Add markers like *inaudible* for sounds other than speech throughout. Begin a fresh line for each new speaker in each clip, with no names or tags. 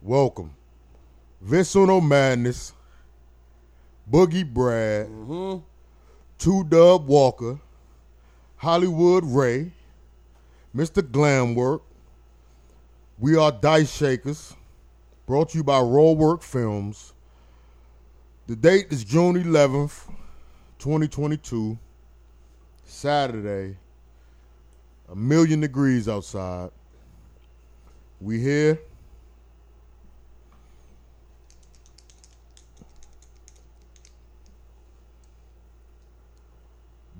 Welcome. Vinsuno Madness, Boogie Brad, Two Dub Walker, Hollywood Ray, Mr. Glamwork. We are Dice Shakers, brought to you by Raw Work Films. The date is June 11th, 2022, Saturday. A million degrees outside. We here.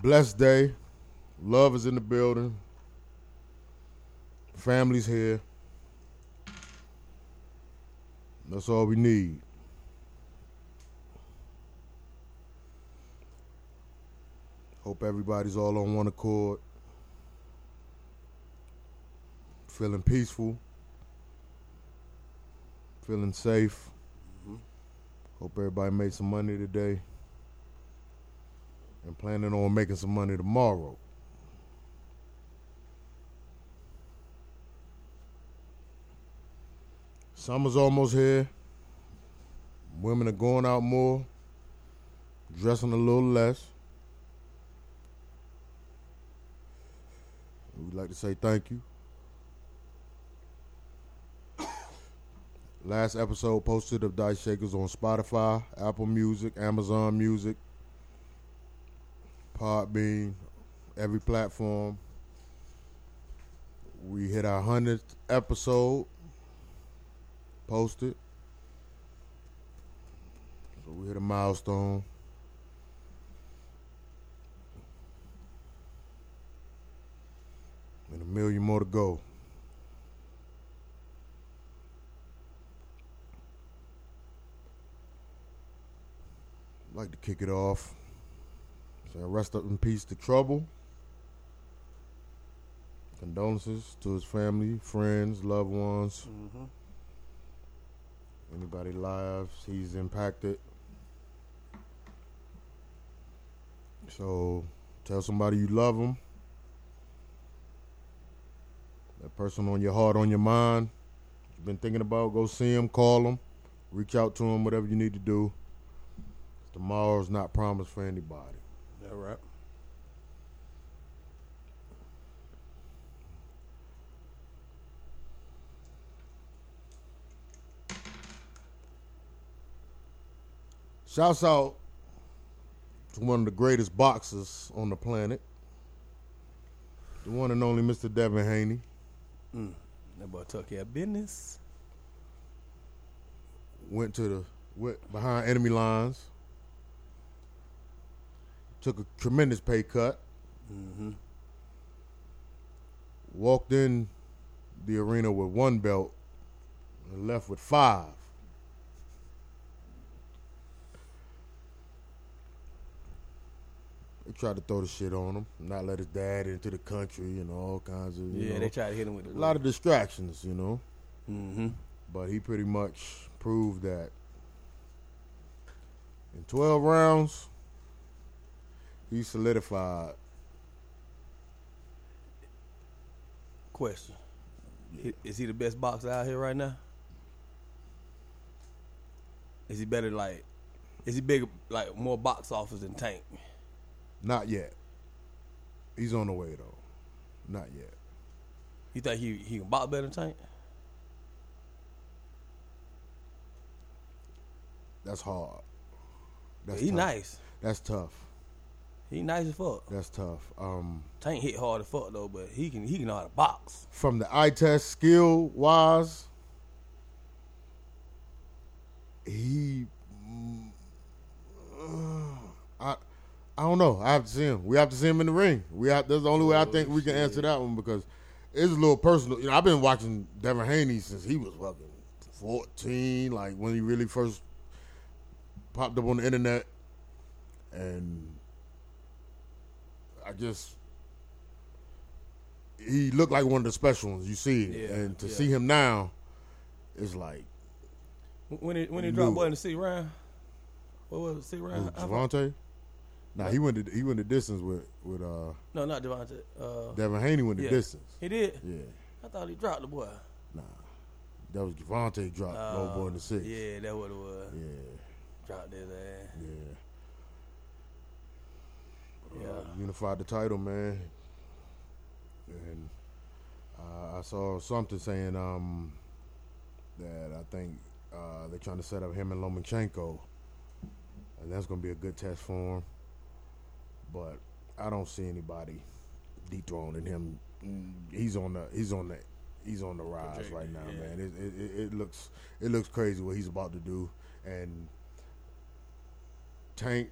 Blessed day. Love is in the building. Family's here. That's all we need. Hope everybody's all on one accord. Feeling peaceful. Feeling safe. Hope everybody made some money today. And planning on making some money tomorrow. Summer's almost here. Women are going out more, dressing a little less. We'd like to say thank you. *coughs* Last episode posted of Dice Shakers on Spotify, Apple Music, Amazon Music, Podbean, every platform. We hit our 100th episode posted. So we hit a milestone. And a million more to go. I'd like to kick it off. So rest up in peace to Trouble. Condolences to his family, friends, loved ones. Anybody lives he's impacted. So tell somebody you love them. That person on your heart, on your mind, you've been thinking about, go see him, call him, reach out to him, whatever you need to do. Tomorrow's not promised for anybody.
All right.
Shouts out to one of the greatest boxers on the planet, the one and only Mr. Devin Haney.
That boy took care of business.
Went to the went behind enemy lines. Took a tremendous pay cut.
Mm-hmm.
Walked in the arena with one belt and left with five. They tried to throw the shit on him, not let his dad into the country and all kinds of you
yeah,
know,
they tried to hit him with the
a lot of distractions, you know.
Mm-hmm.
But he pretty much proved that in 12 rounds, he solidified.
Question: Hi- Is he the best boxer out here right now? Is he better like? Is he bigger like more box office than Tank?
Not yet. He's on the way, though. Not yet.
You think he he can box better than Tank?
That's hard. That's
he
tough.
nice.
That's tough.
He nice as fuck.
That's tough. Um,
Tank hit hard as fuck though, but he can he can know how to box.
from the eye test skill wise, he. mm, uh, I, I don't know. I have to see him. We have to see him in the ring. We have. That's the only way I think we can answer that one because it's a little personal. You know, I've been watching Devin Haney since he was fucking fourteen, like when he really first popped up on the internet, and I just he looked like one of the special ones. You see it,
Yeah,
and to
yeah.
see him now, it's like
When he when he
He
dropped
moved.
boy in the sixth round, what was it, sixth round? How- how-
Javante. Nah, he went to, he went the distance with with uh,
No, not Devontae. Uh,
Devin Haney went the
Yeah.
distance.
he did.
Yeah,
I thought he dropped the boy.
nah, That was Javante dropped
Uh,
old boy in the six.
Yeah, that what it was.
yeah,
Dropped his ass.
yeah.
Yeah.
Uh, unified the title, man. And uh, I saw something saying um, that I think uh, they're trying to set up him and Lomachenko, and that's gonna be a good test for him. But I don't see anybody dethroning him. Mm, He's on the he's on the he's on the rise
Projected,
right now,
yeah.
man. It, it, it, it looks it looks crazy what he's about to do, and Tank.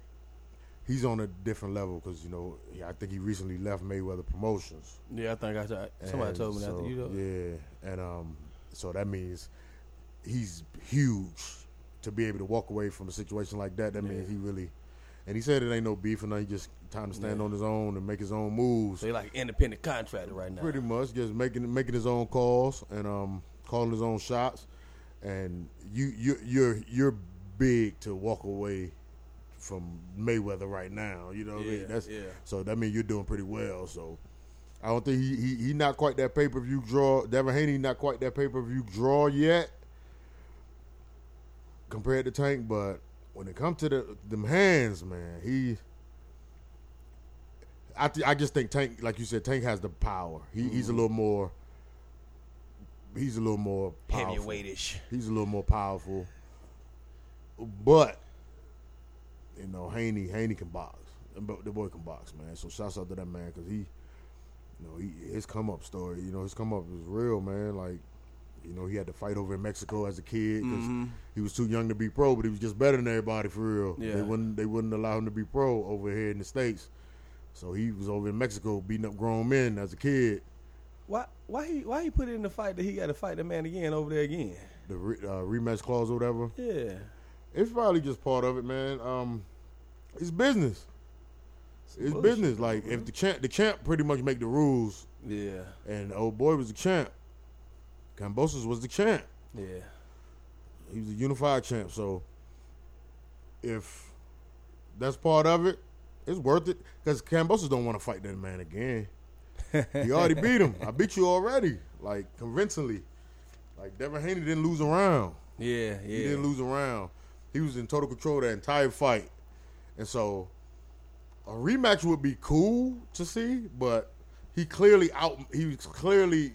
He's on a different level because you know yeah, I think he recently left Mayweather Promotions.
Yeah, I think I tried. Somebody
And
told me that.
so,
You know,
Yeah, and um, so that means he's huge to be able to walk away from a situation like that. That means
Yeah.
he really, and he said it ain't no beef and nothing. He just time to stand
Yeah.
on his own and make his own moves.
so he like independent contractor right now.
Pretty much, just making making his own calls and um calling his own shots. And you you you're you're big to walk away from Mayweather right now. You know what I mean?
Yeah,
That's
yeah.
so that means you're doing pretty well. So I don't think he he, he not quite that pay per view draw. Devin Haney not quite that pay per view draw yet compared to Tank, but when it comes to the them hands, man, he. I th- I just think Tank, like you said, Tank has the power. He, He's a little more. He's a little more powerful.
Heavyweightish.
He's a little more powerful. But you know, Haney Haney can box. The bo- the boy can box, man. So shouts out to that man because he, you know, he, his come up story. You know, his come up is real, man. Like, you know, he had to fight over in Mexico as a kid 'cause he was too young to be pro, but he was just better than everybody for real. They
Yeah.
wouldn't they wouldn't allow him to be pro over here in the states. So he was over in Mexico beating up grown men as a kid.
Why? Why he? Why he put it in the fight that he got to fight the man again over there again?
The re, uh, rematch clause or whatever.
Yeah.
It's probably just part of it, man. Um, it's business. It's
bullshit,
business. Like if the champ, the champ pretty much make the rules,
Yeah.
and old boy was the champ. Cambosis was the champ.
Yeah.
He was a unified champ. So if that's part of it, it's worth it because Cambosis don't want to fight that man again. he already beat him. I beat you already, like convincingly. Like Devin Haney didn't lose a round.
Yeah. Yeah.
He didn't lose a round. He was in total control that entire fight. And so a rematch would be cool to see, but he clearly out he was clearly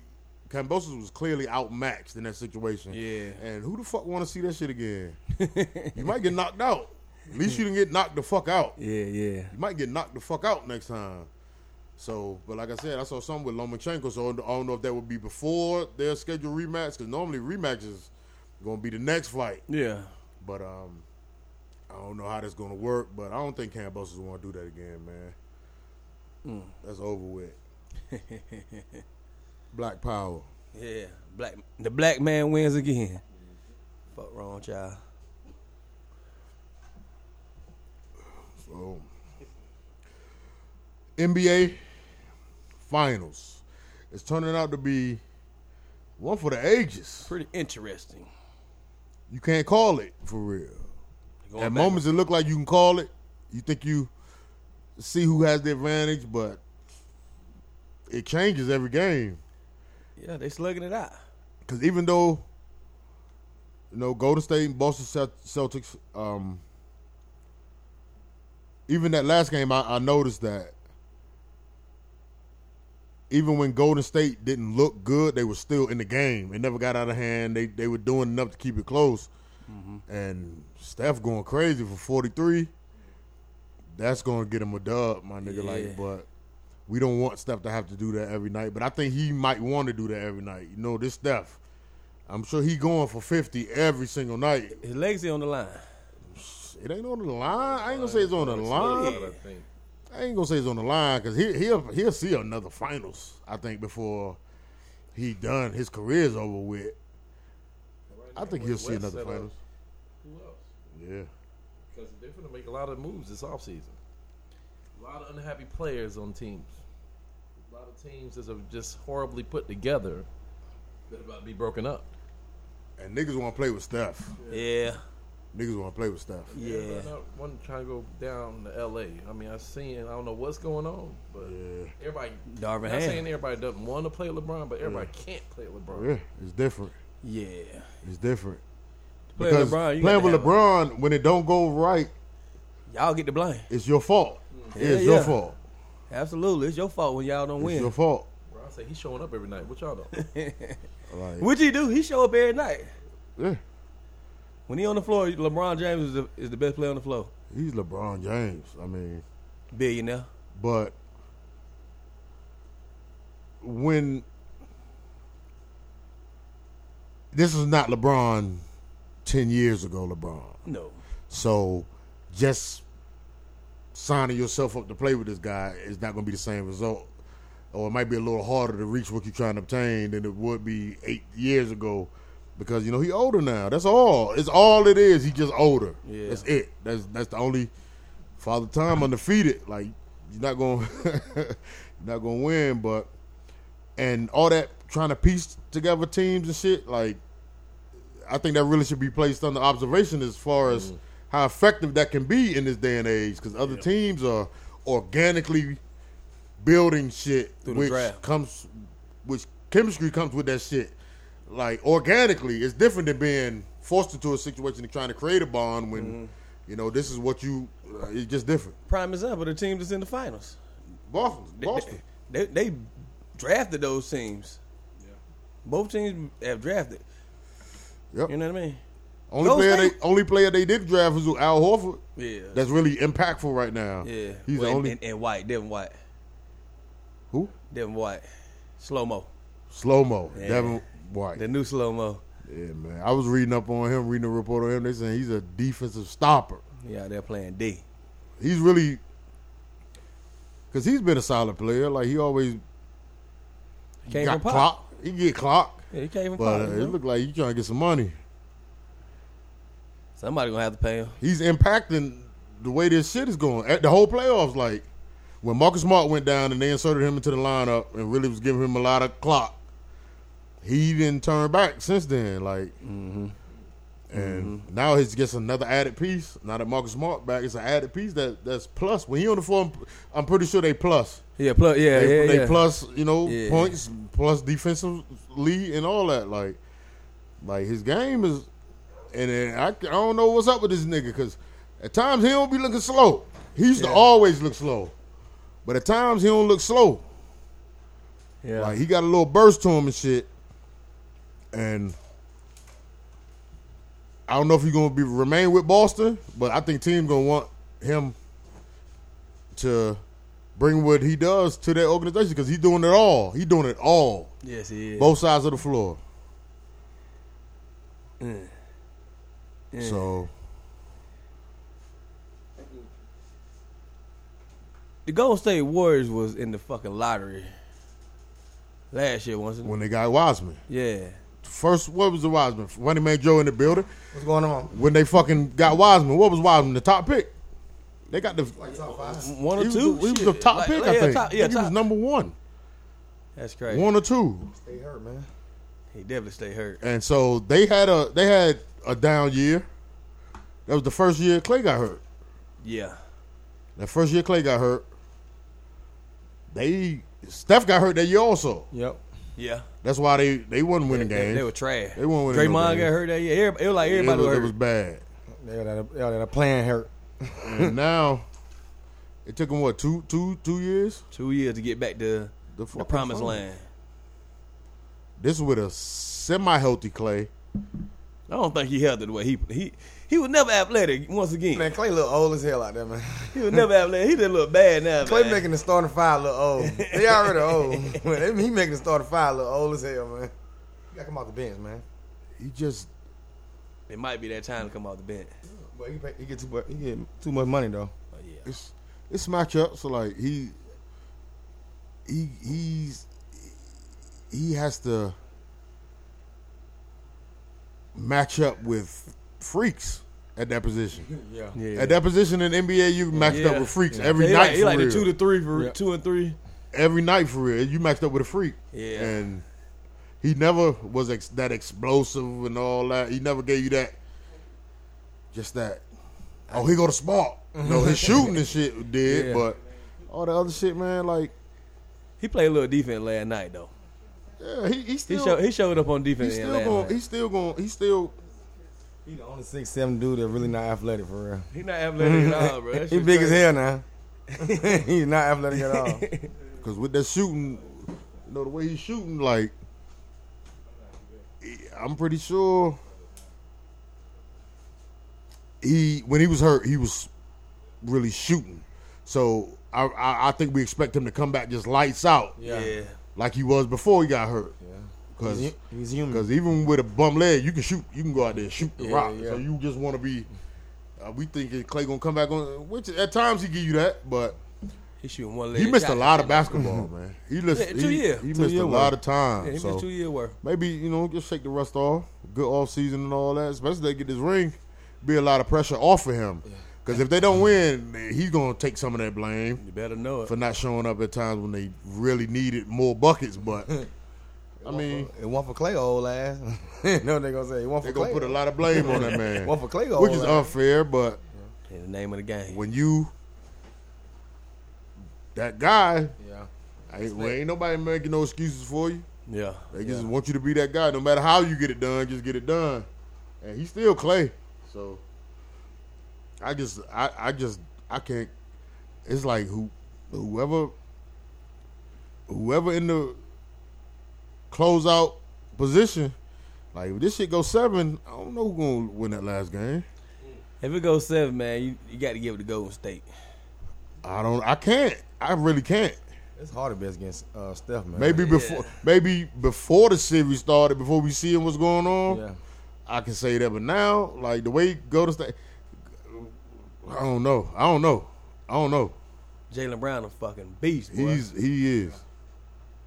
Cambosis was clearly outmatched in that situation.
Yeah.
And who the fuck wanna see that shit again? *laughs* you might get knocked out. At least you didn't get knocked the fuck out.
Yeah. Yeah.
You might get knocked the fuck out next time. So, but like I said, I saw something with Lomachenko, so I don't- I don't know if that would be before their scheduled rematch, because normally rematches gonna be the next fight.
Yeah.
But um, I don't know how that's gonna work. But I don't think Campos is gonna do that again, man.
Hmm.
That's over with. Black Power.
Yeah. Black. The black man wins again. Fuck wrong, child.
So NBA Finals. It's turning out to be one for the ages.
Pretty interesting.
You can't call it for real.
Going
At
back-
moments, it look like you can call it. You think you see who has the advantage, but it changes every game.
Yeah, they slugging it out.
because even though you know Golden State and Boston Celt- Celtics, um, even that last game, I, I noticed that even when Golden State didn't look good, they were still in the game. It never got out of hand. They they were doing enough to keep it close. And Steph going crazy for forty three. That's gonna get him a dub, my nigga.
Yeah.
Like, but we don't want Steph to have to do that every night, but I think he might want to do that every night. You know, this Steph, I'm sure he going for 50 every single night.
His legacy on the line.
It ain't on the line. I ain't gonna say it's on the
Yeah.
line.
I think.
I ain't gonna say it's on the line because he, he'll he'll see another finals. I think before he done his career's over with. I think he'll see another finals.
Who else?
Yeah,
Because they're going to make a lot of moves this offseason. A lot of unhappy players on teams. A lot of teams that are just horribly put together that are about to be broken up.
and niggas want to play with Steph.
Yeah.
Niggas want to play with Steph.
Yeah.
They're not one trying to go down to L.A. I mean, I've seen, I don't know what's going on, but
Yeah,
everybody.
Darvin
not saying
Ham.
everybody doesn't want to play LeBron, but everybody can't play LeBron.
yeah, it's different.
Yeah.
It's different.
Playing
Because
LeBron, you
playing with
gotta have a-
LeBron, when it don't go right,
Y'all get the blame.
it's your fault.
Yeah,
it's your
yeah.
fault.
Absolutely. It's your fault when y'all don't
It's your
win.
fault.
Bro, I say he's showing up every night. What y'all know?
Like,
What he do? He show up every night.
yeah,
When he on the floor, LeBron James is the, is the best player on the floor.
he's LeBron James. I mean,
Billionaire.
but when this is not LeBron 10 years ago, LeBron.
No.
So just signing yourself up to play with this guy is not going to be the same result. Or it might be a little harder to reach what you're trying to obtain than it would be eight years ago because, you know, he older now. That's all. It's all it is. He just older.
Yeah.
That's it. That's that's the only Father Time undefeated. Like, you're not going to *laughs* you're not going to win, but and all that trying to piece together teams and shit, like I think that really should be placed under observation as far as
Mm.
how effective that can be in this day and age because other teams are organically building shit
Through the
which
draft.
comes which chemistry comes with that shit like organically it's different than being forced into a situation and trying to create a bond when
Mm-hmm.
you know this is what you uh, it's just different
Prime example, the team that's in the finals.
boston
They-
boston
They, they drafted those teams. Both teams have drafted.
yep
You know what I mean?
only
those
player
things-
they only player they did draft was al horford
Yeah.
that's really impactful right now
yeah.
he's the
Well, and-
only
and, and White, Devin White.
who
Devin White. Slow mo.
Slow mo,
Yeah.
Devin White.
The new slow mo.
Yeah, man. I was reading up on him, reading a report on him. They saying he's a defensive stopper.
Yeah, they're playing D.
He's really because he's been a solid player. Like he always
Came
got
from Pop.
clock. He get clock,
Yeah, he came from
but
Pop.
uh,
you
it
know?
looked like he trying to get some money.
Somebody gonna have to pay him.
He's impacting the way this shit is going. At the whole playoffs, like when Marcus Smart went down and they inserted him into the lineup and really was giving him a lot of clock. He didn't turn back since then. Like And now he gets another added piece. Now that Marcus Smart back, it's an added piece that that's plus. When he on the floor, I'm- I'm pretty sure they plus.
Yeah, plus, yeah,
They,
yeah,
they
yeah.
plus, you know,
Yeah.
points, plus defensively and all that. Like, like his game is, and then I, I don't know what's up with this nigga because at times he don't be looking slow. He used to
Yeah.
always look slow, but at times he don't look slow.
yeah.
Like he got a little burst to him and shit. And I don't know if he's gonna be remain with Boston, but I think team gonna want him to bring what he does to their organization because he's doing it all. He doing it all,
yes, he is.
both sides of the floor.
Mm. Mm.
So
the Golden State Warriors was in the fucking lottery last year, wasn't it?
when they got Wiseman,
Yeah.
first what was the Wiseman? Running man Joe in the building.
What's going on?
When they fucking got Wiseman, what was Wiseman? The top pick. They got the
Like top five.
One or
he was,
two.
the- he was
Shit.
the top
Like-
pick.
like,
I
yeah,
think.
top-
I
yeah,
think he was
top.
number one,
That's crazy.
one or two.
They hurt, man.
He definitely stay hurt.
And so they had a they had a down year. That was the first year Clay got hurt.
Yeah.
That first year Clay got hurt. They Steph got hurt that year also.
Yep.
Yeah.
That's why they they wasn't winning
They,
games.
they were trash.
They weren't winning no
Draymond
games.
got hurt that year. Everybody, it was like everybody
it was,
was,
it was bad.
They had a, they had a plan hurt.
Mm-hmm.
and now it took them what two two two years.
two years to get back to
The,
the
fucking
promised
finals.
land.
This with a semi healthy Clay.
I don't think he held it the way he he he was never athletic. Once again,
Man, Clay look old as hell out there, *laughs* man.
he
*laughs*
was never athletic. He didn't look bad now.
Clay
man.
making the starting five look old. They already old. *laughs* Man, he making the starting five look old as hell, man. You gotta come off the bench, man.
He just
It might be that time to come off the bench.
But he, pay, he get too much. He get too much money though.
Oh, yeah.
it's it's matchup. So like he he he's he has to match up with freaks at that position.
Yeah.
Yeah.
At that position in NBA, you matched up
Yeah.
with freaks
Yeah.
every
he
night
like,
for
he like
real.
the two to three for
Yeah.
two and three.
every night for real. You matched up with a freak.
Yeah.
And he never was ex- that explosive and all that. He never gave you that, just that. Oh, he go to spark. no,
*laughs*
his shooting and shit did,
Yeah.
but all the other shit, man. Like
He played a little defense last night though.
Yeah, he, he
He
still
showed he showed up on
he
defense. in
still
Atlanta.
going he still going he still
He the only six seven dude that really not athletic for real.
He not athletic at all, bro. That
He
shit
big as
crazy.
hell *laughs* now. He's not athletic at *laughs* all.
because with that shooting, you know the way he's shooting, like he- I'm pretty sure he when he was hurt, he was really shooting. So I I, I think we expect him to come back just lights out
Yeah.
like he was before he got hurt. Cause,
He's, hu- he's human.
Because even with a bum leg, you can shoot. You can go out there and shoot the
Yeah,
rock.
yeah.
So you just want to be. Uh, we thinking Clay gonna come back on, which at times he give you that, but
He shooting one leg.
he missed a
shot.
lot of basketball, man. He, missed
Yeah, two
he,
year.
he
Two
missed
year
a
worth.
lot of time.
Yeah, he
so
missed two year worth.
maybe you know just shake the rust off, good off season and all that. Especially they get this ring, be a lot of pressure off of him. Because if they don't win, man, he's gonna take some of that blame
You better know it.
for not showing up at times when they really needed more buckets.
*laughs*
But I mean,
And one for Clay old ass. *laughs* no, uh, they gonna say one for
they're
Clay.
gonna put a lot of blame on that man.
One for Clay old
which is
ass.
unfair. But
In the name of the game.
when you that guy,
Yeah.
ain't, well, ain't nobody making no excuses for you.
Yeah.
They just want you to be that guy, no matter how you get it done. Just get it done, and he's still Clay. So I just, I, I just, I can't. It's like who, whoever, whoever in the closeout position. Like if this shit goes seven, I don't know who gonna win that last game.
If it goes seven, man, you, you got to give it to Golden State.
I don't. I can't. I really can't.
It's hard to bet against uh, Steph, man.
Maybe before, maybe before the series started, before we seeing what's going on.
Yeah.
I can say that, but now, like the way go to state, I don't know. I don't know. I don't know.
Jalen Brown a fucking beast. Boy.
He's he is,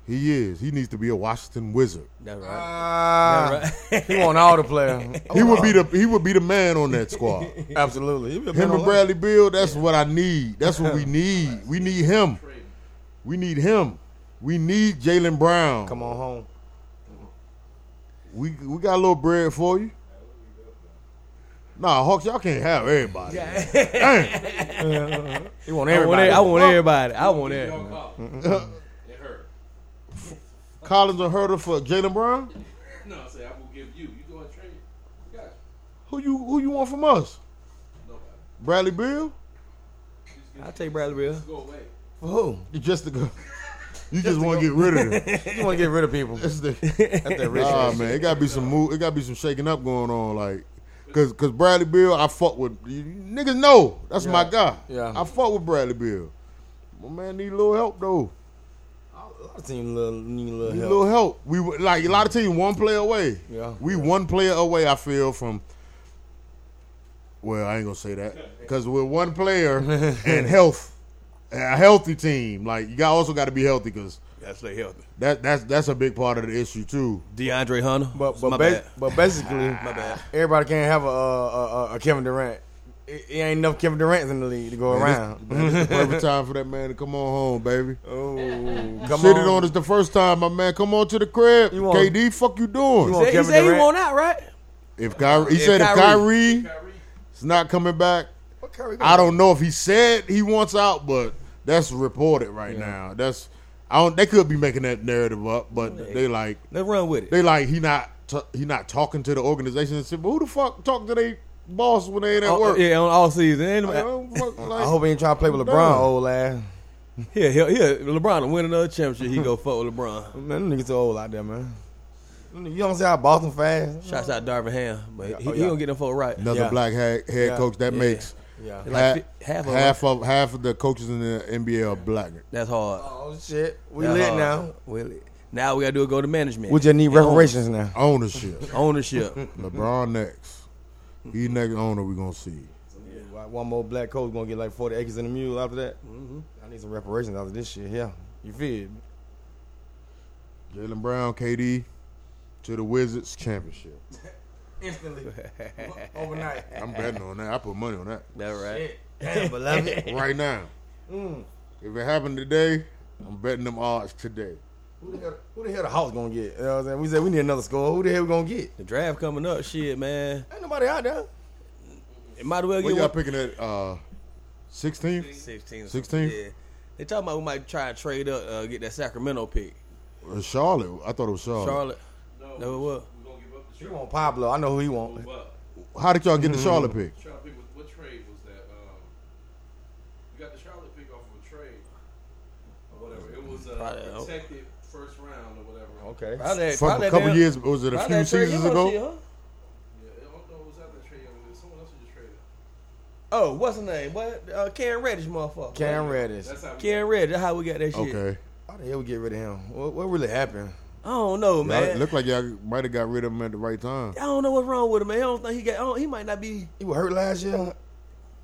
he is. He needs to be a Washington Wizard.
that's right.
Ah,
That's right.
he want all the players.
He would be the he would be the man on that
*laughs*
squad.
absolutely. He be a man
Him
on
and Bradley Bill. That's what I need. That's
*laughs*
what we need. We need him. We need him. We need Jalen Brown.
Come on home.
we we got a little bread for you. Nah, Hawks, y'all can't have everybody. Dang.
He want
*laughs* I want,
everybody.
e-
*laughs*
I want everybody. I want everybody.
It hurt.
Collins and Herder for Jalen Brown.
No, I say I will give you. You go and trade. You got you.
Who you who you want from us?
Nobody.
Bradley Bill?
I'll take Bradley Bill.
Go away.
For who?
You just to
*laughs*
go. You just want to get rid of them.
You want to get rid of people.
That's the,
*laughs* That's that *laughs* rich
nah,
man
man,
shit.
it gotta be some move. It gotta be some shaking up going on, like, cause cause Bradley Bill, I fuck with you- niggas. know that's my guy.
Yeah.
I fuck with Bradley Bill. My man need a little help though.
A lot of teams Uh, little, need a little
Need a
help.
little help. We were- like a lot of teams one player away.
Yeah.
we one player away. I feel from. Well, I ain't gonna say that because we're one
*laughs*
player and health, a healthy team. Like you got also got to be healthy because
That's stay healthy.
that that's that's a big part of the issue too.
DeAndre Hunter.
But but,
my bad.
ba- but basically, *laughs*
My bad.
everybody can't have a, a, a, a Kevin Durant. It, it ain't enough Kevin Durants in the league to go *laughs* around.
Man, it's the perfect time for that man to come on home, baby.
Oh,
Come
*laughs* come
Shit on.
on.
it on us the first time, my man. Come on to the crib.
You want-
KD, fuck you doing?
You
He
want-
said- he
Kevin
said he
Durant.
won't out, right?
if Kyrie, he
If
said if
Kyrie-
Kyrie is not coming back,
What Curry gonna
I don't know if he said he wants out, but that's reported right now. That's I don't. They could be making that narrative up, but they like
Let's run with it.
they like he not t- he not talking to the organization and shit. But who the fuck talk to they boss when they ain't at
Oh,
work?
yeah, on all season. Ain't
Like, I
no-
don't fuck-
I
like-
hope he ain't trying to play with
Done.
LeBron, old ass.
Yeah, yeah, yeah. LeBron will win another championship. He go fuck with
*laughs*
LeBron.
Man, them niggas too old out there, man. You don't see how Boston fast?
Shouts out Darvin Ham, but he,
Oh,
he
yeah.
gonna get them for right.
Another
Yeah.
black head, head
Yeah.
coach that
Yeah.
makes
Yeah.
Like
ha-
fi- half
half,
of
of half of the coaches in the NBA are black.
That's hard.
Oh shit, we
That's
lit
hard.
now.
We lit. Now we gotta do a go to management.
We just need
And
reparations now.
Ownership.
*laughs*
*laughs*
Ownership.
LeBron next. He next owner we gonna see.
Why- One more black coach gonna get like forty acres in the mule after that. I need some reparations after this shit. Yeah, you feel? me?
Jalen Brown, KD, to the Wizards championship.
*laughs*
Instantly, overnight.
I'm betting on that. I put money on that
that right.
Damn, beloved.
right now.
Mm.
If it happened today, I'm betting them odds today.
Who the hell? Who the hell the Hawks gonna get? You know what I'm saying? We said we need another score. Who the hell we gonna
*laughs*
get?
The draft coming up, shit, man.
Ain't nobody out there.
It might as well
What
get
y'all
one.
picking at? Uh, 16th?
16.
16?
Yeah. They talking about we might try and trade up, uh, get that Sacramento pick.
Or Charlotte. I thought it was Charlotte.
Charlotte. No, it was.
We're gonna give up the
He
trade.
want Pablo. I know who he want.
Well,
How did y'all get the Charlotte pick?
Charlotte pick was what trade was that? Um, we got the Charlotte pick off of a trade or whatever. It was
Probably,
a
oh.
protected first round or whatever.
Okay.
Probably,
From a couple years, was it a few seasons ago?
Yeah, I don't know. It was after the trade. It was someone else who just traded.
Oh, what's her name? What? Uh, Karen Reddish, motckerfucker.
Cam Reddish.
That's how. we
Karen Reddish. That's how we got that shit.
Okay.
How the hell we get rid of him? What, what really happened?
I don't know,
Y'all,
man.
it looked like y'all might have got rid of him at the right time.
I don't know what's wrong with him, man. I don't think he got. I don't, he might not be.
He was hurt last year.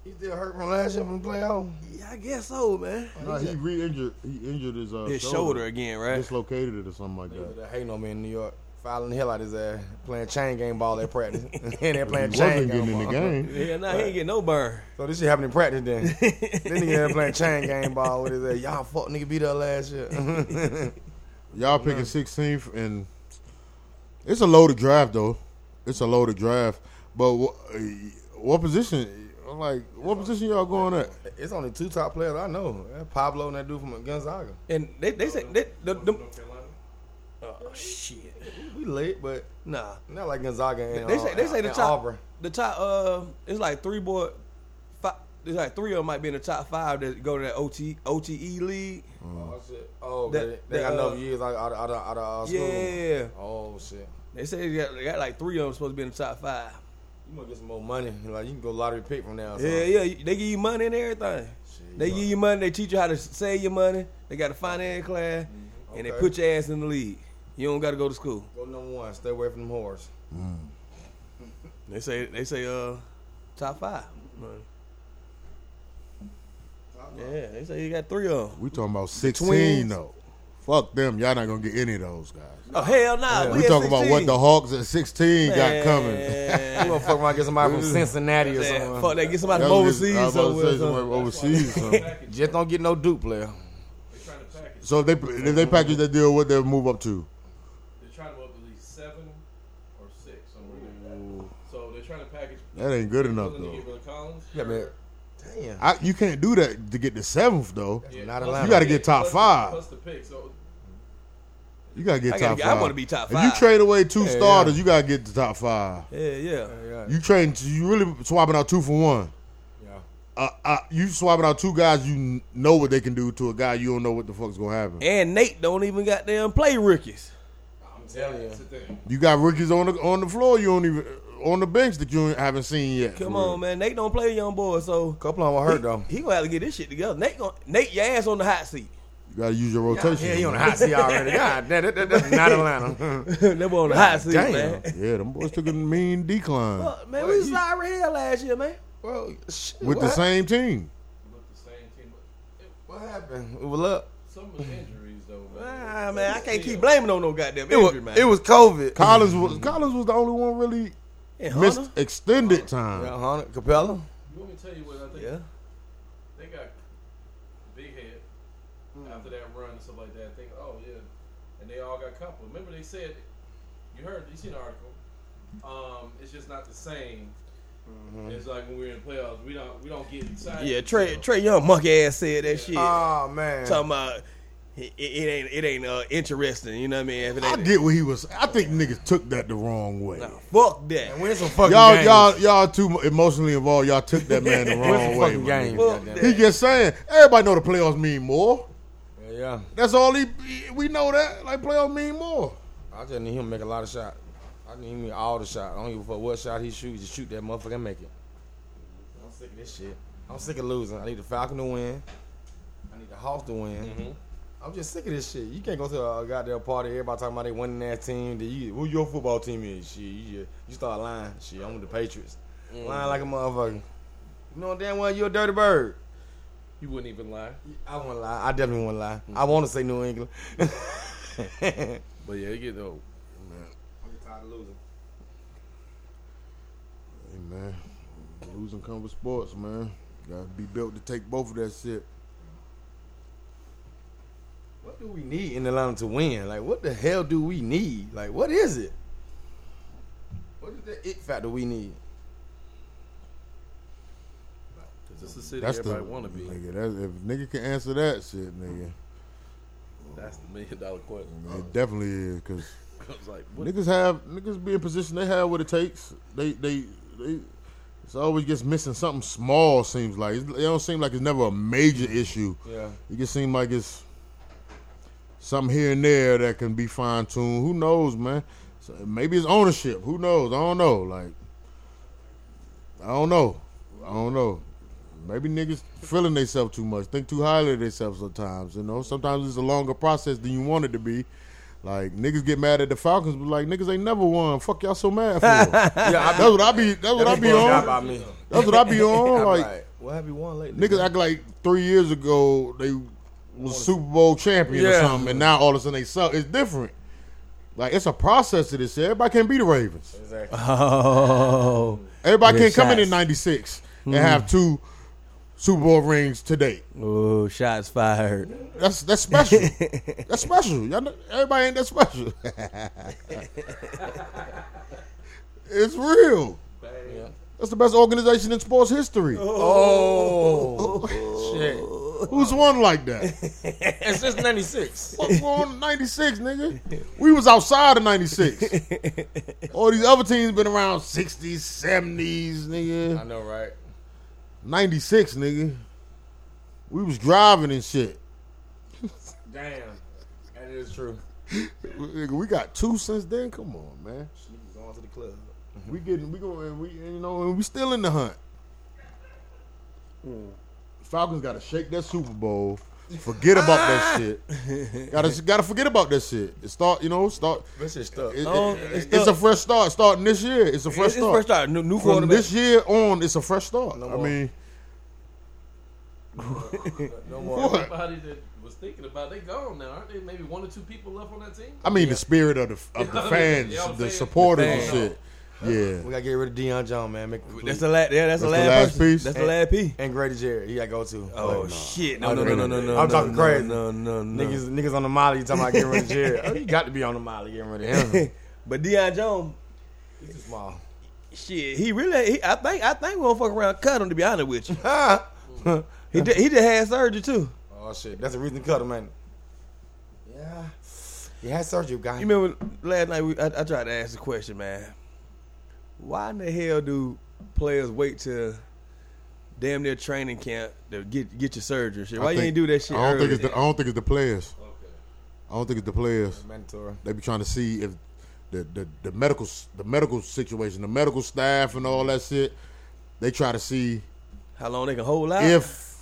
He still hurt from last year from the playoff.
Yeah, I guess so, man.
No, he re-injured. He injured his uh,
His shoulder again, right?
dislocated it or something like that.
They hating on me in New York. Fouling the hell out of his ass. Playing chain game ball at practice. *laughs* and they're playing
He
chain
wasn't
game
getting in the
ball.
game.
Yeah, nah, he ain't getting no burn.
So this shit happened in practice then. *laughs* then he ended up playing chain game ball with his ass. Y'all fuck nigga beat up
*laughs*
last year.
Y'all picking 16th, and it's a loaded draft though. It's a loaded draft, but what, what position? Like, what position y'all going at?
it's only two top players I know. That's Pablo and that dude from Gonzaga.
And they they said they, the,
North
them-
Carolina.
oh shit,
We late, but
nah.
not like Gonzaga and uh,
They say they say the
and
top
Auburn.
the top uh it's like three boy five it's like three of them might be in the top five that go to that OT OTE E league.
Oh, shit. Oh,
That-
they, they
that,
got
uh,
enough years out, out, out, out, out of school.
Yeah.
Oh, shit.
They say they got, they got like three of them supposed to be in the top five.
You must get some more money. Like, you can go lottery pick from now. or
Yeah,
something.
yeah. you- They give you money and everything.
Shit,
They
you
give you money. They teach you how to save your money. They got a finance class, and they
Okay.
put your ass in the league. You don't got to go to school.
Go number one. Stay away from them
*laughs*
whores.
They say they say uh top five. man. Yeah, they say you got three of them.
We talking about 16
Twins.
though. Fuck them. Y'all not gonna get any of those guys.
Oh hell nah.
Yeah.
We
at
talking about what
16.
the Hawks at 16 got coming.
You
Man,
gonna fuck around get somebody from Cincinnati or
man,
something.
fuck that.
*laughs*
Get somebody
That's what
from
it is.
overseas.
I was about to
somewhere,
say somewhere
something.
overseas.
*laughs*
so.
Package.
Just don't get no dupe player.
They're trying to package.
So if they if they package that deal, what they move up to?
They're trying to go up at least seven or six. Somewhere like that. So they're trying to package.
That ain't good enough
Willing
though.
to get rid of Collins.
Yeah, man. Damn.
I, you can't do that to get the seventh though.
plus
Not allowed.
the
You gotta
get
pick,
top
plus the-
five.
Plus the pick. So
You gotta get
I gotta
top
get- I
five.
wanna be top
If you
five.
trade away two
Yeah,
starters, you gotta get the top five.
Yeah, yeah.
Yeah,
You train, you really swapping out two for one.
yeah.
Uh, uh, you swapping out two guys you kn- know what they can do to a guy you don't know what the fuck's gonna happen.
And Nate don't even goddamn play rookies.
I'm
telling you.
That's the thing.
You got rookies on the on the floor you don't even on the bench that you haven't seen yet.
Come
for real.
on, man. Nate don't play young boy, so
Couple of them were hurt though.
he gonna have to get this shit together. Nate gonna Nate your ass on the hot seat.
You gotta use your rotation.
Yeah, he on the hot seat already. God damn, that, that, that's not
*laughs*
Atlanta.
they were on the hot seat,
damn.
man.
Yeah, them boys took a mean decline
Fuck, man, we was sorry hell last year, man.
well, shit,
with the
what-
same team.
Look the same team. but
What happened? Well, up.
Some
*laughs*
of the injuries though. Man.
Ah, man, I can't keep blaming on no goddamn
It was,
injury, man.
it was COVID.
Collins was Collins was the only one really
And
missed
Hunter?
extended time.
Yeah, Hunter, Capella.
You want me to tell you what I think?
Yeah.
They got big head
Hmm.
after that run and stuff like that. Think, oh yeah, and they all got coupled. Remember they said, you heard, you seen the article. Um, it's just not the same.
Mm-hmm.
It's like when we were in the playoffs, we don't we don't get excited.
Yeah, Trey Trey Young monkey ass said that shit.
Oh man.
Talking about it, it ain't it ain't uh, interesting, you know what I mean? If it
I
ain't
get what he was. I think niggas took that the wrong way.
Nah, fuck that.
Man, win some fucking
Y'all,
games.
y'all, y'all too emotionally involved. Y'all took that man
*laughs*
the
win some
wrong way.
fucking
my
games.
nigga.
Fuck
goddamn.
that.
He just saying. Everybody know the playoffs mean more.
Yeah, yeah.
That's all he. We know that. Like playoffs mean more.
I just need him to make a lot of shots. I need him to all the shots. I don't give a fuck what shot he shoots. Just shoot that motherfucker and make it. I'm sick of this shit. I'm sick of losing. I need the Falcon to win. I need the Hawks to win. I'm just sick of this shit. You can't go to a goddamn party. Everybody talking about they winning that team. Then you, who your football team is? Shit, you, just- you start lying. Shit, I'm with the Patriots. Lying like a motherfucker. You know damn well you're a dirty bird.
you wouldn't even lie.
I won't lie. I definitely won't lie. I want to say New England. I'm *laughs* tired
But yeah, it get old.
of losing.
Hey man, losing comes with sports, man. Gotta be built to take both of that shit.
What do we need in Atlanta to win? Like, what the hell do we need? Like, what is it? What is the it factor we need?
Cause it's the city
That's
everybody
the
want to be.
Nigga, that, if nigga can answer that shit, nigga.
That's the million dollar question. *laughs*
It definitely is because
I was like, what?
niggas have niggas be in position. They have what it takes. They they they. It's always just missing something small. Seems like it don't seem like it's never a major issue.
Yeah.
It just seems like it's something here and there that can be fine tuned. Who knows, man? So maybe it's ownership. Who knows? I don't know. Like, I don't know. I don't know. Maybe niggas feeling themselves too much, think too highly of themselves sometimes. You know, sometimes it's a longer process than you want it to be. Like niggas get mad at the Falcons, but like niggas ain't never won. Fuck y'all so mad for? *laughs* yeah, that's what I be. That's what I be on.
me.
That's what I *laughs* be on.
I'm
Like
like, what have you won lately?
Niggas act like three years ago they was Super Bowl champion or
Yeah.
something, and now all of a sudden they suck. It's different. Like it's a process to this. shit. Everybody can't be the Ravens.
Exactly.
Oh,
Everybody
Yeah,
can't come in in
shots. Mm-hmm.
'96 and have two Super Bowl rings to date.
Ooh, shots fired.
That's that's
*laughs*
special. that's special. Y'all, know- everybody ain't that special. *laughs* it's real.
Bang.
That's the best organization in sports history.
Oh,
Who's won like that?
shit. And
*laughs*
since 96.
Fuck, we're on 96, nigga. We was outside of 96. All these other teams been around 60s, 70s,
I
nigga.
know, right?
96, nigga. We was driving and shit.
Damn. That is true.
Nigga, we got two since then. Come on, man.
Niggas going to the club.
We getting, we going, and we, and, you know, and we still in the hunt. Falcons got to shake that Super Bowl. Forget about that shit. Gotta, gotta forget about that shit. It start, you know, start.
This shit stuck.
It-
Oh,
it-
it's
it's
the-
a fresh start starting this year. It's a fresh
It's
start.
first start. New, new
From
quarterback.
this year on, it's a fresh start.
No
I
more.
mean,
no more.
What?
Everybody that was thinking about they gone now, aren't they? Maybe one or two people left on that team.
I mean the spirit of the of the
Yeah,
fans,
yeah, I'm
the
saying.
supporters
The
and shit.
We
Yeah,
got to get rid of Deion Jones, man. Make it complete.
That's the last. Yeah, that's,
That's the
the last,
last
person.
piece?
That's the last piece.
and Grady Jarrett. He got to go to.
Oh
Like,
shit! No,
I'm
no, no, no, no, no. no,
I'm talking
no,
crazy.
No, no, no.
Niggas, niggas on the molly. You talking about getting rid
*laughs*
of Jared? oh, you got to be on the molly getting rid of him.
*laughs* but Deion Jones,
He's too small.
shit, he really. He, I think. I think we're gonna fuck around, and cut him. To be honest
*laughs*
with you,
Ah.
he did, he just had surgery too.
oh shit, that's the reason to cut him, man. Yeah, he had surgery, guy.
You remember last night? We, I, I tried to ask the question, man. Why in the hell do players wait till damn near training camp to get get your surgery? and Shit, why
I
you
think-
ain't do that shit?
I don't think it's
earlier?
the I don't think it's the players.
Okay.
I don't think it's the players.
Mandatory.
They be trying to see if the the, the medical s- the medical situation, the medical staff, and all that shit. They try to see
how long they can hold out.
if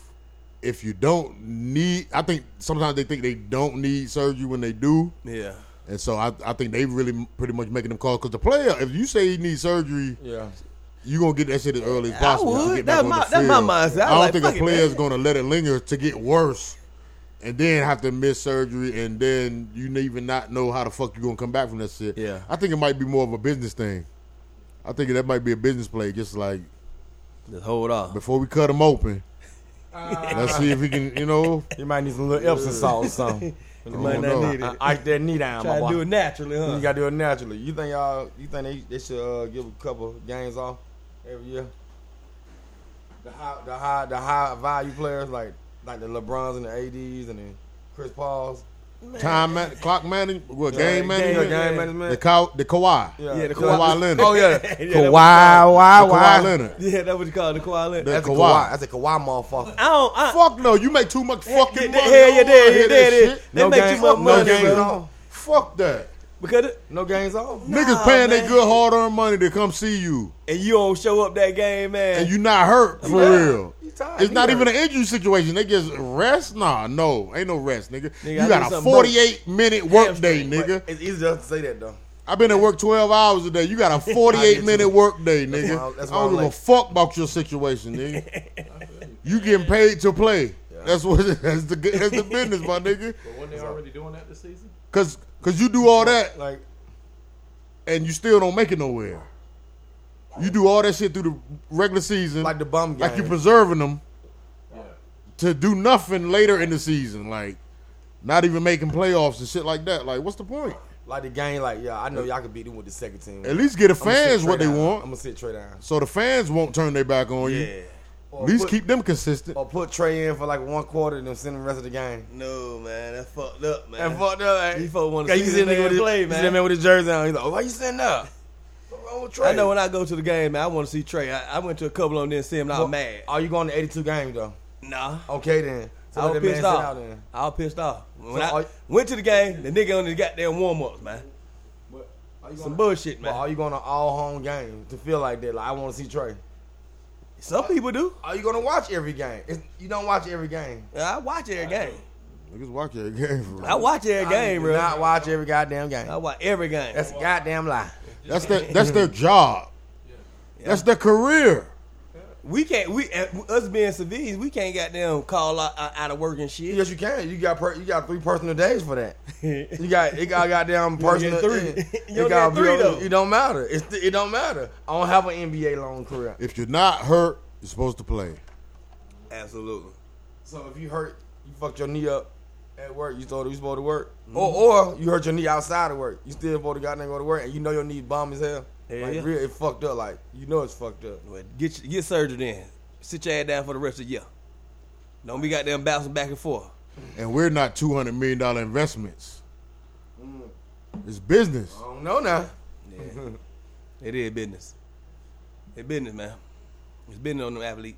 if you don't need. I think sometimes they think they don't need surgery when they do.
yeah,
And so I, I think they really pretty much making them call because the player, if you say he needs surgery,
Yeah,
you gonna get that shit as early as
I
possible. to
would.
get
That's
back on
my-
the
that's my
field.
mindset. I
I don't
like,
think a
fuck it,
player's
man.
gonna let it linger to get worse, and then have to miss surgery, and then you n- even not know how the fuck you gonna come back from that shit.
Yeah.
I think it might be more of a business thing. I think that might be a business play. Just like
just hold off.
before we cut him open, let's see if he can. You know,
you might need some little Epsom salt or *laughs* something.
You might
don't know.
not need
I
it.
ice that knee down,
Try
my
to
boy.
do it naturally, huh?
You gotta do it naturally. You think y'all? You think they, they should uh, give a couple games off every year? The high, the high, the high value players like like the LeBrons and the ADs and the Chris Pauls.
time man, clock management, what game
Yeah,
management,
yeah, game
the
management.
cow, the Kawhi,
Yeah, the
Kawhi
Kawhi- *laughs*
Leonard, *laughs*
Oh yeah,
Yeah,
Kawhi,
that was-
the
why, why?
Kawhi Leonard.
Yeah, that's what you call it, the Kawhi Leonard.
That-
That's a
Kawhi.
Kawhi. That's a Kawhi motherfucker.
I don't. I,
Fuck no, you make too much fucking
yeah,
money.
yeah, yeah,
I don't
yeah,
wanna hear
yeah,
that
yeah, yeah.
shit.
They
No
make
games-
too much
no
money,
games
bro.
off.
Fuck that.
Because it-
No games off.
Niggas paying their
man.
good hard earned money to come see you,
and you don't show up that game, man.
and you not hurt for
Yeah.
real.
He tired.
It's
He
not
hurt.
even an injury situation. They just rest. Nah, no, ain't no rest, nigga.
Nigga, I
you
need
got a
something
forty-eight minute work day, nigga.
It's easy just to say that though.
I've been at work twelve hours a day. You got a
I
forty-eight
get
minute
you.
work day,
That's
nigga.
why I- that's
I don't give
why I
a fuck about your situation, nigga. you getting paid to play. That's what. *laughs* That's the. That's the business, my nigga.
But when they already doing that this season,
Cause, cause you do all that,
Like
and you still don't make it nowhere. You do all that shit through the regular season,
like the bum game.
like you preserving them
yeah.
to do nothing later in the season, like not even making playoffs and shit like that. Like, what's the point?
like the game. Like yeah, I know y'all can beat them with the second team.
At least get the fans what they
down. I'm
want,
gonna sit Trey down.
so the fans won't turn their back on you.
Or
At least
put,
keep them consistent.
or put Trey in for like one quarter and then send him the rest of the game.
No, man, that fucked up, man.
And fucked up.
These
Like,
folks want to
Cause
see
you see
this
that nigga
nigga
with his,
play,
you see that man
man.
with his jersey on. He's like, oh, why you sitting up? What's wrong with Trey?
I know when I go to the game, man, I want to see Trey. I, I went to a couple of them and see him, and I was
Well,
mad. Oh,
Are you going to 82 game though?
Nah.
Okay then. So
I was
let that man
pissed
sit
off.
out then.
I was pissed off. When
So
I
are-
went to the game, the nigga on the goddamn warm ups, man.
But are you
Some
gonna-
bullshit,
But are
man.
you going to all home game to feel like that? Like I want to see Trey.
Some people do.
Are you going to watch every game? It's, you don't watch every game.
I watch every game.
Niggas watch your game. For
I
real.
watch every
I
game,
do
bro.
Not watch every goddamn
I
game.
watch every game.
That's a goddamn lie.
That's their that's their job. That's their career.
we can't. We uh, us being civilians, we can't goddamn call out, out out of work and shit.
Yes, you can. You got per, you got three personal days for that. You got it got goddamn
You only get
personal
three.
it-
*laughs*
it
You only
got-
get three, though.
It don't matter. It's it don't matter. I don't have an NBA long career.
If you're not hurt, you're supposed to play.
*laughs* Absolutely.
So if you hurt, you fucked your knee up at work. You thought you was supposed to work,
Mm-hmm.
or or you hurt your knee outside of work. You still supposed to goddamn go to work, and you know your knee bomb as hell.
Hell
like
yeah.
real, it fucked up. Like you know it's fucked up.
Well, get your- get surgery then. Sit your ass down for the rest of the year. Don't be goddamn bouncing back and forth.
And we're not two hundred million dollar investments.
Mm.
It's business.
I don't know now.
Yeah. it is business. It's business, man. It's business on them athlete.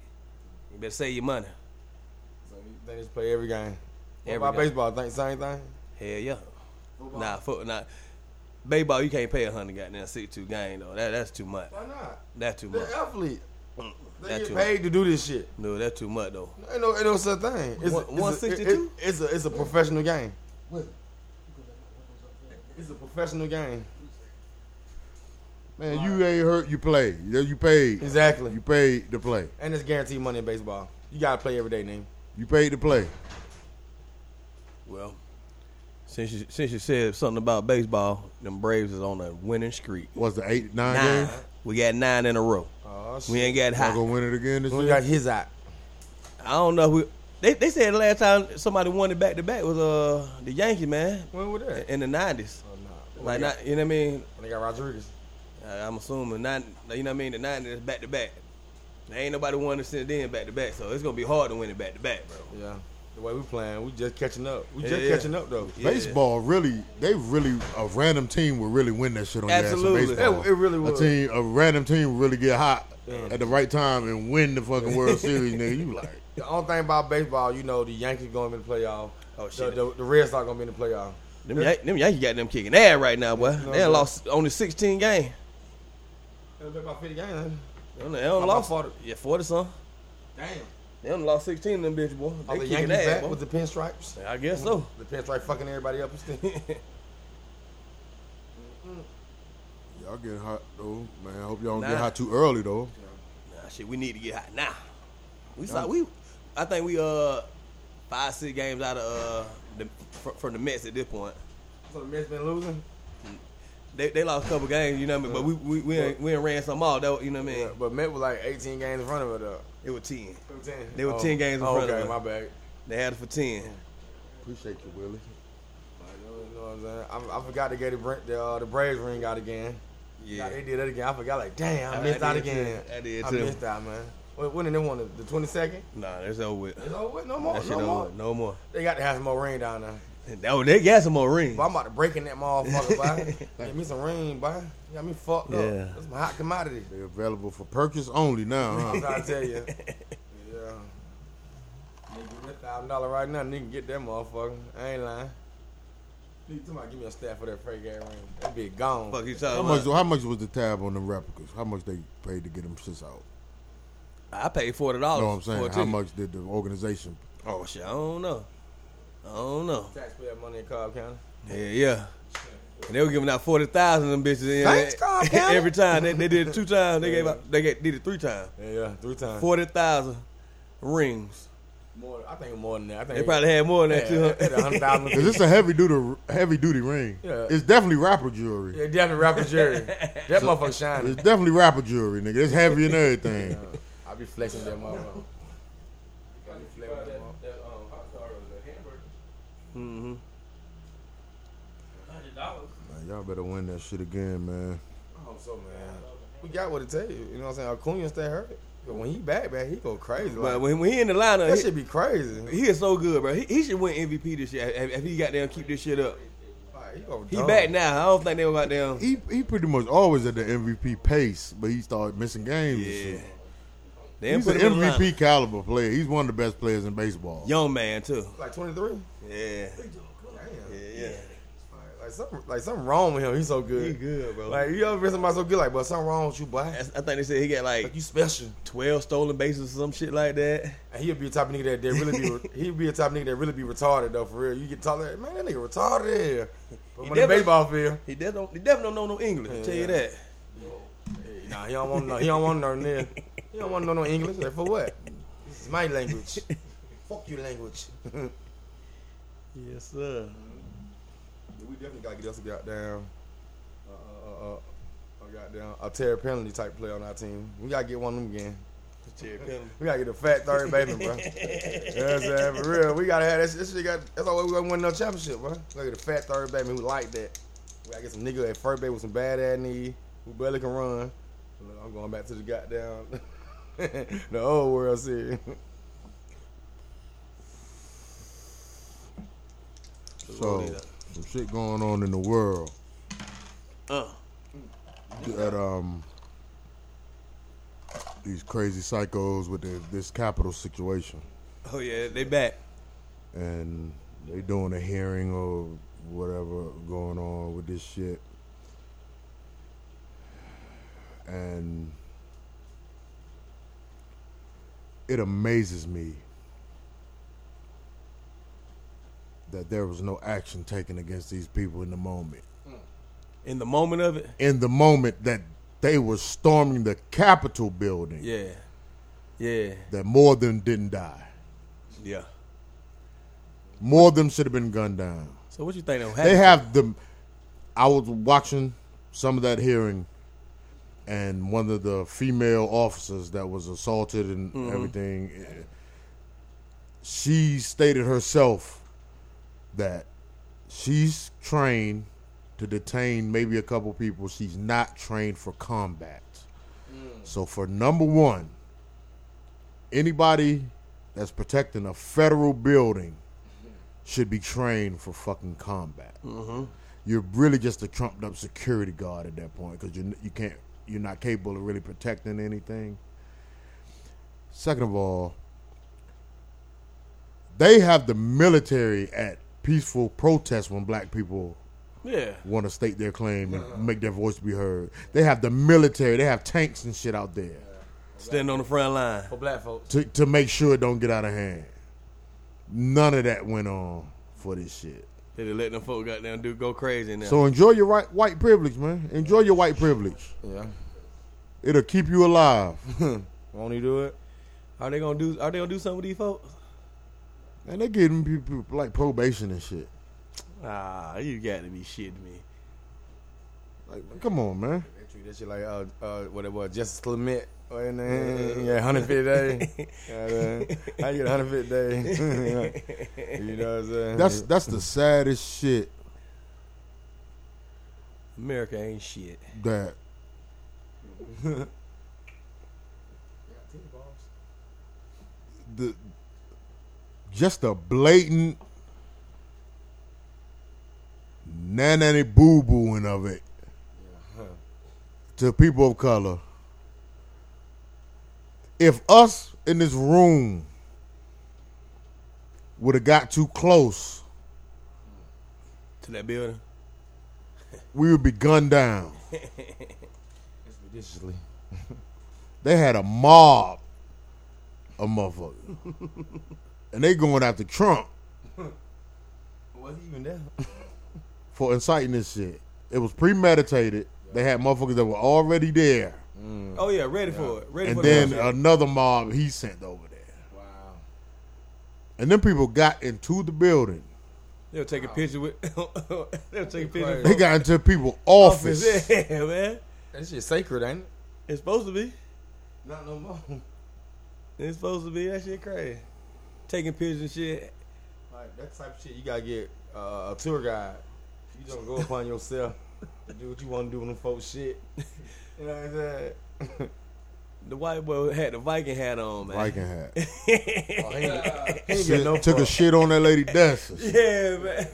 You better save your money.
So you think just play every game. What
Every
about
game.
baseball? Think same thing.
Hell yeah. Nah, foot nah. Baseball, you can't pay a hundred goddamn sixty-two game though. That that's too much.
Why not?
That's too much.
They're athlete. They
Mm, That
get
too.
paid to do this shit.
No, that's too much though.
Ain't no, ain't no such thing. It's a-
One-
it's a-
162?
it- It's a it's a professional game. It's a professional game.
Man, you ain't hurt, you play. You you paid.
Exactly.
You paid to play.
And it's guaranteed money in baseball. You gotta play every day, nigga.
You paid to play.
Well, since you since you said something about baseball, them Braves is on a winning streak.
What's the eight, nine,
Nine.
games?
We got nine in a row.
Oh shit.
We ain't got
Y'all
hot.
gonna win it again this
We
year?
got his out.
I don't know who. They, they said the last time somebody won it back to back was uh the Yankees man
When was that?
in the nineties.
Oh, nah.
Like not, you know what I mean?
when they got Rodriguez.
I- I'm assuming nine. You know what I mean? The nineties back to back. There ain't nobody won it since then back to back. So it's gonna be hard to win it back to back, bro.
Yeah. The way we playing, we just catching up. We just
Yeah, yeah.
catching up though.
Yeah.
Baseball really, they really a random team would really win that shit on your ass in
Absolutely.
baseball.
It- it really would.
A team, a random team would really get hot at the right time and win the fucking World Series, nigga. You like,
The only thing about baseball, you know, the Yankees gonna be in the playoff.
Oh,
The-
shit.
The, the, Red Sox gonna be in the playoff.
Them, Yan- them Yankees got them kicking ass right now, boy.
No,
they done
bro.
lost only 16 games.
They play about 50 games.
They done- they done
How
lost
about 40?
Yeah, 40 something.
Damn.
They only lost 16 of them bitch, boy.
Are
They
Oh, the
kicking
Yankees back
ass, boy.
with the pinstripes?
I guess so.
The pinstripe fucking everybody up and stuff.
y'all getting hot though, man. I hope y'all don't get
Nah.
hot too early though.
Nah, shit, we need to get hot now. We saw we, I think we uh five six games out of uh the, fr- from the Mets at this point.
So the Mets been losing.
They, they lost a couple games, you know what I mean. But we we we, ain't- we ain't ran some off. That was- you know what I mean.
Yeah, but Met was like 18 games in front of it. Though.
It was ten.
It was 10.
They were 10 games in
oh,
front of
okay,
us.
my bad.
They had it for ten.
Appreciate you, Willie.
Like, You know what I'm saying? I, I forgot to get the, Bra- the, uh, the Braves ring out again. Yeah. they did that again. I forgot, like, damn, I,
I- I
missed out
did
again.
too. I did
I
too.
missed out, man. When, when did they want it? The 22nd?
Nah, that's over with.
It's over with. No more.
that shit
no
over
more.
with. No more.
They got to have some more rain down there.
That was, they got some more rings.
But I'm about to break in that motherfucker,
*laughs*
boy. Get me some rain, boy. You Got me fucked up.
Yeah.
That's my hot commodity.
They available for purchase only now,
I'm
huh?
trying to tell you. Yeah. Nigga, that thousand dollar right now, nigga, get that motherfucker. I ain't lying. Nigga, somebody give me a stat for that fake ass ring. That bitch
*laughs*
gone.
Fuck you
how
talking
much?
about?
How much was the tab on them replicas? How much they paid to get them shits out?
I paid forty
You
dollars.
know what I'm
Oh, for
saying?
a
How
ticket.
much did the organization?
Oh shit, I don't know. I don't know.
Taxpayer money in Cobb County.
Yeah, yeah. And they were giving out forty thousand of them bitches in
Thanks, Cobb
*laughs*
County.
every time. They, they did it two times. They gave out. They get, did it three times.
Yeah, yeah, three times.
Forty thousand rings.
More, I think more than that. I think
They probably had more than that too.
yeah, a
Huh? *laughs*
hundred thousand.
Cause it's a heavy duty, heavy duty ring.
Yeah.
It's definitely rapper jewelry.
Yeah, definitely
*laughs*
rapper Jerry. That motherfucker shining.
It's definitely rapper jewelry, nigga. It's heavy and everything.
I be flexing that
*laughs*
motherfucker.
Got you buy that, that um, hot dog or the hamburger.
Mm-hmm.
Hundred dollars.
Man, y'all better win that shit again, man.
I hope so, man. We got what it takes. You know what I'm saying? Acuna stay hurt. When he back, man, he go crazy.
But
Like,
when, when he in the lineup,
that
he-
should be crazy.
He is so good, bro. He, he should win MVP this year if, if he got down keep this shit up.
Like, he go
He
dumb.
back now. I don't think they were got down.
He he pretty much always at the MVP pace, but he started missing games. and
Yeah,
shit.
they
he's
put
an
him in the lineup.
MVP caliber player. He's one of the best players in baseball.
Young man too.
Like twenty three.
Yeah,
Damn.
yeah, yeah.
Like something, like something wrong with him. He's so good.
He good, bro.
Like you ever been somebody so good, like, but something wrong with you, boy.
I I think they said he got like
Like you special.
twelve stolen bases or some shit like that.
And he'd be a type of nigga that, that really *laughs* be he'd be a type of nigga that really be retarded though for real. You get taller, man, that nigga retarded.
He
But when the
definitely-
baseball field,
He definitely don't, he definitely don't know no English.
Yeah.
Tell you that.
*laughs* nah, he don't want no, he don't want no near. He don't want no no English. Like, for what? This is my language. Fuck your language.
Yes, sir.
*laughs* we definitely gotta get us a goddamn, uh, uh, uh, a goddamn, a Terry penalty type player on our team. We gotta get one of them again.
Terry Penham.
We gotta get a fat third *laughs* baby, bro. you know what I'm saying? For real, we gotta have that. shit- This shit got. That's all we gonna win no championship, bro. We gotta get a fat third baby who like that. We gotta get some nigga at first baby with some bad ass knee who barely can run. Look, I'm going back to the goddamn *laughs* the old world series.
So some shit going on in the world
Uh,
that um these crazy psychos with the, this capital situation,
oh yeah, they back.
and they doing a hearing or whatever going on with this shit, and it amazes me that there was no action taken against these people in the moment.
In the moment of it,
in the moment that they were storming the Capitol building,
yeah, yeah,
that more of them didn't die.
yeah.
More of them should have been gunned down.
So what you think? They
They have the. I was watching some of that hearing, and one of the female officers that was assaulted and everything, eh, she stated herself that she's trained to detain maybe a couple people. She's not trained for combat. So for number one, anybody that's protecting a federal building should be trained for fucking combat. You're really just a trumped up security guard at that point because you you can't you're not capable of really protecting anything. Second of all, they have the military at peaceful protests when black people
Yeah,
want to state their claim and make their voice be heard. They have the military. They have tanks and shit out there
standing on the front line.
For black folks,
to to make sure it don't get out of hand. None of that went on for this shit.
They done let them folk goddamn do go crazy now.
So enjoy your white white privilege, man. Enjoy your white privilege.
yeah.
It'll keep you alive.
Won't he do it?
Are they gonna do? Are they gonna do something with these folks?
And they giving people like probation and shit.
Ah, you got to be shitting me.
Like, come on, man.
They treat that shit like uh, uh, what it was, Justice Clement. Or in the, yeah, 150 *laughs* days. How you get 150 days? *laughs* you know what I'm saying?
That's that's the saddest shit
America ain't shit.
that the just a blatant nanny boo booing of it to people of color. If us in this room would have got too close,
To that building.
we would be gunned down.
Viciously.
They had a mob of motherfuckers. *laughs* and they going after Trump
Was he even there? *laughs*
for inciting this shit. It was premeditated. They had motherfuckers that were already there.
Oh yeah, ready for it. Ready
And
for
then uh,
the bullshit.
another mob he sent over there.
Wow.
And then people got into the building.
they'll take a picture with. *laughs* they'll take a picture.
They
with
got into people
office.
office.
*laughs* Yeah, man.
That shit sacred, ain't it?
It's supposed to be.
Not no more. *laughs*
It's supposed to be. That shit crazy. Taking pictures and shit.
Like that type of shit, you gotta get uh, a tour guide. You don't go upon yourself to do what you want to do with them folks shit. You know what I'm saying?
The white boy had the Viking hat on, man.
Viking
*laughs*
hat.
Oh, he ain't, he ain't
Shit,
getting no
took a
fuck.
shit on that lady desk.
*laughs* Yeah, man.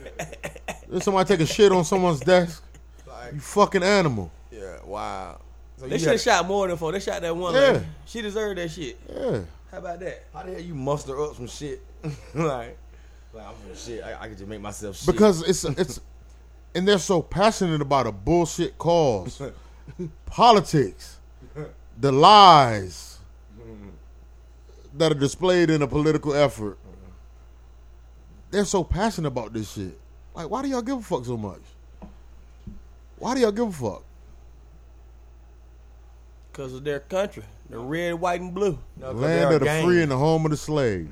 Did somebody take a shit on someone's desk?
Like,
You fucking animal.
yeah, wow. So
They
you
should have
had,
shot more than four. They shot that one.
Yeah.
lady. She deserved that shit.
Yeah.
How about that?
how the hell you muster up some shit? *laughs* like, like I'm from shit. I, I could just make myself shit.
Because it's it's and they're so passionate about a bullshit
*laughs*
cause. Politics. The lies that are displayed in a political effort. They're so passionate about this shit. Like why do y'all give a fuck so much? Why do y'all give a fuck?
Because of their country. The red, white, and blue.
No, 'cause they're
Land
a
of the
gang.
free and the home of the slave.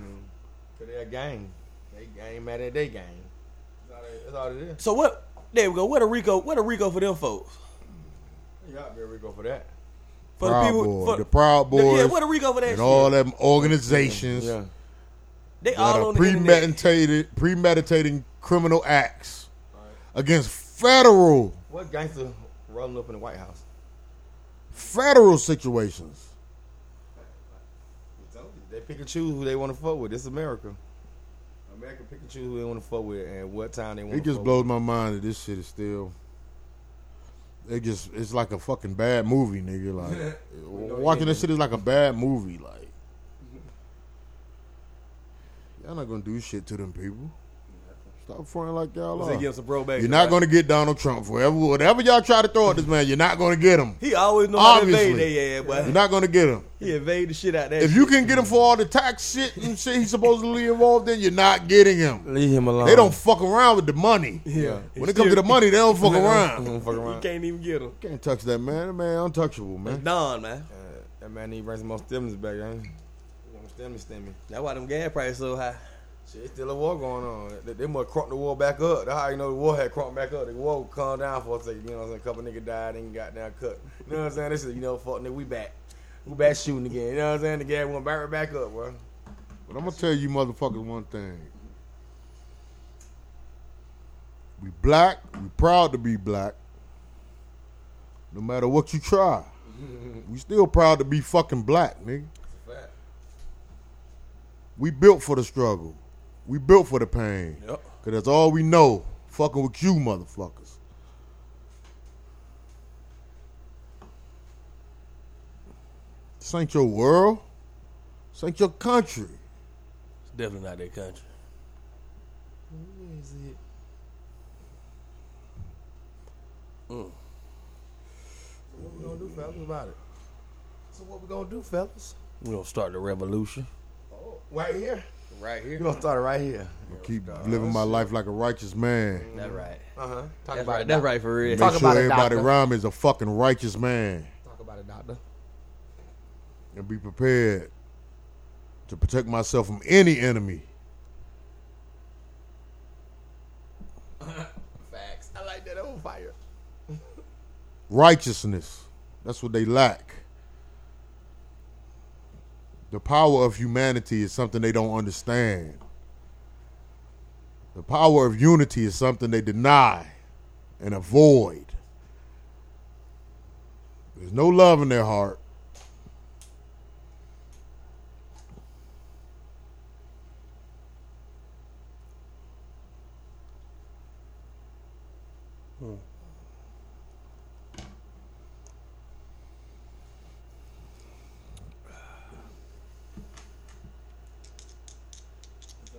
Cause they're a gang. They gang mad at they gang. That's all it- That's all it is.
So what? There we go. What a Rico. What a Rico for them folks.
You out there, Rico, for that.
For
Proud
the people.
Boy,
for,
the Proud Boys,
yeah. What a Rico for that.
and
Shit.
all them organizations
Yeah.
they
that
all
are
on the internet.
premeditated, premeditating criminal acts against federal,
What gangster rolling up in the White House?
federal situations.
They pick and choose who they want to fuck with. It's America. America pick and choose who they want to fuck with and what time they want.
It just
fuck
blows my mind that this shit is still. It just it's like a fucking bad movie, nigga.
*laughs*
Like watching this shit is like a bad movie. Like y'all not gonna do shit to them people. Stop fronting like y'all
They
are.
give him some probation.
You're not
right?
going to get Donald Trump forever. Whatever y'all try to throw at this man, you're not going to
*laughs*
get him.
He always know how to
Obviously.
invade they ass,
You're
boy.
not going to get him.
He invade the shit out that.
If you can get him for all the tax shit and shit he's supposedly involved in, you're not getting
with.
him.
Leave him alone.
They don't fuck around with the money.
Yeah.
When it comes to the money, they don't fuck around.
Don't fuck
you
around.
can't even get him.
Can't touch that man. That man untouchable,
It's
man.
Don, man.
Uh, that man need to bring some more stimulus back, man. He want Stimulus, stimulus.
That's why them gas prices so high.
Shit, it's still a war going on. They, they must crunk the war back up. That's how you know the war had crunked back up. The war calmed down for a second. You know what I'm saying? A couple niggas died and got down cut. You know what I'm saying? This is, you know, fuck nigga, we back. We back shooting again. You know what I'm saying? The gas went back right back up, bro.
But I'm going to tell you motherfuckers one thing. We black. We proud to be black. No matter what you try. We still proud to be fucking black, nigga. We built for the struggle. We built for the pain.
Yep.
Cause that's all we know. Fucking with you, motherfuckers. This ain't your world. This ain't your country.
It's definitely not their country. Mm.
What we gonna do, fellas, about it? So what we gonna do, fellas? Oh,
We gonna start the revolution
Right here.
right
We
here.
gonna start it right here.
Keep living my life like a righteous man.
That's right.
Uh huh. Talk
That's
about
right.
it.
That's right for real.
Make
Talk
sure
about it,
everybody
doctor.
around me is a fucking righteous man.
Talk about it, doctor.
And be prepared to protect myself from any enemy.
Facts. I like that. I'm on fire.
righteousness. That's what they lack. The power of humanity is something they don't understand. The power of unity is something they deny and avoid. There's no love in their heart.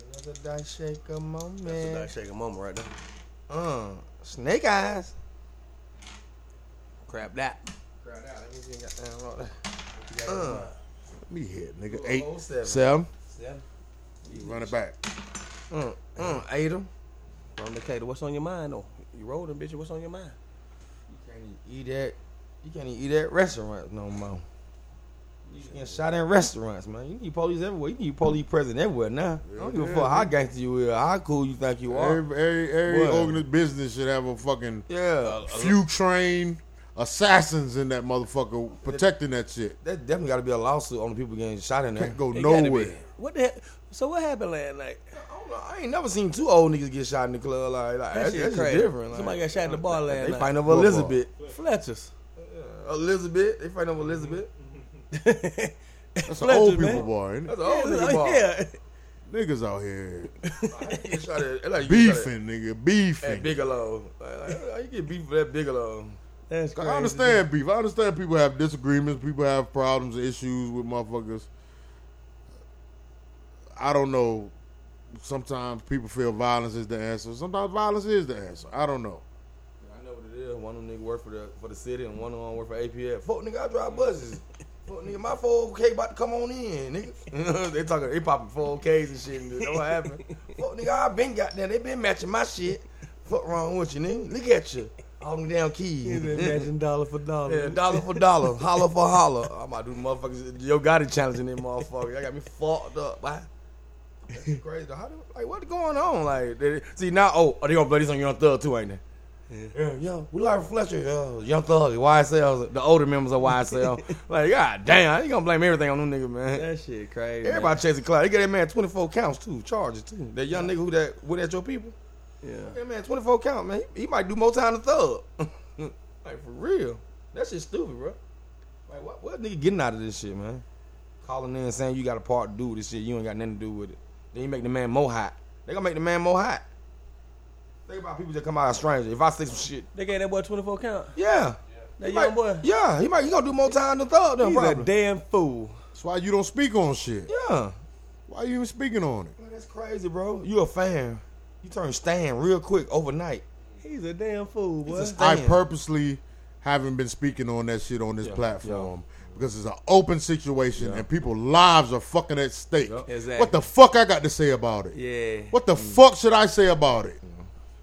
Another die shaker moment.
That's a nice shaking moment right there.
Uh, snake eyes.
Crap that.
Crowd out. Let me see. Goddamn, all that.
Uh,
Let me hit, nigga.
Eight,
Eight,
seven.
seven.
Seven.
You run it back.
Mm, mm, ate 'em.
From the Cater, what's on your mind though? You rolling, bitch. What's on your mind?
You can't even eat at. You can't even eat at restaurants no more. You getting shot in restaurants, man. You need police everywhere. You need police present everywhere now. I don't give a
Yeah,
fuck how
yeah.
gangster you are, how cool you think you are.
Every, every, every
What?
organi- business should have a fucking
Uh,
Yeah,
few trained assassins in that motherfucker protecting that shit.
that definitely got to be a lawsuit on the people getting shot in there.
Can't go
It gotta be.
nowhere.
What the hell? So what happened last night?
I, don't know. I ain't never seen two old niggas get shot in the club like, like
That
that's,
shit
that's
crazy.
different. Like, uh,
Somebody got shot in the bar last
They
night.
fighting over
What
Elizabeth.
Fletcher's. *laughs*
Elizabeth. They fighting over Elizabeth.
That's an
Fletcher,
old people
man.
bar, ain't it?
That's an old nigga ball.
yeah.
Niggas out *laughs* here
You try to- like, you try to-
beefing, nigga,
At
beefing.
Bigelow. Like, like, how you get beef for that Bigelow?
That's crazy.
I understand beef. I understand people have disagreements. People have problems, issues with motherfuckers. I don't know. Sometimes people feel violence is the answer. Sometimes violence is the answer. I don't know.
I know what it is. One of them nigga work for the for the city and one of them work for APF. Fuck nigga, I drive buses. Fuck nigga, my 4K about to come on in, nigga. *laughs* they talking, they popping 4Ks and shit. And that what happened? Fuck nigga, I been got there. They been matching my shit. Fuck wrong with you, nigga? Look at you. All them damn keys.
Imagine dollar for dollar.
Yeah, dollar for dollar, holler for holler. I'm about to do motherfuckers. Yo, got it challenging them motherfuckers. Y'all got me fucked up. Why? That's crazy. How do, like, what's going on? Like, they, see now, oh, are they gonna play this on Young Thug too, ain't they? Yeah, yeah. We like Fletcher, yeah. Young Thug, YSL, the older members of YSL. like, god damn, you gonna blame everything on them niggas, man.
That shit crazy.
Everybody chasing clout. They get that man 24 counts too, charges too. That young nigga who that, with that your people?
Man.
Yeah, man, 24 count, man. He, he might do more time than Thug. *laughs* like, for real. That shit's stupid, bro. Like, what, what nigga getting out of this shit, man? Calling in saying you got a part to do with this shit. You ain't got nothing to do with it. Then you make the man more hot. They gonna make the man more hot. Think about people that come out of stranger. If I say some shit,
They gave that boy 24 count.
yeah.
That
He
young
might-
boy.
Yeah, he might. He gonna do more time than Thug. Then
He's a
probably.
damn fool.
That's why you don't speak on shit.
yeah.
Why you even speaking on it?
Man, that's crazy, bro. You a fan. You turn stand real quick overnight.
He's a damn fool, boy.
He's a
I
Damn.
purposely haven't been speaking on that shit on this
Yeah,
platform because it's an open situation and people's lives are fucking at stake.
Yep.
Exactly.
What the fuck I got to say about it?
yeah.
What the
Mm-hmm.
fuck should I say about it?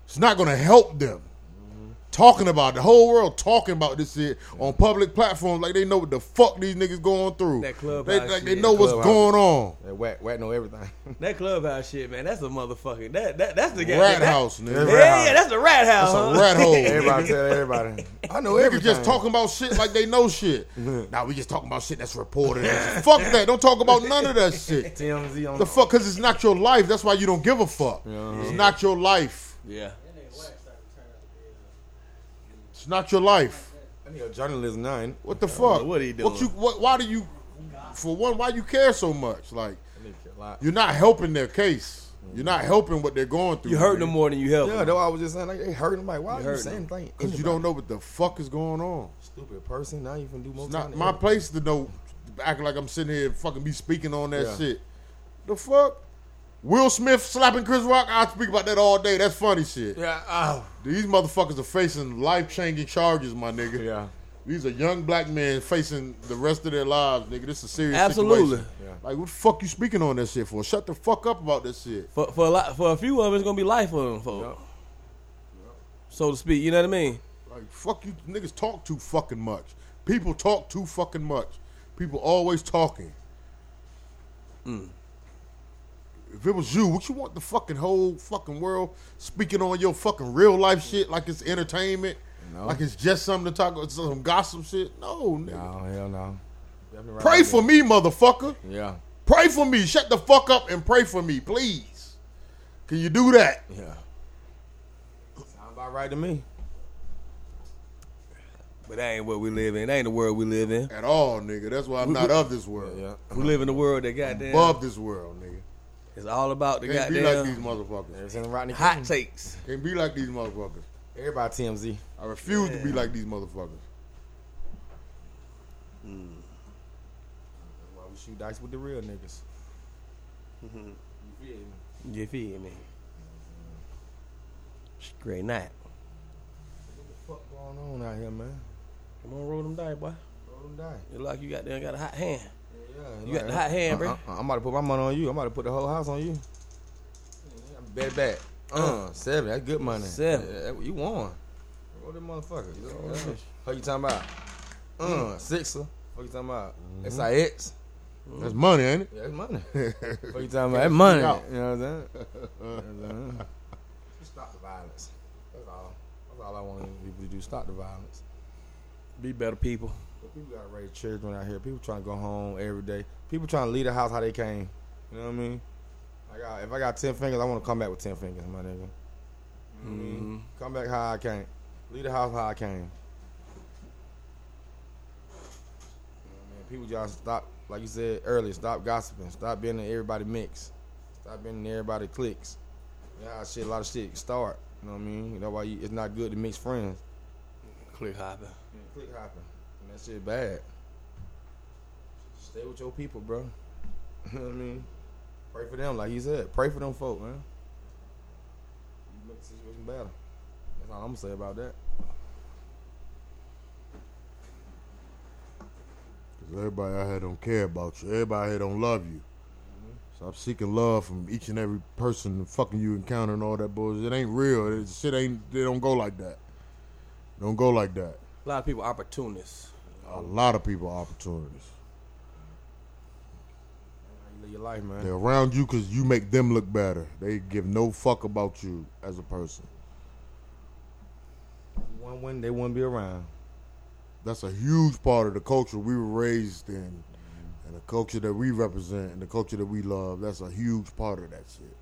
It's not going to help them.
Mm-hmm.
Talking about it, the whole world talking about this shit on public platforms like they know what the fuck these niggas going through.
That clubhouse
they, like, they
shit.
know what's
Clubhouse.
going on.
That whack, whack know everything. *laughs*
That clubhouse shit, man. That's a motherfucking. That, that, that's the guy.
Rat
that,
house,
Yeah,
nigga.
Rat house.
yeah, that's a rat house.
That's a
*laughs* huh?
rat hole.
*laughs* Everybody tell everybody. I know
Niggas
everything.
just talking about shit like they know
*laughs*
shit. nah, we just talking about shit that's reported. *laughs* fuck that. Don't talk about none of that shit.
TMZ on
The fuck, because it's not your life. That's why you don't give a fuck. It's not your life.
Yeah.
It's not your life.
I need a journalism now. ain't
What the fuck?
know what he
What
doing.
you? What? Why do you? For one, why you care so much? Like
it? I need a lot.
you're not helping their case. You're not helping what they're going through.
You hurt them more than you help.
Yeah,
them.
that's what I was just saying. Like they hurting. Like why
You
are you
hurting
saying things?
because you don't know what the fuck is going on.
Stupid person. Now you can do more.
It's
time
not
than
my
everybody.
place to know. Acting like I'm sitting here and fucking be speaking on that
Yeah.
shit. The fuck? Will Smith slapping Chris Rock? I speak about that all day. That's funny shit.
Yeah. Oh.
These motherfuckers are facing life changing charges, my nigga.
Yeah.
These are young black men facing the rest of their lives, nigga. This is a serious
Absolutely.
situation.
Yeah.
Like, what the fuck you speaking on that shit for? Shut the fuck up about this shit.
For for a lot, for a few of them, it's gonna be life for them, folks.
Yup.
So to speak, you know what I mean?
Like, fuck you niggas talk too fucking much. People talk too fucking much. People always talking. Mm. If it was you, would you want the fucking whole fucking world speaking on your fucking real life shit like it's entertainment?
No.
Like it's just something to talk about, some gossip shit? No, nigga.
No. oh, Hell no. Definitely right
Pray
there.
for me, motherfucker.
Yeah.
Pray for me. Shut the fuck up and pray for me, please. Can you do that?
Yeah. Sound about right to me.
But that ain't what we live in. That ain't the world we live in.
At all, nigga. That's why I'm not of this world.
Yeah.
We live in the world that goddamn
Above this world, nigga.
It's all about the
Can't be like these
goddamn
motherfuckers.
Everything right.
hot takes.
Can't be like these motherfuckers.
Everybody TMZ.
I refuse to be like these motherfuckers.
Why we shoot dice with the real niggas? You feel me?
You feel me? It's a Great night.
What the fuck going on out here, man?
Come on, roll them dice, boy.
Roll them dice.
You look like you got there got a hot hand.
Yeah,
You got the hot hand, bruh.
Uh-uh, I'm about to put my money on you. I'm about to put the whole house on you. Yeah, I Bet that. Uh, seven. That's good money.
Seven.
Yeah, that- you won. Roll that motherfucker. You know what How you talking about? Uh, sixer. What you talking about? SIX.
That's money, ain't it?
Yeah, that's money. what *laughs* you talking about? That money.
out.
You know what I'm *laughs* saying? You know what I'm saying? Stop the violence. That's all. That's all I want people to do. Stop the violence.
Be better people.
But people gotta raise children out here. People trying to go home every day. People trying to leave the house how they came. You know what I mean? I got, if I got ten fingers, I want to come back with ten fingers, my nigga. You know what I mean? Come back how I came. Leave the house how I came. You know what I mean? people y'all stop, like you said earlier, stop gossiping, stop being in everybody mix, stop being in everybody clicks. Yeah, shit, a lot of shit can start. You know what I mean? That's why you, it's not good to mix friends.
Click hopping.
Click hopping, and that shit bad. Stay with your people, bro. *laughs* You know what I mean? Pray for them, like you said. Pray for them folk, man. You make the situation better. That's all I'm gonna say about that.
Because everybody out here don't care about you. Everybody out here don't love you. Stop seeking love from each and every person fucking you encounter and all that bullshit. It ain't real. It, shit ain't. They don't go like that. Don't go like that.
A lot of people opportunists.
A lot of people are opportunities.
How you live your life, man.
They're around you because you make them look better. They give no fuck about you as a person.
One win, they wouldn't be around.
That's a huge part of the culture we were raised in, and the culture that we represent, and the culture that we love. That's a huge part of that shit.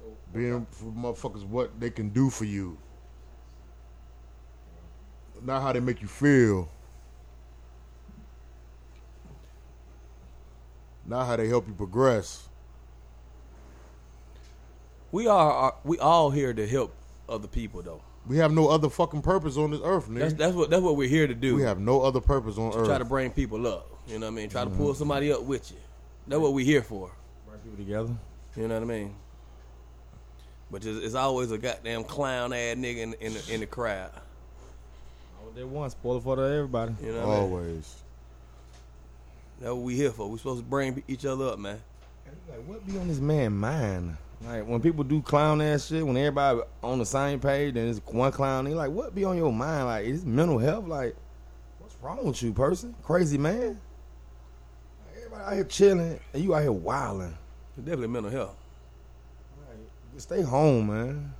So,
being for motherfuckers what they can do for you, not how they make you feel, not how they help you progress.
We are, are we all here to help other people though.
We have no other fucking purpose on this earth,
That's
nigga.
that's what that's what we're here to do.
We have no other purpose on
try to
earth.
bring people up. You know what I mean? Try to pull somebody up with you. That's what we're here for.
Bring people together.
You know what I mean? But it's, it's always a goddamn clown ass nigga in, in, the, in the crowd.
All they want, spoiler for everybody.
You know what
Oh.
I mean?
Always.
That's what we here for. We supposed to bring each other up, man.
Like, what be on this man mind? Like, when people do clown ass shit, when everybody on the same page and it's one clown, they like, what be on your mind? Like, is mental health? Like, what's wrong with you, person? Crazy man. Like, everybody out here chilling and you out here wilding.
It's definitely mental health.
Like, stay home, man.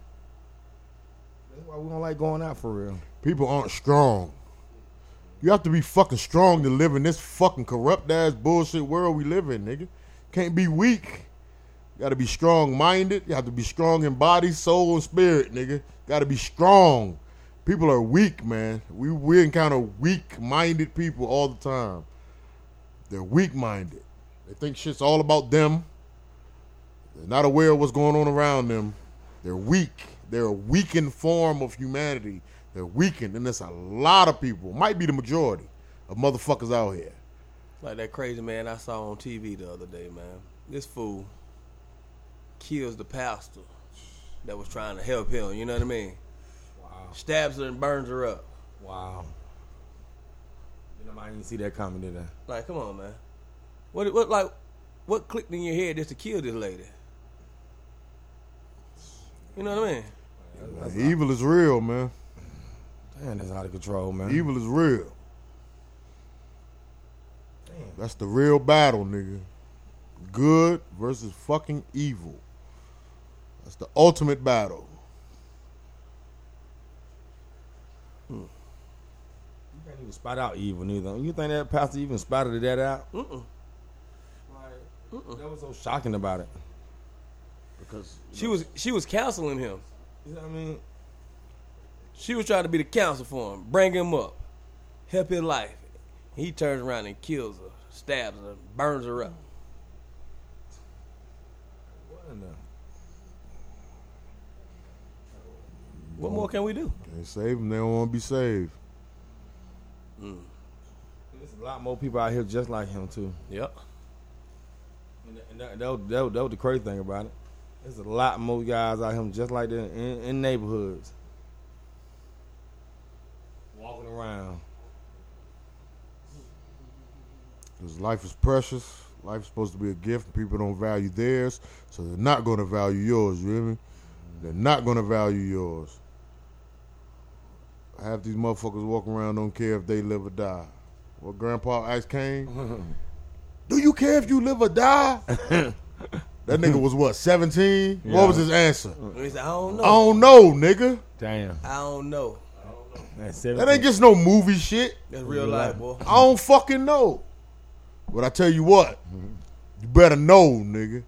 That's why we don't like going out for real.
People aren't strong. You have to be fucking strong to live in this fucking corrupt ass bullshit world we live in, nigga. Can't be weak. You gotta be strong minded. You have to be strong in body, soul, and spirit, nigga. Gotta be strong. People are weak, man. We we encounter weak minded people all the time. They're weak minded. They think shit's all about them. They're not aware of what's going on around them. They're weak. They're a weakened form of humanity. They're weakened, and there's a lot of people, might be the majority, of motherfuckers out here.
Like that crazy man I saw on TV the other day, man. This fool kills the pastor that was trying to help him. You know what I mean?
Wow.
Stabs her and burns her up.
Wow. You know, I didn't even see that comment in there.
Like, come on, man. What what like what clicked in your head just to kill this lady? You know what I mean?
Like, evil is real, man.
Damn, that's out of control, man.
Evil is real.
Damn.
That's the real battle, nigga. Good versus fucking evil. That's the ultimate battle.
You can't even spot out evil neither. You think that pastor even spotted that out?
Mm-mm.
Like, That was so shocking about it.
Because
She was she was counseling him.
You know what I mean?
She was trying to be the counselor for him, bring him up, help his life. He turns around and kills her, stabs her, burns her up.
What in the?
What more can we do?
they save them, they don't want to be saved.
There's a lot more people out here just like him too.
Yep.
And that, and that, that, was- that was- that was the crazy thing about it. There's a lot more guys out here just like that in, in neighborhoods, walking around.
Because life is precious. Life's supposed to be a gift. and People don't value theirs, so they're not going to value yours. You hear me? They're not going to value yours. Half these motherfuckers walking around don't care if they live or die. Well, Grandpa asked Kane, "Do you care if you live or die?" that nigga was what seventeen.
Yeah.
What was his answer?
He said, I don't know.
I don't know, nigga.
Damn,
I don't know.
that's
That ain't just no movie shit.
That's real life, boy.
I don't fucking know. But I tell you what, you better know, nigga.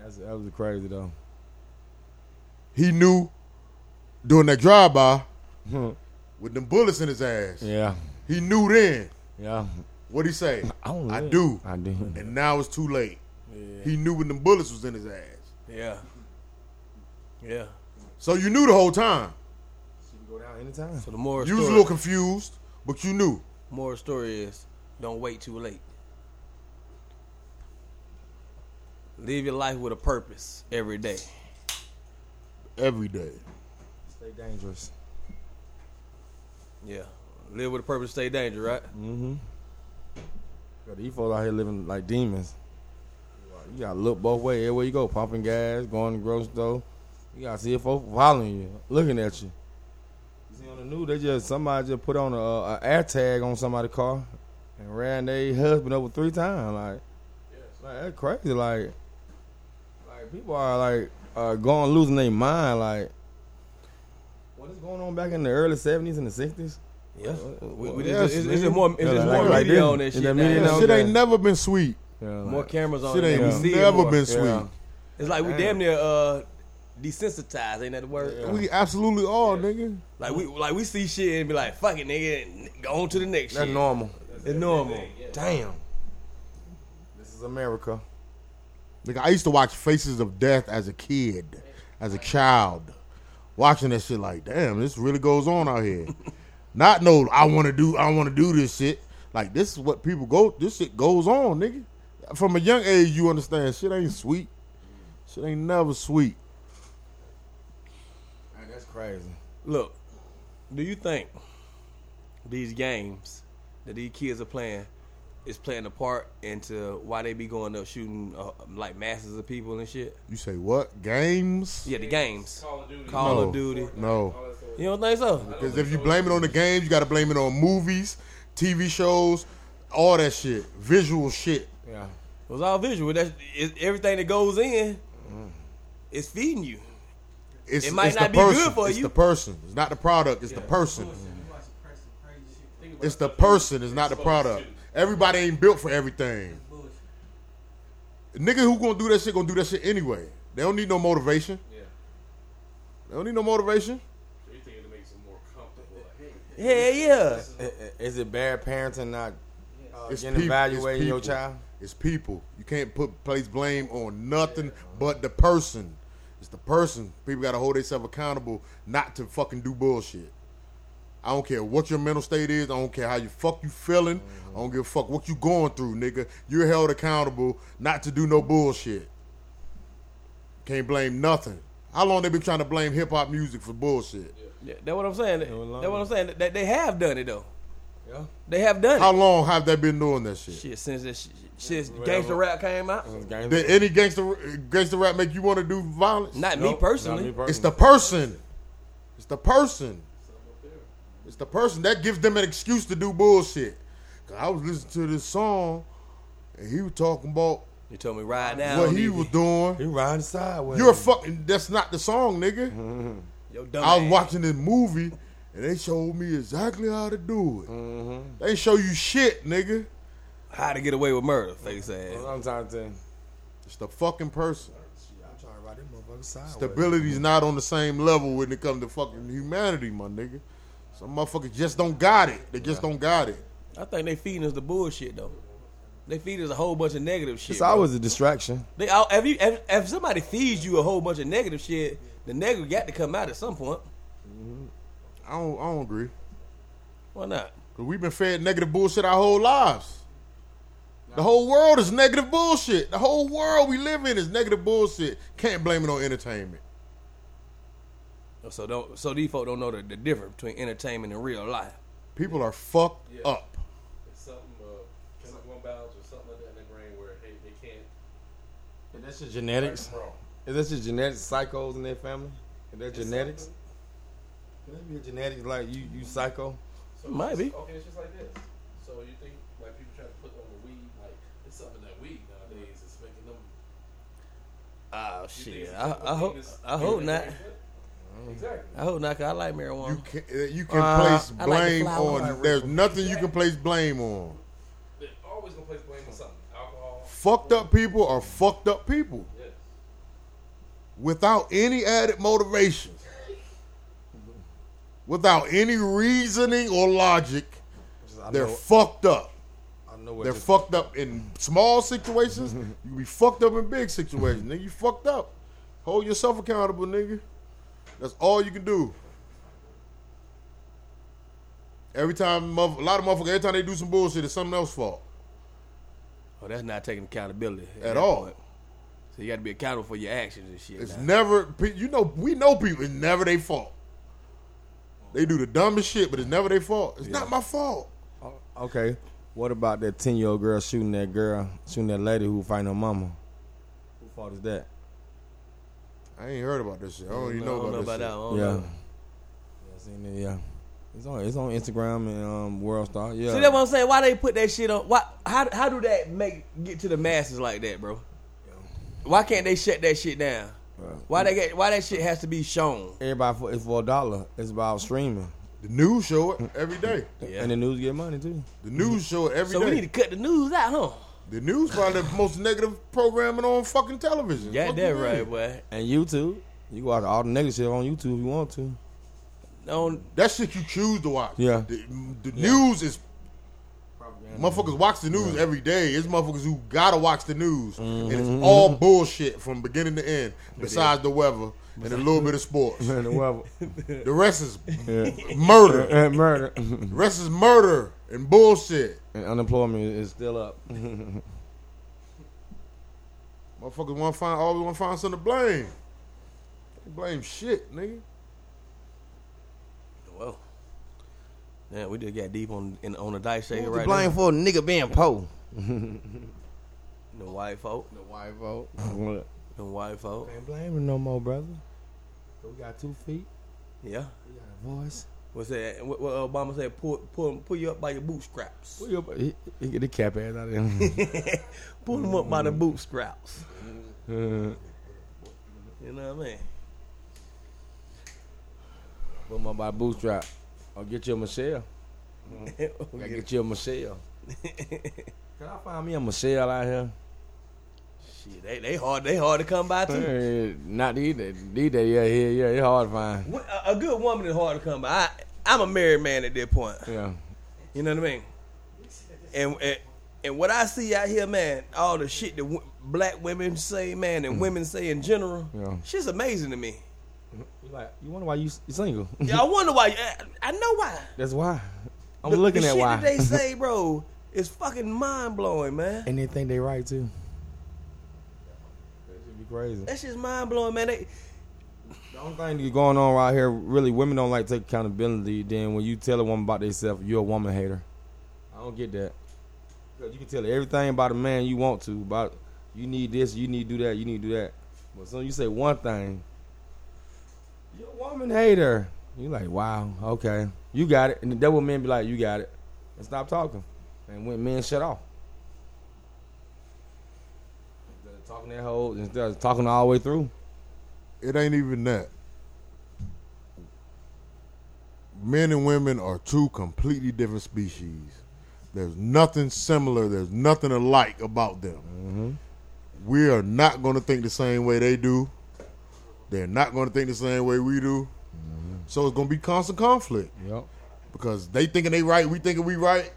that's, that was crazy though.
He knew doing that drive by Hmm. with them bullets in his ass.
Yeah,
He knew then.
yeah.
What'd he say?
I don't.
I
live.
do.
I do.
And now it's too late.
Yeah.
He knew when them bullets was in his ass.
Yeah. Yeah.
So you knew the whole time.
She can go down anytime.
So the moral
You was a
story,
little confused, but you knew.
moral story is don't wait too late. Live your life with a purpose every day.
Every day.
Stay dangerous.
Yeah. Live with a purpose, stay dangerous, right?
Mm-hmm. Got these folks out here living like demons. You gotta look both ways everywhere you go, pumping gas, going to the grocery store. You gotta see if folks following you, looking at you. You see on the news, they just somebody just put on a, a air tag on somebody's car and ran their husband over three times. Like, like that's crazy. Like, like people are like uh, going losing their mind. Like, what is going on back in the early seventies and the sixties?
Yeah. We, we,
Yes,
it's, it's, it's
man.
just more, it's
Yeah,
just
like-
more
like
media
this.
on that
Is
shit.
that
now.
media now?
Shit
Okay.
ain't never been sweet.
Yeah,
More
like-
cameras on
Shit
it
ain't
now. We see it
never
more.
been
Yeah.
sweet.
It's like we
Damn.
damn near uh desensitized, ain't that the word?
Yeah.
We absolutely are, nigga.
Like we like we see shit and be like, fuck it, nigga, and go on to the next
That's
shit.
normal.
It's normal.
Damn. This is America.
Nigga, I used to watch Faces of Death as a kid, as a child. Watching that shit like, damn, this really goes on out
*laughs*
here. Not no, I want to do, I want to do this shit. Like this is what people go. This shit goes on, nigga. From a young age, you understand shit ain't sweet. Shit ain't never sweet.
that's crazy.
Look, do you think these games that these kids are playing is playing a part into why they be going up shooting uh, like masses of people and shit?
You say what games?
Yeah, the games.
Call of Duty.
Call
No.
of Duty.
No,
All that sort of-
You don't think so?
because if you blame it on the games, you got to blame it on movies, TV shows, all that shit, visual shit.
Yeah.
It was all visual. That's it, everything that goes in. It's feeding you.
It's,
It might
it's
not
the
be good
person.
for
it's
you.
the person. It's not the product. It's the person.
Think about
It's
it.
the person. It's not the product. Everybody ain't built for everything. Nigga who gonna do that shit gonna do that shit anyway. They don't need no motivation.
Yeah.
They don't need no motivation.
You think it'll make it more comfortable? Like, hey,
Yeah, yeah.
Is it bad parenting not uh,
It's
getting
peop-
evaluating
it's
your
people.
child?
It's people. You can't put place blame on nothing but the person. It's the person. People gotta hold themselves accountable not to fucking do bullshit. I don't care what your mental state is. I don't care how you fuck you feeling. I don't give a fuck what you going through, nigga. You're held accountable not to do no bullshit. Can't blame nothing. How long they been trying to blame hip hop music for bullshit?
Yeah, That what I'm saying. That,
was long.
that what I'm saying. That they have done it though.
Yeah.
They have done
How
it.
long have they been doing that shit?
Shit, since that shit, since
Whatever.
gangster rap came out,
It's games.
Did any gangster gangster rap make you want to do violence?
not
Nope,
me personally.
not me
It's the person. It's the person. It's the person that gives them an excuse to do bullshit. 'Cause I was listening to this song, and he was talking about
you told me right now.
what he was doing.
You riding sideways.
You're a fucking. That's not the song, nigga.
Yo, dumb
I was
ass.
watching this movie, and they showed me exactly how to do it. They show you shit, nigga.
How to get away with murder? Face ass.
Uh-huh.
That's what I'm trying to tell you.
It's the fucking person.
I'm trying to ride that motherfucker sideways.
Stability's not on the same level when it comes to fucking humanity, my nigga. Some motherfuckers just don't got it. They just don't got it.
I think they feeding us the bullshit though. They feed us a whole bunch of negative shit.
It's
bro.
always a distraction.
They all, if you if, if somebody feeds you a whole bunch of negative shit, the negative got to come out at some point.
I don't, I don't agree.
Why not?
Cause we've been fed negative bullshit our whole lives. The whole world is negative bullshit. The whole world we live in is negative bullshit. Can't blame it on entertainment.
So don't. So these folk don't know the, the difference between entertainment and real life.
People are fucked
Yeah.
up.
it's something, uh, chemical imbalance or something like that in their brain where they, they can't.
Is that your genetics?
Wrong.
Is that your genetics? Psychos in their family? Is that genetics? Can that be your genetics? Like you, you psycho?
So
Might
it's just-
be.
Okay, it's just like this. So you think like people trying to put on the weed, like it's something that weed nowadays is making them.
Oh
you think
shit!
it's
I,
a chemical
I hope
thing that's
I hope
in their
not.
brain? Exactly.
I hope not. Cause I like marijuana.
You can uh, you can
Uh,
place
I like the
blame
flower.
on. There's nothing you can place blame on.
They're always gonna place blame on something. Alcohol.
Fucked up people are fucked up people
Yes.
without any added motivation. without any reasoning or logic,
I
they're
know,
fucked up.
I know what
They're
this-
fucked up in small situations. *laughs* you be fucked up in big situations, nigga. You fucked up. Hold yourself accountable, nigga. That's all you can do. Every time, mother- a lot of motherfuckers, every time they do some bullshit, it's something else's fault.
Oh, that's not taking accountability
At
that
all.
point. So you got to be accountable for your actions and shit.
It's
now.
never, pe- you know, we know people, it's never their fault. They do the dumbest shit, but it's never their fault. It's not my fault.
Oh, Okay. What about that ten year old girl shooting that girl, shooting that lady who fighting her mama? Who fault is that?
I ain't heard about this shit. I don't even
I
know
don't
about
know
this
about
shit.
that. I don't
yeah.
know.
Yeah, I seen it, yeah. It's on it's on Instagram and um World Star. Yeah.
See that's what I'm saying. Why they put that shit on? Why? How? How do that make get to the masses like that, bro? Why can't they shut that shit down?
Right.
Why they get? Why that shit has to be shown?
Everybody for it's for a dollar. It's about streaming.
The news show it every day.
Yeah.
And the news get money too.
The news show it every day.
So we need to cut the news out, huh?
The news probably the most negative programming on fucking television.
Yeah,
Fuck
that
you
right,
mean?
boy.
And YouTube. You can watch all the negative shit on YouTube if you want *laughs* to.
On
That shit you choose to watch.
Yeah.
The, the news is motherfuckers watch the news every day. It's motherfuckers who gotta watch the news,
Mm-hmm.
and it's all bullshit from beginning to end. Besides the weather and a little bit of
*laughs*
sports,
And the weather.
the rest is
Yeah.
murder.
and *laughs* murder. *laughs*
The rest is murder and bullshit.
and unemployment is still up.
Motherfuckers want to find always want to find something to blame. They blame shit, nigga.
well, man, we just got deep on in, on the dice shaker
Who's
right
to blame
now.
for a nigga being poor?
The white folk,
The white vote.
the white folk.
Can't blame him no more, brother. We got two feet.
Yeah.
We got a voice.
What's that? What, what Obama said? Pull, pull, pull you up by your bootstraps.
We up, he, he get the cap ass out of him.
pull them up by the bootstraps.
Uh,
You know what I *laughs* mean?
*laughs* Put him up by the bootstrap. Or get you a Michelle.
Oh,
Gotta
Okay.
get you a *laughs* Michelle. Can I find me a Michelle out here?
Shit, they, they hard they hard to come by too.
Eh, Not these days. These days, yeah, yeah, yeah. It's hard to find.
Wh- A, a good woman is hard to come by. I, I'm a married man at that point.
Yeah.
You know what I mean? And and, and what I see out here, man, all the shit that w- black women say, man, and women say in general,
Mm. Yeah.
shit's amazing to me.
You like, you wonder why you, s- you *laughs* single?
Yeah, I wonder why. I, I know why.
That's why. I'm
The-
looking
the
at
shit
why.
that
*laughs*
they say, bro, is fucking mind blowing, man.
and they think they right too. That should be crazy.
That shit's mind blowing, man. They,
The only thing that's going on right here, really, women don't like to take accountability. Then when you tell a woman about themselves, you're a woman hater. I don't get that. 'Cause you can tell her everything about a man you want to, about you need this, you need to do that, you need to do that. But soon you say one thing, you're a woman hater. You like, wow, okay, you got it. And the devil men be like, you got it, and stop talking. And when men shut off. Instead of Talking that whole instead of talking all the way through.
It ain't even that. Men and women are two completely different species. There's nothing similar. There's nothing alike about them. We are not going to think the same way they do. They're not going to think the same way we do. So it's going to be constant conflict
Yep.
because they thinking they right, we thinking we right.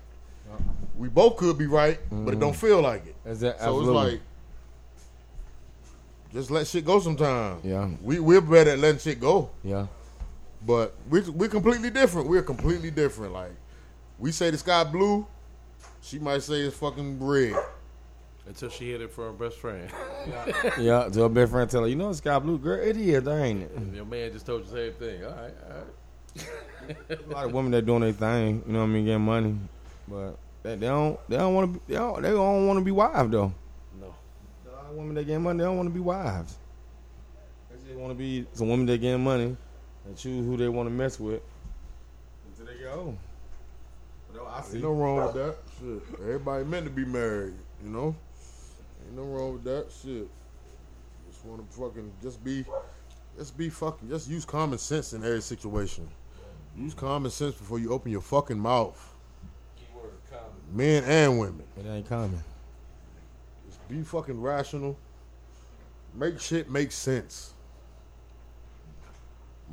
We both could be right, but it don't feel like it.
Is that
So it's like, just let shit go sometimes.
Yeah.
we we're better at letting shit go,
yeah,
but we we're completely different. We're completely different. Like we say the sky blue, she might say it's fucking red.
Until she hid it from her best friend.
yeah. To a best friend, tell her, you know, it's sky blue, girl. It is, there ain't it?
Your man just told you the same thing. All right, all right.
A lot of women that doing their thing, you know what I mean, getting money, but they, they don't, they don't want to, they don't, they don't want to be wives though.
No.
A lot of women that getting money, they don't want to be wives. They just want to be some women that getting money and choose who they want to mess with until they get old. But oh, I see.
Ain't no wrong with that. Shit, everybody meant to be married. You know, ain't no wrong with that. Shit, just want to fucking just be, just be fucking, just use common sense in every situation. Use common sense before you open your fucking mouth.
Keyword common.
men and women.
It ain't common.
Just be fucking rational. Make shit make sense.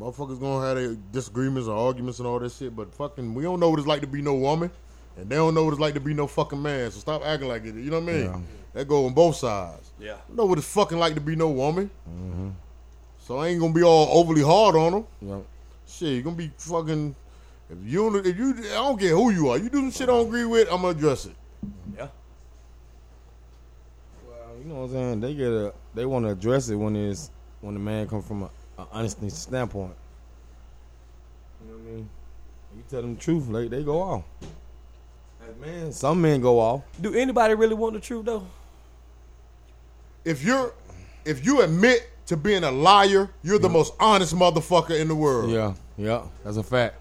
Motherfuckers gonna have their disagreements and arguments and all that shit, but fucking, we don't know what it's like to be no woman, and they don't know what it's like to be no fucking man. So stop acting like it. You know what I mean?
Yeah.
That go on both sides.
Yeah.
I know what it's fucking like to be no woman. So I ain't gonna be all overly hard on them.
Yeah.
Shit, you gonna be fucking. If you don't, if you, I don't care who you are. You do some shit I don't agree with. I'm gonna address it.
Yeah.
Well, you know what I'm saying. They get a. They want to address it when it's when the man come from a, a honesty standpoint. You know what I mean? You tell them the truth, like they go off. As men, some men go off.
Do anybody really want the truth though?
If you're, if you admit to being a liar, you're the most honest motherfucker in the world.
Yeah, yeah, that's a fact.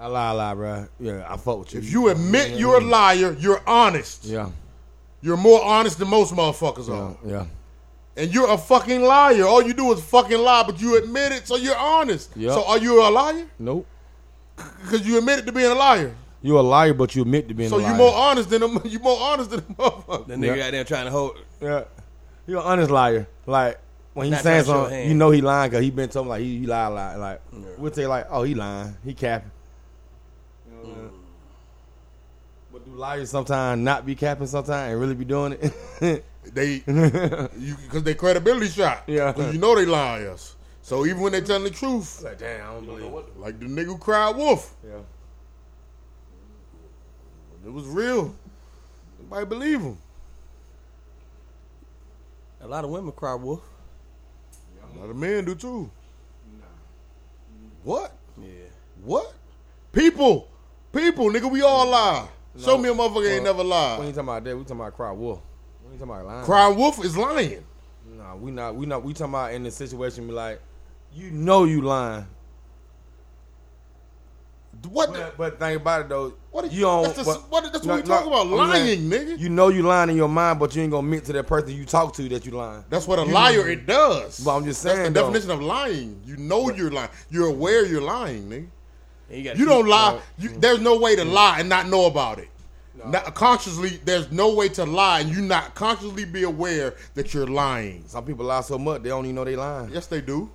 I lie, I lie, bruh. Yeah, I fuck with you.
If you admit you're a liar, you're honest.
yeah,
You're more honest than most motherfuckers
yeah,
are.
yeah,
And you're a fucking liar. All you do is fucking lie, but you admit it, so you're honest.
Yeah.
So are you a liar?
nope.
Because you admitted to being a liar.
You a liar, but you admit to being
so
a liar.
you're more honest than them. *laughs* You more honest than them motherfuckers.
The nigga
Yeah.
out there trying to hold.
Yeah, you an honest liar. Like when he
Not trying
saying
to show
something,
hand.
you know he lying because he been told like he, he lie a lot. Like we'll say like, oh he lying, he capping. You know what I'm saying?
Mm.
But do liars sometimes not be capping sometimes and really be doing it? *laughs*
They, because they credibility shot.
Yeah.
'Cause you know they liars. So even when they telling the truth,
like damn, I don't
You know
believe.
what?
like the nigga who cried wolf,
Yeah,
it was real. Nobody believe him.
A lot of women cry wolf.
A lot of men do too. What?
Yeah.
What? People, people, nigga, we all lie. Show me a motherfucker ain't
Well,
never
we
lied.
ain't talking about that. We talking about cry wolf. We ain't talking about lying.
Crying wolf is lying.
Nah, we not. We not. We talking about in the situation. Be like, you know you lying.
What? the-
But, but think about it though.
What are-
you don't.
that's the-
but-
what- that's what
no,
we
no,
talking about,
I'm
lying,
saying,
nigga.
You know you lying in your mind, but you ain't gonna admit to that person you talk to that you lying.
That's what a liar it does.
But I'm just
That's
saying,
the
though.
definition of lying. You know you're lying. You're aware you're lying, nigga.
And got
You don't lie.
Right.
You, there's no way to lie and not know about it. Not, consciously, there's no way to lie and you not consciously be aware that you're lying.
Some people lie so much they don't even know they lying.
Yes, they do.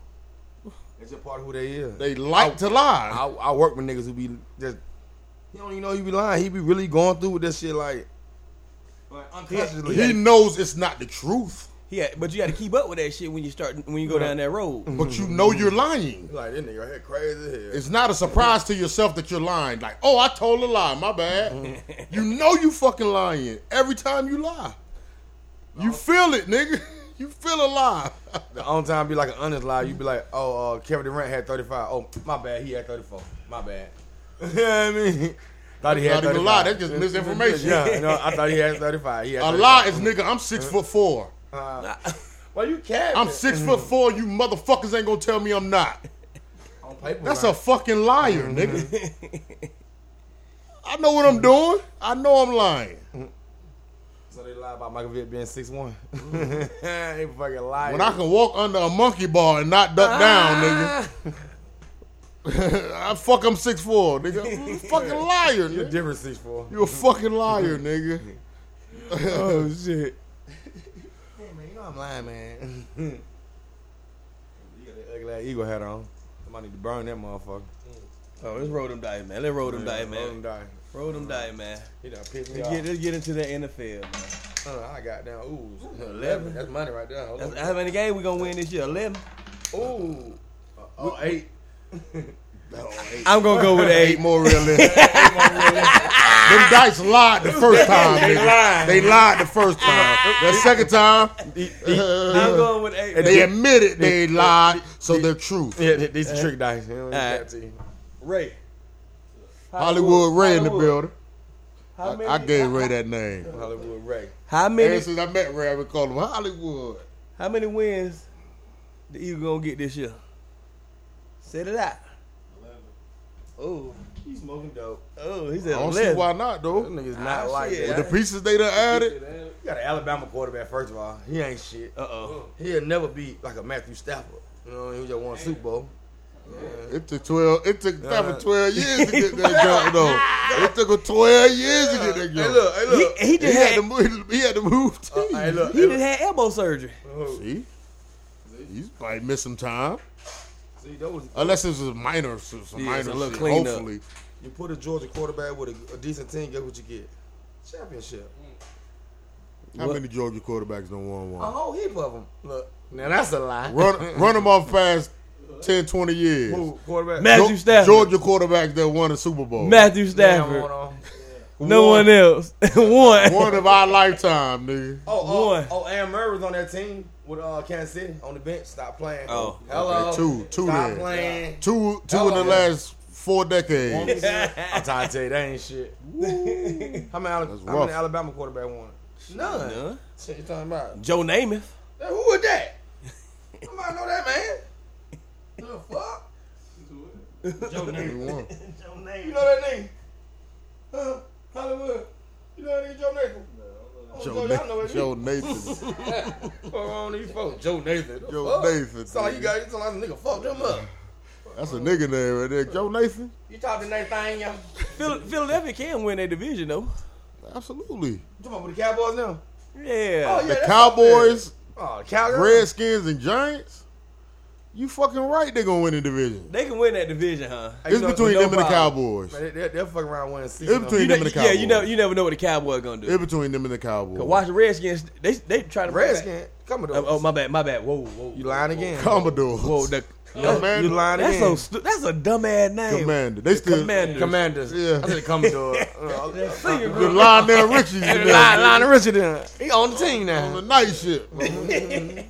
It's just part of who they is.
They like to lie.
I, I work with niggas who be just. He don't even know he be lying. He be really going through with this shit like. like unconsciously.
he knows it's not the truth,
Yeah, but you got to keep up with that shit when you start when you go down that road.
but you
Mm-hmm.
know you're lying.
like this nigga head crazy here.
It's not a surprise to yourself that you're lying. Like, oh, I told a lie. My bad.
Mm-hmm.
you know you fucking lying every time you lie. You feel it, nigga. *laughs* You feel a lie.
The only time be like an honest lie, you be like, oh, uh, Kevin Durant had 35. Oh, my bad, he had 34. My bad. *laughs* you know what I mean? Thought he
That's
had
not even a
35.
lie, that's just misinformation.
yeah, no, I thought he had 35. He had
a
35.
lie is, nigga. I'm six foot four.
Uh, well, you can't.
I'm six foot four. You motherfuckers ain't gonna tell me I'm not.
on paper.
That's
right.
a fucking liar, nigga.
*laughs*
I know what I'm doing. I know I'm lying.
So they lie about Michael Vick being 6'1. *laughs* they fucking lie.
When I can walk under a monkey bar and not duck down,
*laughs*
nigga. *laughs* I fuck I'm six four, nigga. You fucking liar,
You're a
nigga.
different 6'4.
You a fucking liar, nigga.
oh, shit. *laughs* Hey, man, you know I'm lying, man. *laughs* you got that ugly ass eagle hat on. Somebody need to burn that motherfucker.
Oh, let's roll them dice, man. Let's roll them dice,
Let him
man.
die.
Roll them dice, man.
He done pissed me
Let's
off.
get, let's get into the NFL, man.
Uh, I got down. Ooh,
11.
That's money right there.
That's, how many games we gonna win this year? Eleven.
Ooh. Uh, oh,
*laughs*
eight.
I'm gonna go with
Eight *laughs*
eight.
more
*laughs*
realistic. Them dice lied the first time,
They
nigga.
lied.
They lied the first
*laughs*
time. The second time, *laughs*
I'm
uh,
going with eight.
they admitted they lied, so they're truth.
Yeah, th- these are trick dice. You know,
Alright.
that team.
Ray.
Hollywood Ray in the building.
How many?
I, I gave Ray that name.
Hollywood Ray.
how
Ever
many?
since I met Ray, I would call him Hollywood.
How many wins the Eagles gonna get this year? Set it out. Oh,
He's smoking dope.
oh, he
I
said
don't see
eleven.
why not,
Those
though.
niggas not
Ah,
like
shit.
that.
The pieces they done added.
You got an Alabama quarterback, first of all. He ain't shit.
Uh oh.
He'll never be like a Matthew Stafford. You know, he just won Super Bowl.
It took twelve. It took Stafford
Uh.
twelve years to get that job, though. It took him twelve years to get that job.
Hey, look, hey, look.
He, he
He
just
had
had,
to move. He had to move teams.
hey, look.
he
hey,
just had elbow surgery.
look.
See, he's probably missed some time.
See, those
Unless this is a minor, some some
Yeah, it's a
minor
little
shit.
cleanup.
Hopefully,
You put a Georgia quarterback with a, a decent team, guess what you get? Championship.
how
What-
many Georgia quarterbacks don't want
A
one?
whole heap of them. Look, now that's a lie.
Run, run them off past 10, 20 years.
*laughs* Who, quarterback?
Matt- Matthew
Ge-
Stafford.
Georgia quarterbacks that won a Super Bowl.
Matthew
Damn, hold
Stafford,
on.
no one else, *laughs* one.
One of our lifetime, nigga. *laughs*
Oh,
One.
oh, oh, Aaron Murray was on that team with uh, Kansas City on the bench. Stop playing.
Oh.
hello.
Okay, two- two
Stop
then.
playing.
Two, two in the
Hell Oh, yeah.
last four decades.
I'm trying to tell you that ain't shit. how many, Ala-
That's
how
rough.
many Alabama quarterback won? None.
None.
Shit, you talking about?
Joe Namath.
Hey, who was that? Nobody know that man. The fuck?
Everyone.
You know that name? Huh? Hollywood. You know that name, Joe Nathan? Oh,
Joe,
y'all know
Na-
that Oh,
Joe Nathan.
name. Fuck wrong with these folks? Joe Nathan. The
Joe
fuck?
Nathan,
That's all you
nigga.
got. You telling us nigga fuck them up.
That's a nigga name right there. Joe Nathan?
You talking that thing, y'all?
Phil- Philadelphia can win their division though.
Absolutely.
You talking about with the Cowboys now?
Yeah.
Oh, yeah.
The
that's
Cowboys,
Oh, Calgary.
Redskins, and Giants? You fucking right they gonna win the division.
They can win that division, huh?
Hey, you
It's
know-
between
no
them and the
problem.
Cowboys.
Man, they, they, they'll fuck around winning
It's
season.
between
You
them
know-
and the
yeah,
Cowboys.
you never you never know what the Cowboys gonna do.
It's between them and the Cowboys.
Cause watch the Redskins. They they try to
Redskin. Come on,
Oh, oh my bad, my bad. Whoa, whoa.
You lying again.
Commodores.
Whoa, the,
Command-
You lying
that's
again.
so stu- that's a dumb ass name.
Commander. They still
Commanders.
Commanders.
Yeah.
I said
*laughs*
the Commodore. Uh, uh,
Senior
the
group. *laughs*
Lionel Richie's in
Lion-
there,
Lionel Richard, then. he on the team
on the
now.
night shift.
*laughs*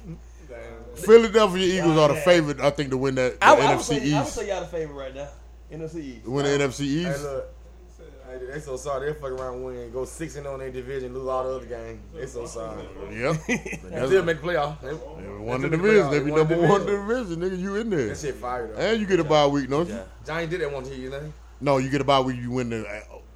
Philadelphia Eagles are the favorite, I think, to win that the
I, I, would
NFC
say, I would
East.
say y'all the favorite right now. NFC East.
To win the NFC
Hey,
East.
look. Hey, they so sorry. They fuck around win, go six and on their division, lose all the other games. They so sorry. *laughs*
Yep.
They
That's-
still make the playoff. They,
they
they
won the
still make
division.
playoff.
They be
won the
number one in the division, nigga. You in there.
That shit fire though.
And you get a bye week, don't you?
Yeah.
Giants did that one to you, know?
No, you get a bye week. You win the,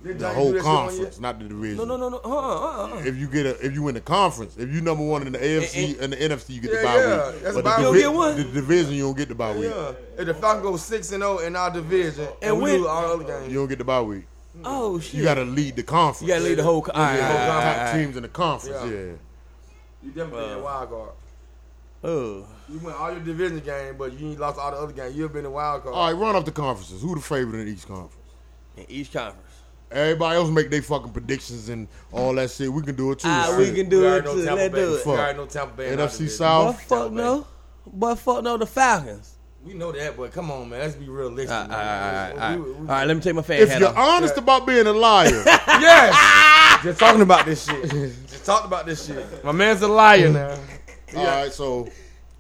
Did
the
Giants
whole
do that shit one
conference, not the division.
No, no, no, no. Uh, uh, uh.
If you get a, if you win the conference, if you number one in the AFC and, the NFC, you get the
Yeah,
bye
yeah.
week.
That's
But
a bye
the, divi-
week. You don't get one.
the division, you don't get the bye week.
Yeah. If the Falcons go six and zero in our division, and,
And
we
win-
lose all the other games,
You don't get the bye week.
Oh shit.
You got to lead the conference.
You gotta lead the whole. Co- all right,
Yeah,
all right, all
top
right, all right.
teams in the conference.
Yeah.
Yeah.
you definitely
Uh.
in the wild card.
Oh.
You win all your division game, but you ain't lost all the other games. You've been the wild card.
All right, run up the conferences. Who the favorite in each conference?
In each conference.
Everybody else make their fucking predictions and all that shit. We can do it too.
Ah,
Shit.
we can do
We
it
already know
too.
Tampa
Let's
Bay.
do it.
Fuck.
We already know Tampa Bay. in our
NFC
division.
South.
But fuck no. But fuck no. The Falcons.
We know that, but come on, man. Let's be realistic.
Ah,
All right, all
man.
right, all right, all
We-
right.
we-
All right, let me take my fan
If
hat
you're
off.
honest about being a *laughs* liar,
Yes. *laughs* Just talking about this shit. Just talking about this shit. My man's a liar now.
all right. So,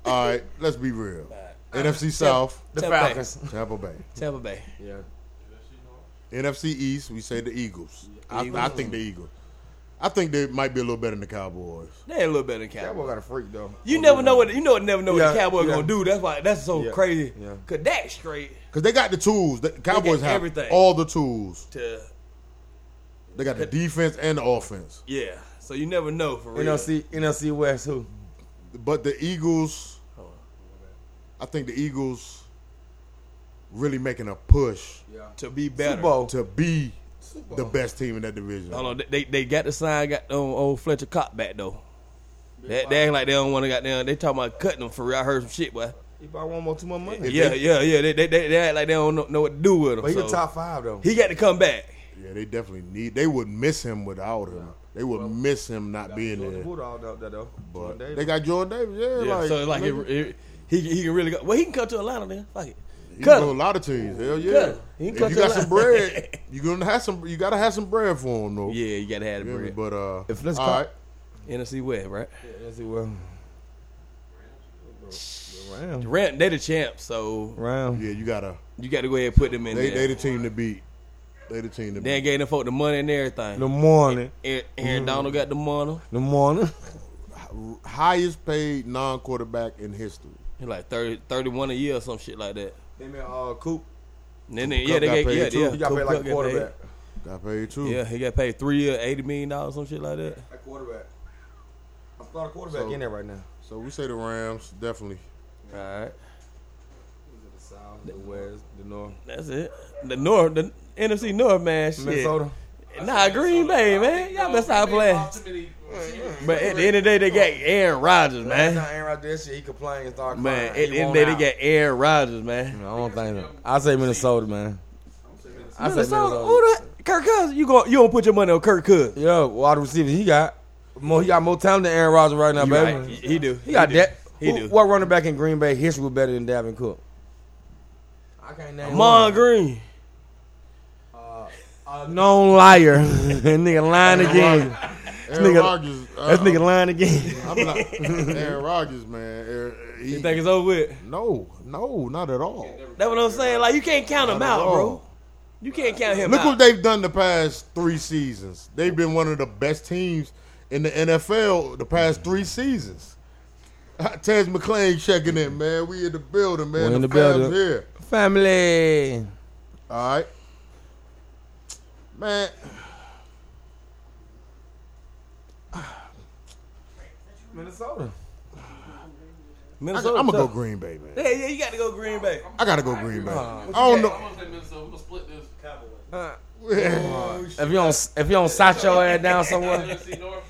all right, let's be real. NFC South,
The
Tampa Bay.
Falcons.
Tampa Bay.
Tampa Bay.
Yeah.
NFC East, we say the Eagles. I, I think the Eagles. I think they might be a little better than the Cowboys.
They a little better than Cowboys.
That boy got a freak though.
You never know what you know. Never know what the
Yeah,
Cowboys
yeah.
gonna do. That's why that's so
Yeah,
crazy.
yeah.
Cause that's straight
Because they got the tools. The Cowboys have
everything.
all the tools.
to
They got the defense and the offense.
yeah. So you never know for real.
NFC NFC West who?
But the Eagles, I think the Eagles really making a push
Yeah.
to be better.
Super Bowl.
to be the best team in that division.
Hold on, they they got the sign got um, old Fletcher Cox back though. They, they act like they don't want to got down. They talking about cutting them for real. I heard some shit, boy.
He probably want more two more money.
yeah, yeah, yeah. They, they they they act like they don't know, know what to do with him.
But he
so.
the top five though.
He got to come back.
Yeah, they definitely need. They would miss him without him. They would miss him not being
Jordan
there.
Bulldog out there though.
But
Jordan Davis.
they got Jordan Davis. Yeah,
Yeah,
like,
so it's like it,
nigga,
it- he he can really go. Well, he can come to Atlanta then. Fuck it.
you
Cut
can go a
him.
lot of teams. Hell
Cut
yeah.
him. He can
If
cut
you
to
got
the
some
line. *laughs*
bread, you gonna have some. You gotta have some bread for him though.
Yeah, you gotta have
You
the
feel me?
bread.
But uh,
If let's
all
call-
right.
NFC West, right?
Yeah, Let's see well. Round.
Rant, they the champs, so
Round.
Yeah, you gotta.
you got to go ahead and put them in
They
there.
they the team to beat. They the team to
They ain't
beat.
gave them folk the money and everything.
The morning.
Aaron,
Mm-hmm.
Aaron Donald got the money.
The morning.
Highest paid non quarterback in history.
He like 30, 31 a year or some shit like that.
They made uh Coop.
And then they, yeah, they
got
get
paid
yeah,
too.
yeah.
He got
Cook-
paid like
Cook
a
got
quarterback. Mm.
Got paid too.
paid. Yeah, he got paid three year, eighty million dollars, some shit like that.
That quarterback. I thought a quarterback
So-
in there right now.
So we say the Rams definitely.
All right,
The South, the West, the North.
that's it. The North, the NFC North, man. Shit.
Minnesota.
Nah, Green Bay, man. Y'all better stop playing.
Too many uh,
*laughs* But at the end of the day, they got Aaron Rodgers,
Last time
man.
Aaron Rodgers did shit, he complained and started crying.
Man, at
He
the end of
won
the day, they
out.
got Aaron Rodgers, man.
No, I don't think so. I say Minnesota, man. I say
Minnesota,
Minnesota.
who the Kirk Cousins? You going you gonna put your money on Kirk Cousins?
Yo, wide receivers, he got more. He got more talent than Aaron Rodgers right now,
You
baby.
right. He, he do.
He got
do.
that.
He
Who-
do.
What running back in Green Bay history was better than Davin Cook? I can't name
Amon
one.
Green.
A known
*laughs*
liar. nigga lying again.
Aaron
nigga-
Rodgers. uh,
That's nigga lying again.
I'm not
*laughs*
Aaron Rodgers, man. Aaron- he-
You think it's over with?
no, no, not at all.
That's what I'm saying. Like you can't count him
Not at
out, bro.
all.
You can't count him
Look
out.
what they've done the past three seasons. They've been one of the best teams in the NFL the past three seasons. *laughs* Tez McClain checking in, man. We in the building, man.
We in the
Fab's
building.
here.
Family.
All right, man.
Minnesota.
I, am
Minnesota.
gonna go
tough.
Green Bay, man.
Yeah, yeah, you got to go Green Bay.
I gotta go Green Bay.
Nah.
I don't know.
I'm gonna say Minnesota. We're gonna split this Cowboys.
If you don't, if you don't sot your ass down somewhere,
NFC North.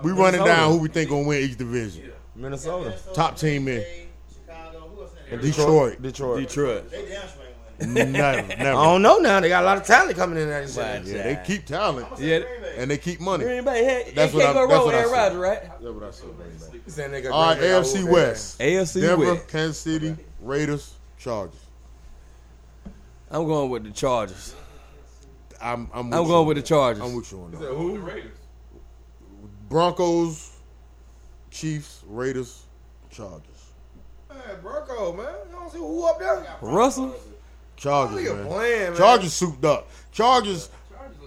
*laughs* we running down who we think gonna win each division.
Minnesota,
Top team in
Chicago. Who else in there?
Detroit.
Detroit.
Detroit.
They damn sure ain't winning.
*laughs* never, never.
I don't know now. They got a lot of talent coming in that
Right.
shit.
yeah, they keep talent
Yeah.
Green Bay.
and they keep money.
Green Bay. Hey,
That's
it can't
what I-
go
that's
wrong with
what I
Aaron
said.
Rodgers, right?
That's what I said.
He's saying they got
All right,
Green Bay all
AFC
over their
West.
AFC
Denver,
West.
Kansas City, Raiders, Chargers.
I'm going with the Chargers.
I'm I'm, with
I'm
you.
going with the Chargers.
I'm with you on that.
ass. Who?
The Raiders.
Broncos, Chiefs, Raiders, Chargers.
Man, Bronco, man. I don't see who up there.
Russell.
Chargers,
Nigga
man.
playing, man.
Chargers souped up. Chargers,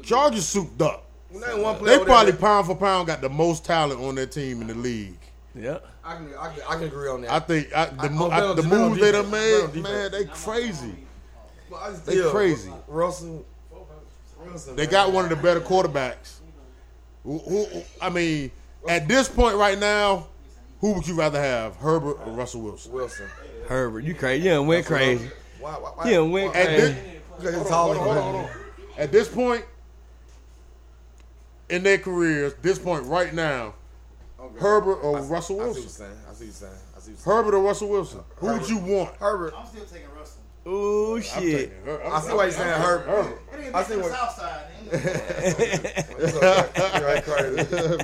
Chargers souped up.
Not one player
They
with
probably
that-
pound for pound got the most talent on their team in the league.
Yeah.
I can, I can, I can agree on that.
I think I, the,
I-
mo-
on
I-
defense,
the
man, on
moves they done
defense, man, on
made, man,
defense.
they crazy.
But I just
They
feel
crazy.
Russell. Russell
They
man.
got one of the better quarterbacks. Who, who, who- I mean, at this point right now, who would you rather have, Herbert or Russell Wilson?
Wilson.
Herbert, you crazy. You done went crazy.
Why, why, why,
You done went
At
crazy.
this,
Because he's
Hold
taller
on, hold on,
than
hold on. At this point in their careers, this point right now,
Okay.
Herbert or
I see-
Russell
I see what
Wilson?
you're saying. I see what you're saying. I see what you're saying.
Herbert or Russell Wilson? Who would you want?
Herbert.
I'm still taking Russell.
Oh shit.
I see why you're saying Herbert.
It ain't
I
I
see
see the
what-
South Side. They ain't gonna-
It's okay. You're right, crazy.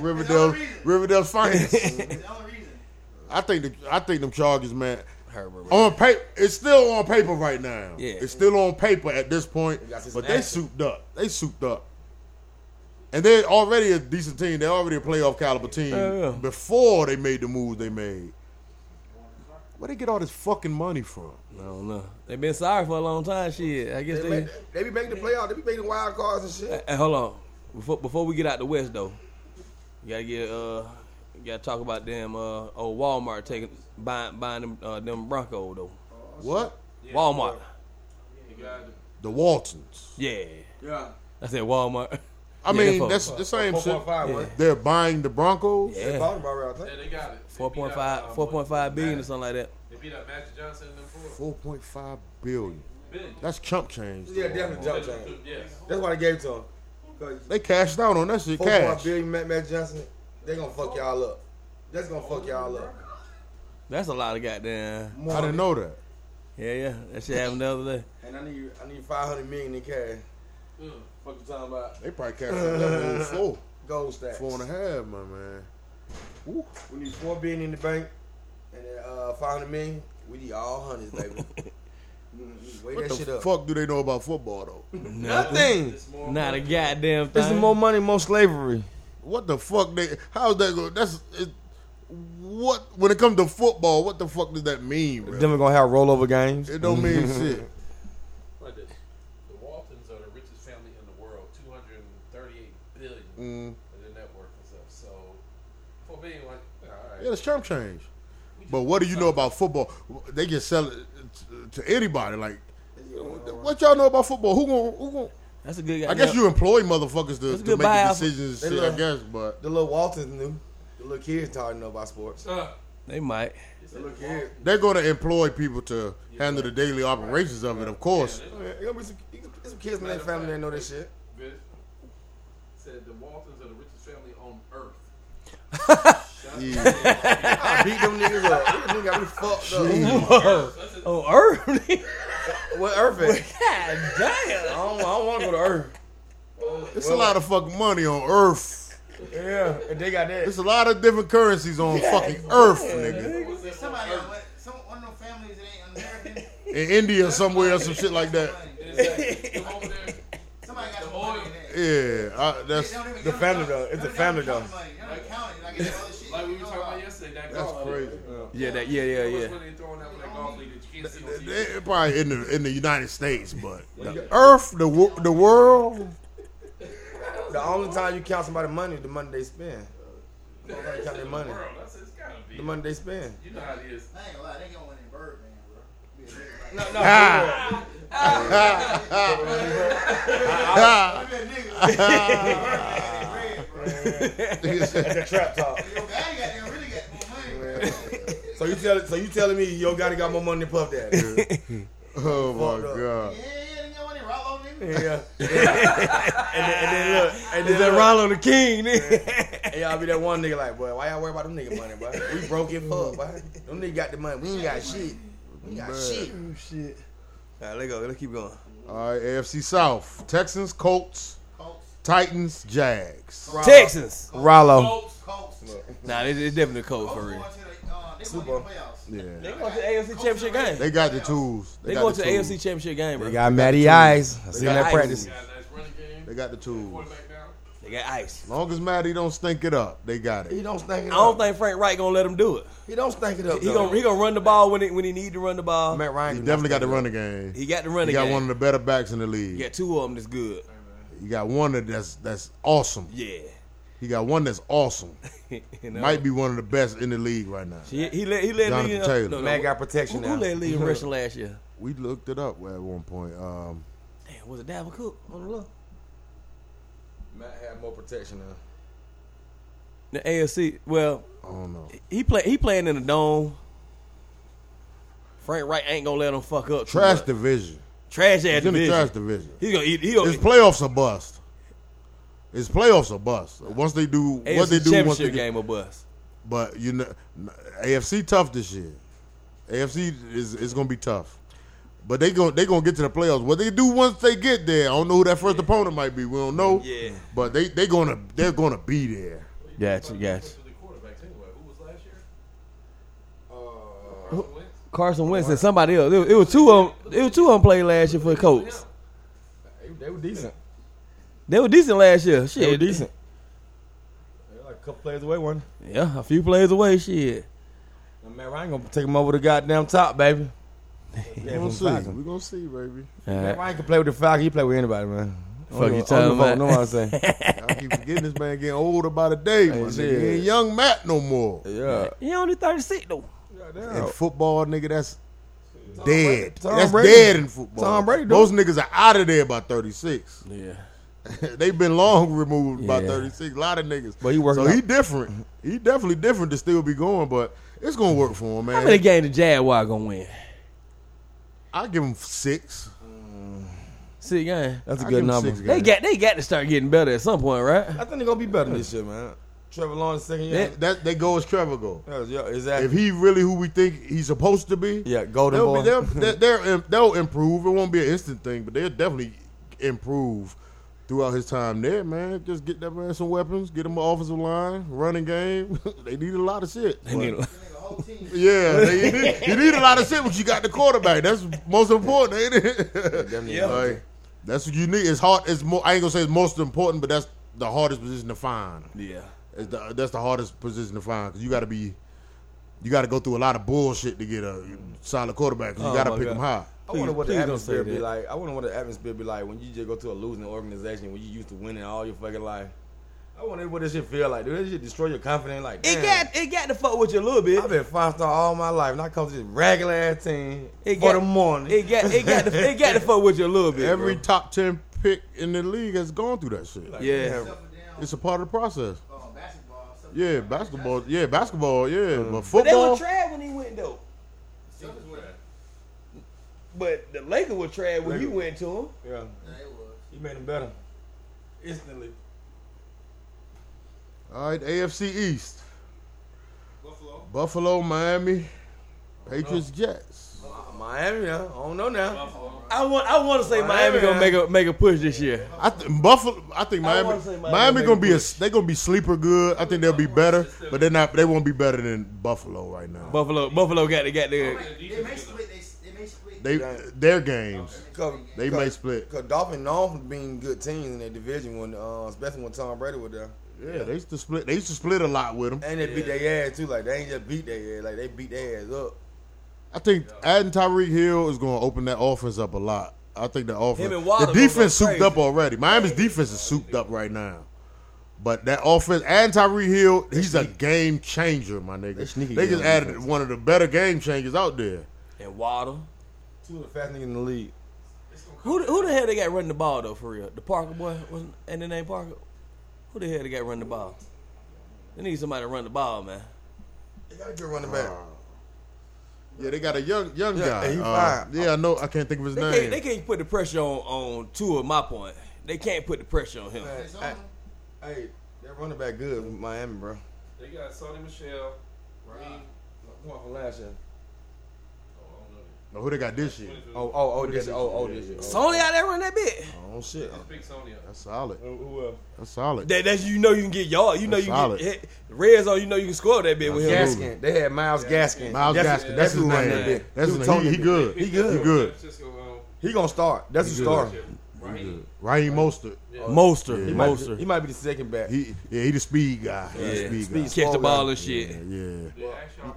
*laughs* Riverdale,
*laughs*
Riverdale's finest.
It's the only reason.
I think the, I think them Chargers, man.
Herbert.
On paper, it's still on paper right now.
Yeah.
it's still on paper at this point.
gotta see some
But they
action.
souped up. They souped up, and they're already a decent team. They're already a playoff caliber team
Yeah, yeah.
before they made the moves they made. Where they get all this fucking money from?
I don't know. They been sorry for a long time. Shit. I guess
They
they.
make- They be making the playoff. They be making wild cards and shit.
Hey, hold on. Before before we get out the west though, you gotta get uh, you gotta talk about them uh, old Walmart taking buying buying them uh, them Bronco though.
What?
Walmart.
You got the-
The Waltons.
Yeah.
Yeah.
I said Walmart.
I
Yeah,
mean,
four.
that's the same shit.
4.5, yeah. wasn't
They're buying the Broncos.
They
Yeah.
bought him already, I think.
Yeah, they got it. They
4.5,
beat out, uh,
4.5 billion or something like that.
They beat out Magic Johnson and them four.
Four point five billion.
Billion.
That's chump change.
Yeah, definitely jump
They-
change.
Yes.
That's why they gave it to him. Because
They cashed out on that shit.
four point
Cash.
billion Matt, Matt Johnson, they gonna fuck y'all up. That's gonna fuck y'all up.
That's a lot of goddamn.
I didn't know that.
Yeah, yeah. That shit happened the other day.
And I need I need five hundred million in cash.
Mm.
Fuck you talking about?
They probably cashed out
*laughs*
that whole four,
Gold stacks.
four and a half, my man.
We need four billion in the bank, and then, uh, five hundred million. We need all
*laughs*
hundreds, baby. Mm, Wait
What
that shit
the
up.
fuck do they know about football though?
Nothing.
It's more
Not a
money.
goddamn thing.
This is more money, more slavery.
What the fuck they? How's that going? That's it, what when it comes to football. What the fuck does that mean? Bro?
Then we're gonna have rollover games.
It don't mean shit.
Like The the Waltons are the richest family in the world. 238 billion
Mm.
in their net worth and stuff. So, for being like, all right.
Yeah, it's chump change. But what do you know about football? They can sell it to anybody. Like, what y'all know about football? Who gon' who gon'
That's a good
I guess you employ motherfuckers to,
That's
to
a good
make the
buyout.
decisions.
They
and Shit, I
love-
guess, but
The little Waltons knew. The little kids taught know about sports.
Uh,
They might.
The little kids.
they're going to employ people to handle the daily operations of it. Of course,
There's gonna be some, there's some kids in that family that know this shit.
good. said the Waltons are the richest family on earth.
Yeah.
I beat them niggas up. These niggas got me fucked up.
That's it.
Oh, *laughs* early.
What Earth is?
God
I
damn.
don't, I don't want to go to Earth.
It's a lot of fucking money on Earth.
Yeah, and they got that.
It's a lot of different currencies on fucking Earth, nigga.
What's that on
Somebody,
earth?
what, some, one of them families that ain't American.
In India or somewhere or some shit like that.
Somebody-
It is that. Come over there.
Somebody got
The
some
oil.
money in there.
Yeah, I,
They
that's
don't even-
the
they don't
family
count-
though. It's
they
the
don't
family
count
though.
the money. They don't count it. Like, it's all the shit
Like
you
we were
know
talking about
about.
yesterday, that
that's
golf
crazy.
Yeah, that. Yeah, yeah,
How much
yeah.
money they throwing out for that golf league that you can't see on TV?
They- probably in the in the United States, but the Earth, the wo- the world,
The only time you count somebody's money is the money they spend. Nobody count their money.
World, that's it's gotta be.
The money they spend.
You know how it is.
I ain't gonna lie, they gonna win in Birdman, bro. Be a nigga like-
No, no.
*laughs* Oh,
Be a nigga. Birdman in red, bro.
that trap talk.
Your guy got there really got more money.
So you tell so you telling me your guy got more money than Puff Daddy?
oh my
Fucked up.
god.
Yeah, yeah, they got one in Rollo, nigga.
yeah. *laughs* and, then, and then look, and
Is
then
that
look,
Rollo the King? *laughs* nigga?
And y'all be that one nigga like, boy, why y'all worry about them nigga money, boy? We broke it up, boy. Them nigga got the money. We ain't got shit. We got shit.
Oh, shit. All right, let go. Let's keep going.
All right, AFC South: Texans, Colts,
Colts,
Titans, Jags.
Texans.
Rollo.
Colts.
Colts.
Nah, it's, it's definitely cold
Colts
for
going
real.
to the, uh, they
Super
going to the playoffs.
Yeah,
They going to the AFC Championship game.
they got the tools.
They,
got
going to the
tools.
AFC Championship game, bro.
They got Matty Eyes. I seen
got
that
ice.
practice.
Got a nice running game.
They got the tools.
Quarterback down.
They got ice.
Long as Maddie don't stink it up, they got
He
it.
don't stink it
I don't
up.
think Frank Wright gonna let him do it.
He don't stink it up.
He gonna he gonna run the ball when he, when he need to run the ball.
Matt Ryan
He
do not
definitely got the
stink it up.
running game.
He got the
He
running
got
game.
one of the better backs in the
he
league.
got two of them that's good.
He got one that- that's that's awesome.
Yeah. *laughs*
He got one that's awesome.
You know?
Might be one of the best in the league right now.
He, he let he let
Jonathan
lead,
Taylor.
No, no,
Matt got
who,
protection
who
now.
let
*laughs*
lead in rushing last year?
We looked it up at one point. Um,
Damn, was it Davin Cook on the low?
Matt had more protection now.
The AFC. Well,
I don't know.
he play he playing in the dome. Frank Wright ain't gonna let him fuck up. too
Trash
much.
division.
trash ass
He's in the
division.
trash division.
He's gonna eat. He gonna
His playoffs are bust. His playoffs are bust. Once they do
AFC
what they do, once they
championship
get,
game or bust.
But you know, AFC tough this year. AFC is is gonna be tough. But they going they gonna get to the playoffs. What they do once they get there, I don't know who that first opponent might be. We don't know.
Yeah.
But they they gonna they're gonna be there.
Gotcha, gotcha.
To the quarterbacks anyway. Who was last year?
Uh,
Carson Wentz.
Carson Wentz and somebody else. It was, it was two of 'em- it was two of them played last year for the Colts.
they, they were decent.
They were decent last year. Shit,
They were decent. They were like a couple plays away, one.
Yeah, a few plays away. Shit.
And Matt Ryan gonna take him over the goddamn top, baby.
We
yeah,
gonna
from
see.
Falcons.
We gonna see, baby.
All
Matt
right.
Ryan can play with the Falcons. He play with anybody, man. I
Fuck
don't give-
you
I don't
talking
give a fuck,
about?
Know what I'm *laughs* saying?
I *laughs* keep forgetting this man getting older by the day. my
Hey,
nigga.
shit.
He ain't young Matt no more.
yeah.
He only thirty six though.
In
Goddamn.
football, nigga, that's dead.
Tom
that's
Brady.
dead in football.
Tom Brady, dude.
Those niggas are out of there by thirty six.
Yeah.
*laughs* They've been long removed by
Yeah.
36. A lot of niggas.
But he working
so
out.
he different. He definitely different to still be going, but it's gonna work for him,
How many
man.
games the Jaguar gonna win?
I give him six.
Six games.
That's a
I
good
give him
number.
six
They
games.
got they got to start getting better at some point, right?
I think they're gonna be better this year, man. Trevor Lawrence second year.
That, that they go as Trevor go.
Yeah, yeah, exactly.
If he really who we think he's supposed to be,
yeah, golden
they'll,
boy.
be, they'll, they they'll they'll improve. It won't be an instant thing, but they'll definitely improve throughout his time there, man. Just get that man some weapons, get him an offensive line, running game. *laughs* they need a lot of shit. but-
They got a whole team.
Yeah, they, you, need, you need a lot of shit, but you got the quarterback. That's most important, ain't it?
Them niggas.
Like, that's what you need. It's hard. It's more. I ain't gonna say it's most important, but that's the hardest position to find.
yeah.
It's the, that's the hardest position to find because you got to be, you got to go through a lot of bullshit to get a solid quarterback. 'cause you
Oh,
got to
my
pick
God.
him high.
I wonder
Please-
what the
please don't say
atmosphere be
that.
like. I wonder what the atmosphere be like when you just go to a losing organization when you used to winning all your fucking life. I wonder what this shit feel like. Do this shit destroy your confidence? Like,
It
damn,
got it got to fuck with you a little bit.
I've been five star all my life, and I come to this regular ass team
It
for
got-
the morning.
It got it got to, it got to fuck with you a little bit.
Every
bro.
top ten pick in the league has gone through that shit.
Like,
Yeah.
damn.
Stuff down,
It's a part of the process.
uh, basketball, stuff
Yeah,
down.
basketball. Yeah, basketball. Yeah, but
Uh-huh. but they
football.
were trash when he went though.
Stuff is what-
But the Lakers were trash when you
Lakers.
went to him.
yeah,
Yeah, it was.
you made them better instantly.
All right, AFC East.
Buffalo.
Buffalo, Miami, Patriots, Jets.
Miami, now. I don't know now.
Buffalo.
I want I want to say Miami,
Miami,
gonna
man.
make a make a push this year.
I think Buffalo. I think
I
Miami.
wanna say Miami
Miami,
make
gonna be
a
a. They gonna be sleeper good. I think they'll be better, but they're not. They won't be better than Buffalo right now.
Buffalo Buffalo got the got
They
the
may split. They, they may split.
They their games.
Cause,
They may split.
Cause Dolphins known for being good teams in their division when, uh, especially when Tom Brady was there.
Yeah, they used to split. They used to split a lot with them.
And they beat their ass too. Like they ain't just beat their ass. Like they beat their ass up.
I think adding Tyreek Hill is going to open that offense up a lot. I think the offense,
Him and Waller
the
gonna go
defense souped
crazy.
up already. Miami's defense is souped up right now, but that offense, adding Tyreek Hill, he's a game changer, my
They
nigga.
sneaky
They
good
just
on
added
defense.
one of the better game changers out there.
and Waddle.
Two of the fastest niggas in the league.
Who the- who the hell they got running the ball though for real? The Parker boy was and the name Parker. Who the hell they got running the ball? They need somebody to run the ball, man.
They got a good running back.
Yeah, they got a young young
Yeah,
guy.
and he
Uh,
fine.
yeah, I know. I can't think of his
They
name.
can't, they can't put the pressure on on two of my point. They can't put the pressure on him.
Hey,
It's
hey,
on.
hey, that running back good with Miami, bro.
They got Sonny Oh, Michelle, Raheem.
Come on from last year.
Oh, I
Who they got this year?
don't know.
Oh, oh, oh, this, year, oh, oh, this. year. Oh,
Sony out there running that bit.
Oh shit.
Just pick Sonny up.
That's solid.
Who, who else?
That's solid.
That that's you know you can get yard. You know
That's
you
solid.
can get hit. red zone. You know you can score that bit with him.
Absolutely.
Gaskin. They had Miles Gaskin.
Miles
That's-
Gaskin. That's his
who running that
name.
bit.
That's his
He was
name.
Tony
He
Bit.
good.
He good.
He good.
Francisco, um,
He gonna start. That's his
He good.
star.
Raheem.
Raheem Mostert.
Moster,
He
He might, be, he might be the second back.
He yeah, he the speed guy. He the
Yeah.
speed guy.
Speed
catch the
small
ball
guy.
and shit.
Yeah, yeah.
Did I ask y'all a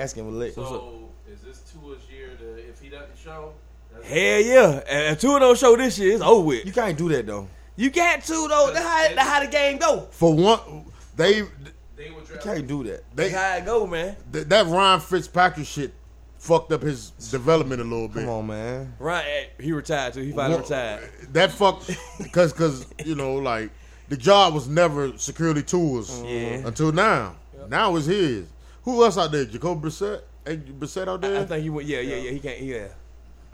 question?
Gaskin was lit.
So, is this Tua's year to, if he doesn't show, that's
Hell yeah! And if two of those show this shit, it's over with.
You can't do that though.
You got two though. That's how, that's how the game go.
For one, they
they would
You
draft
can't do that.
they
That's how it go, man.
th- that Ron Fitzpatrick shit fucked up his development a little bit.
Come on, man.
Ryan, eh, he retired too. He finally
One-
retired.
That fucked because because you know like the job was never securely tours
Yeah.
until now. Now it's his. Who else out there? Jacob Brissett. Ain't Brissett out
I, I
there?
think he went. Yeah, yeah, yeah. He can't. Yeah.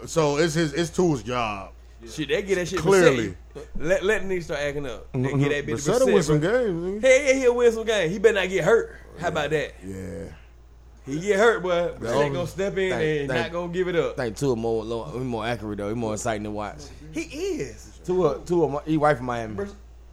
so it's his. It's Tool's job.
Shit, they get that shit.
Clearly.
Brissett. let let the niggas start acting up. They get that bitch.
Brissett
Brissett,
win some
bro.
games. nigga.
Hell yeah, he'll win some game. He better not get hurt. How about that?
Yeah.
He get hurt, boy. But they
only-
gonna step in
Thank-
and not
thank-
gonna give it up.
I think Tua more lo- he more accurate though. He's more exciting to watch.
He is.
Tua, Tua, he white from Miami.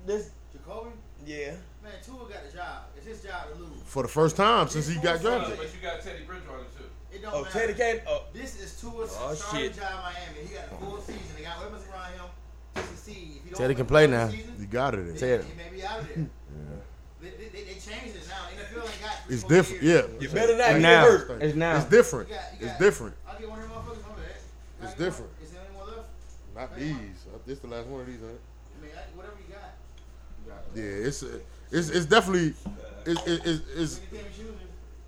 This,
Jacoby.
yeah.
Man, Tua got a job. It's his job to lose.
For the first time since he got
Uh,
drafted.
but you got Teddy Bridgewater too.
It don't
Oh,
matter.
Teddy K. Oh,
This is Tua's
Oh,
starting
shit.
job in Miami. He got a full season. They got weapons around him to succeed. If he don't
Teddy
win
can
the
play
full
now.
season,
You got it. in.
He,
Teddy.
he may be out of there. they, they, they, they changed it now. NFL ain't got.
It's different. Yeah.
you better not get
now.
hurt.
It's now.
It's different.
You got, you
It's
got-
different.
I'll get one of them motherfuckers. remember
It's
that. I'll get one.
different.
Is there any more
Not
left?
these. Uh, This the last one of these, huh?
I mean, I, whatever you got.
Yeah, it's uh, it's it's definitely it's it's it's it's
You can't be choosing.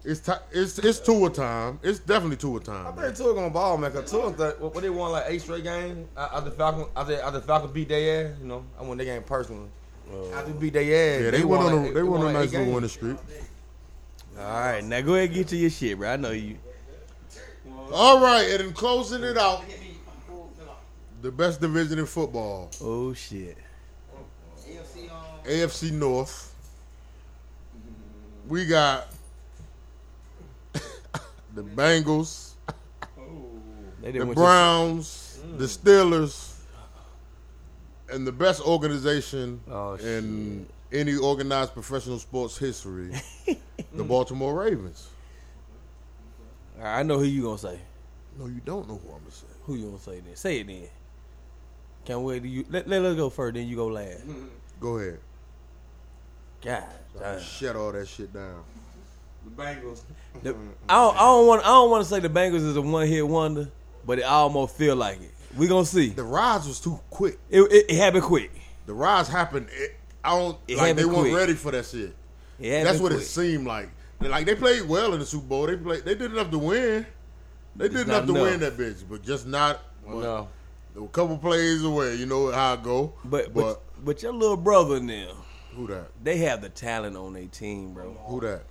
it's, ti- it's, it's tour time. It's definitely tour
I
time. man.
think Tua gonna ball, man. Cause Tua, th- what what they won like eight straight games after Falcon, after after Falcon beat their ass. You know, I won that game personally. after beat their ass,
Uh, Yeah, they went
won
on
like-
a, they went on a
like
nice
eight
little
games.
winning streak.
All right, now go ahead and get to your shit, bro. I know you.
All right, and in closing it out,
Hit me. I'm cool. Come on.
the best division in football,
Oh shit.
AFC on.
AFC North. We got *laughs* the Bengals,
They
the
didn't want
Browns, the
Mm.
Steelers, and the best organization
Oh,
in any organized professional sports
*laughs*
history,
Mm.
the Baltimore Ravens.
Your, All right, I know who you gonna say.
No, you don't know who I'm gonna say.
Who you gonna say then? Say it then. Can't wait. to You let let us go first, then you go last.
Go ahead.
God, damn.
Shut all that shit down.
The Bengals.
The- I don't, I don't want I don't want to say the Bengals is a one hit wonder, but it almost feel like it. We gonna see.
The rise was too quick.
It, it, it happened quick.
The rise happened. It, I don't
It
like they
happened
weren't
quick.
ready for that shit.
It happened
That's what
quick.
it seemed like. They- Like they played well in the Super Bowl. They played. They did enough to win. They did
not
enough to
enough.
win that bitch, but just not. but
No,
A couple plays away. You know how it go.
But but but your little brother and them,
who that?
they have the talent on their team, bro.
Who that?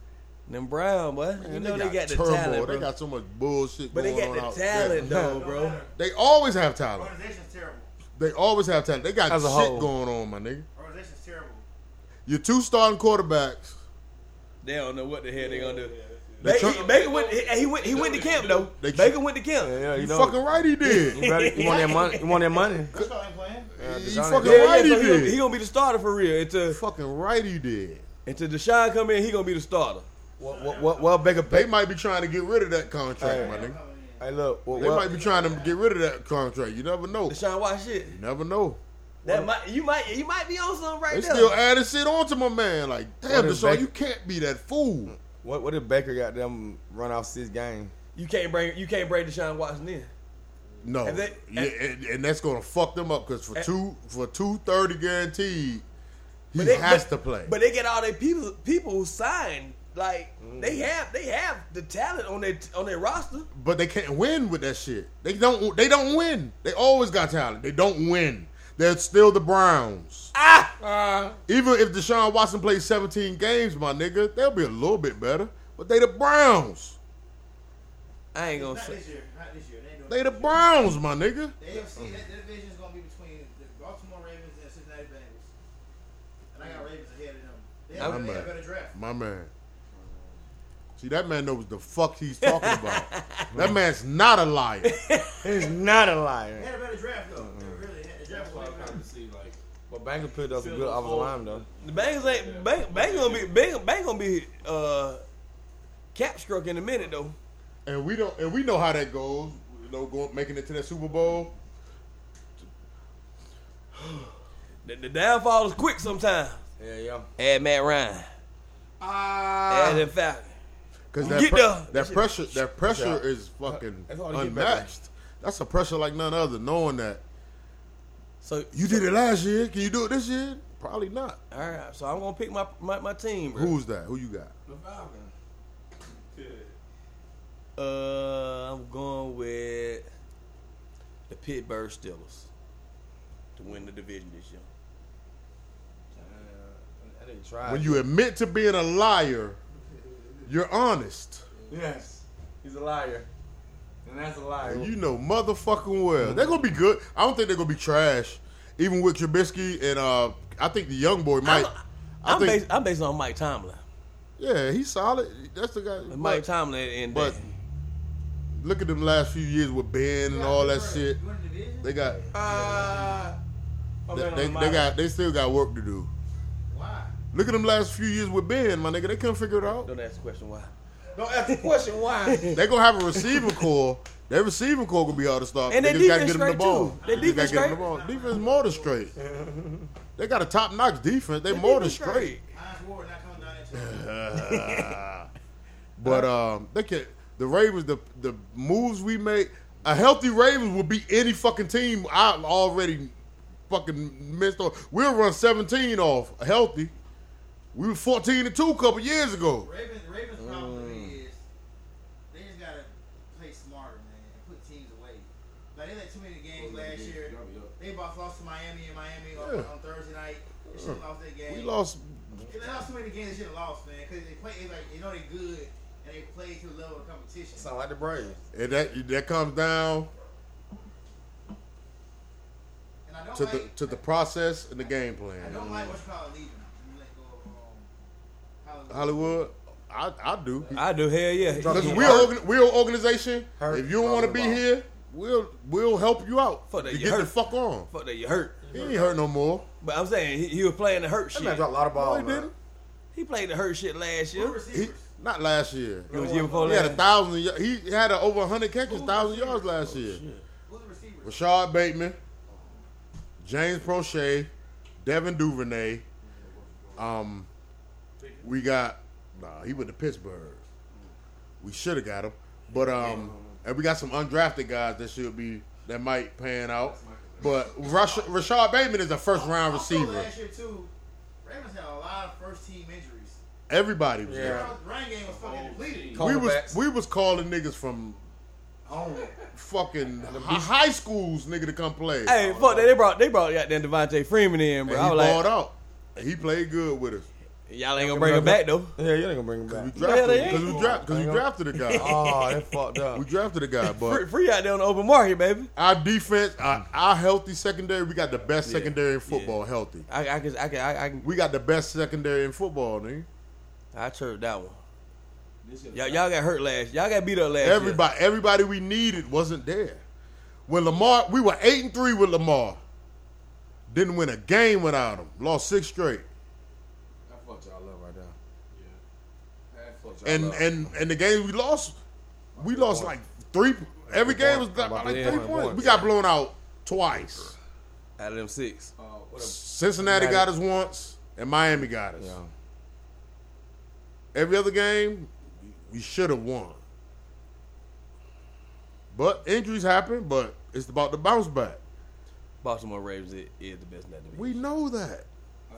Them Brown, boy. you
Man,
know they got, the
turmoil.
talent, bro.
They got so much bullshit.
but they
going
got
on out
the
there.
talent though, bro.
They always have talent.
Organization's terrible.
They always have talent. They got
As a
shit
whole.
going on, my nigga.
Organization's terrible.
Your two starting quarterbacks.
They don't know what the hell they're gonna do.
The
Baker,
Tru-
Baker went. He, he went. He went to camp though.
They-
Baker went to camp.
Yeah, yeah,
You,
you know.
fucking right he did.
you, better, you want that money? You want that money?
Deshaun ain't playing.
Yeah,
you
Deshaun-
fucking
Yeah, yeah,
right he
so he, gonna,
did.
he gonna be the starter for real. Until
fucking right he did.
until Deshaun come in, he gonna be the starter.
Well, well, well, well Baker,
They
Baker.
might be trying to get rid of that contract,
Hey.
my nigga.
Hey, look. Well,
They
well,
might be trying to get rid of that contract. You never know. You
Deshaun, watch shit.
never know.
That might you might you might be on something right
They
there.
still adding shit on to my man. Like, damn,
What if
Deshaun,
Baker-
you can't be that fool.
what, what if Baker got them run off six game?
you can't bring you can't bring Deshaun Watson in.
No,
And they-
yeah, and, and that's gonna fuck them up because for
And-
two for two thirty guaranteed, he
But they-
has
but-
to play.
But they get all their people people who signed. Like
Mm.
they have they have the talent on their on their roster.
but they can't win with that shit. They don't. They don't win. They always got talent. They don't win. They're still the Browns.
Ah,
Even if Deshaun Watson plays 17 games, my nigga, they'll be a little bit better. But they the Browns.
I ain't gonna
Not
say.
this year. Not this year. They ain't doing
They
it
the
this year.
Browns, my nigga.
The AFC, that that division is going to be between the Baltimore Ravens and Cincinnati Bengals. And I got Ravens ahead of them. They have,
I'm
they have
a-
better draft.
My man. See, that man knows the fuck he's talking about.
*laughs*
that man's not a liar.
He's not a
They
liar.
had a better draft, though. They really had the draft
That's why
was
I'm
way better.
trying to see like
Well, Baker picked up a good offensive line though.
The Bengals ain't Bang, bang gonna be Bang, bang gonna be uh cap struck in a minute though.
and we don't and we know how that goes. You know, going making it to that Super Bowl.
The, the downfall is quick sometimes.
Yeah, yeah.
Add Matt Ryan.
Ah,
Add that Falcon.
because that,
Get
pre-
the-
that pressure that pressure
out.
is fucking
That's all you get back there.
unmatched. That's a pressure like none other. Knowing that
So
you did it last year, can you do it this year? Probably not.
all right, so I'm gonna pick my my, my team. Bro.
Who's that? Who you got?
the Falcons.
Uh, I'm going with the Pittsburgh Steelers to win the division this year.
I didn't try.
When you admit to being a liar, you're honest.
yes, he's a liar, and that's a liar.
And you know motherfucking well. They're gonna be good. I don't think they're gonna be trash. Even with Trubisky and uh I think the young boy might I
I'm
think
based, I'm based on Mike Tomlin.
Yeah, he's solid. That's the guy.
Mike
But
Tomlin and
but- look at them last few years with Ben and all that shit.
You want a division?
They got
uh,
they, they, they got they still got work to do.
Why?
Look at them last few years with Ben, my nigga. They couldn't figure it out.
Don't ask the question why.
Don't ask the question why.
They're gonna have a receiving *laughs* core. Their receiving core gonna be hard to stop.
And
they
their
just gotta get them
defense
the
straight,
ball.
too. Their
They just gotta
defense
get them the
straight.
ball. Defense more than straight. they got a top notch defense. They more than
defense
straight.
straight.
Hines Ward not coming down that channel.
But
Uh-huh.
um, they can the Ravens the the moves we make. A healthy Ravens will beat any fucking team I already fucking missed on. We'll run seventeen off healthy. We were fourteen and two a couple years ago.
Ravens, Ravens' problem is they just gotta play smarter, man, and put teams away. Like they had too many games last year. They both lost to Miami and Miami on,
Yeah.
on Thursday night. They should have lost that game.
We lost.
They lost too many games. They should have lost, man, because they play. It's like you know they good and they play to the level of competition.
Sound like the Braves.
And that that comes down
and I don't
to the
like
to the process and the game
I
plan.
don't like what's called leaving. You let go um, of um, Hollywood.
Hollywood, I I do.
I do hell yeah.
Listen,
He
we're
hurt.
organ, we're an organization.
Hurt.
If you don't want to
Hurt.
be here, we'll we'll help you out.
Fuck that,
to
you
get the
hurt.
fuck on.
Fuck that you hurt.
He ain't hurt no more.
But I'm saying he, he was playing the hurt
That man
shit.
dropped a lot of
No,
balls.
he
man.
didn't.
He played the hurt shit last
Who
year.
He,
receivers?
not last year.
It was year before
He had a
last.
thousand. y- He had a, over hundred
Oh,
catches, thousand yards last year.
Who's the receivers?
Rashad Bateman, James Prochet, Devin Duvernay. Um, we got nah. He went to Pittsburgh. We should have got him, but um, and we got some undrafted guys that should be that might pan out. But Rash, Rashad Bateman is a first round
Also
receiver.
last year too, Ravens had a lot of first team injuries.
Everybody was
The
there.
Yeah.
Run game was fucking depleted.
Call-
We was
Quarterbacks.
we was calling niggas from
Home.
fucking hi- high schools nigga to come play.
Hey, fuck that. They brought they brought goddamn Devontae Freeman in,
and he
bro. I was
balled
like,
out. And he played good with us.
Y'all ain't gonna bring him back though.
Yeah, you ain't gonna bring him
Cause we
back.
Yeah,
drafted
they
him.
ain't.
Cause we draft, cause we drafted the
*laughs*
guy.
Oh, that fucked up. *laughs*
we drafted the guy,
Free,
but
free out there on the open market, baby.
our defense, our, our healthy secondary, we got the best secondary in football. Healthy,
I, I can, I can, I, I can.
we got the best secondary in football, nigga.
I chirped that one.
This shit-
Y'all, y'all got hurt last. Y'all got beat up last. year.
Everybody, everybody we needed wasn't there. When Lamar, we were eight and three with Lamar. Didn't win a game without him. Lost six straight.
That fucked y'all up right there. That fucked y'all
And
up.
and and the game we lost, we lost like three. Every game was
About
about like
three
three
points.
points. We got blown out twice.
out of them six.
Uh, what a-
Cincinnati got us once, and Miami got us.
yeah.
Every other game, we should have won. But injuries happen. But it's about the bounce back.
Baltimore Ravens is, is the best in that division.
We know that.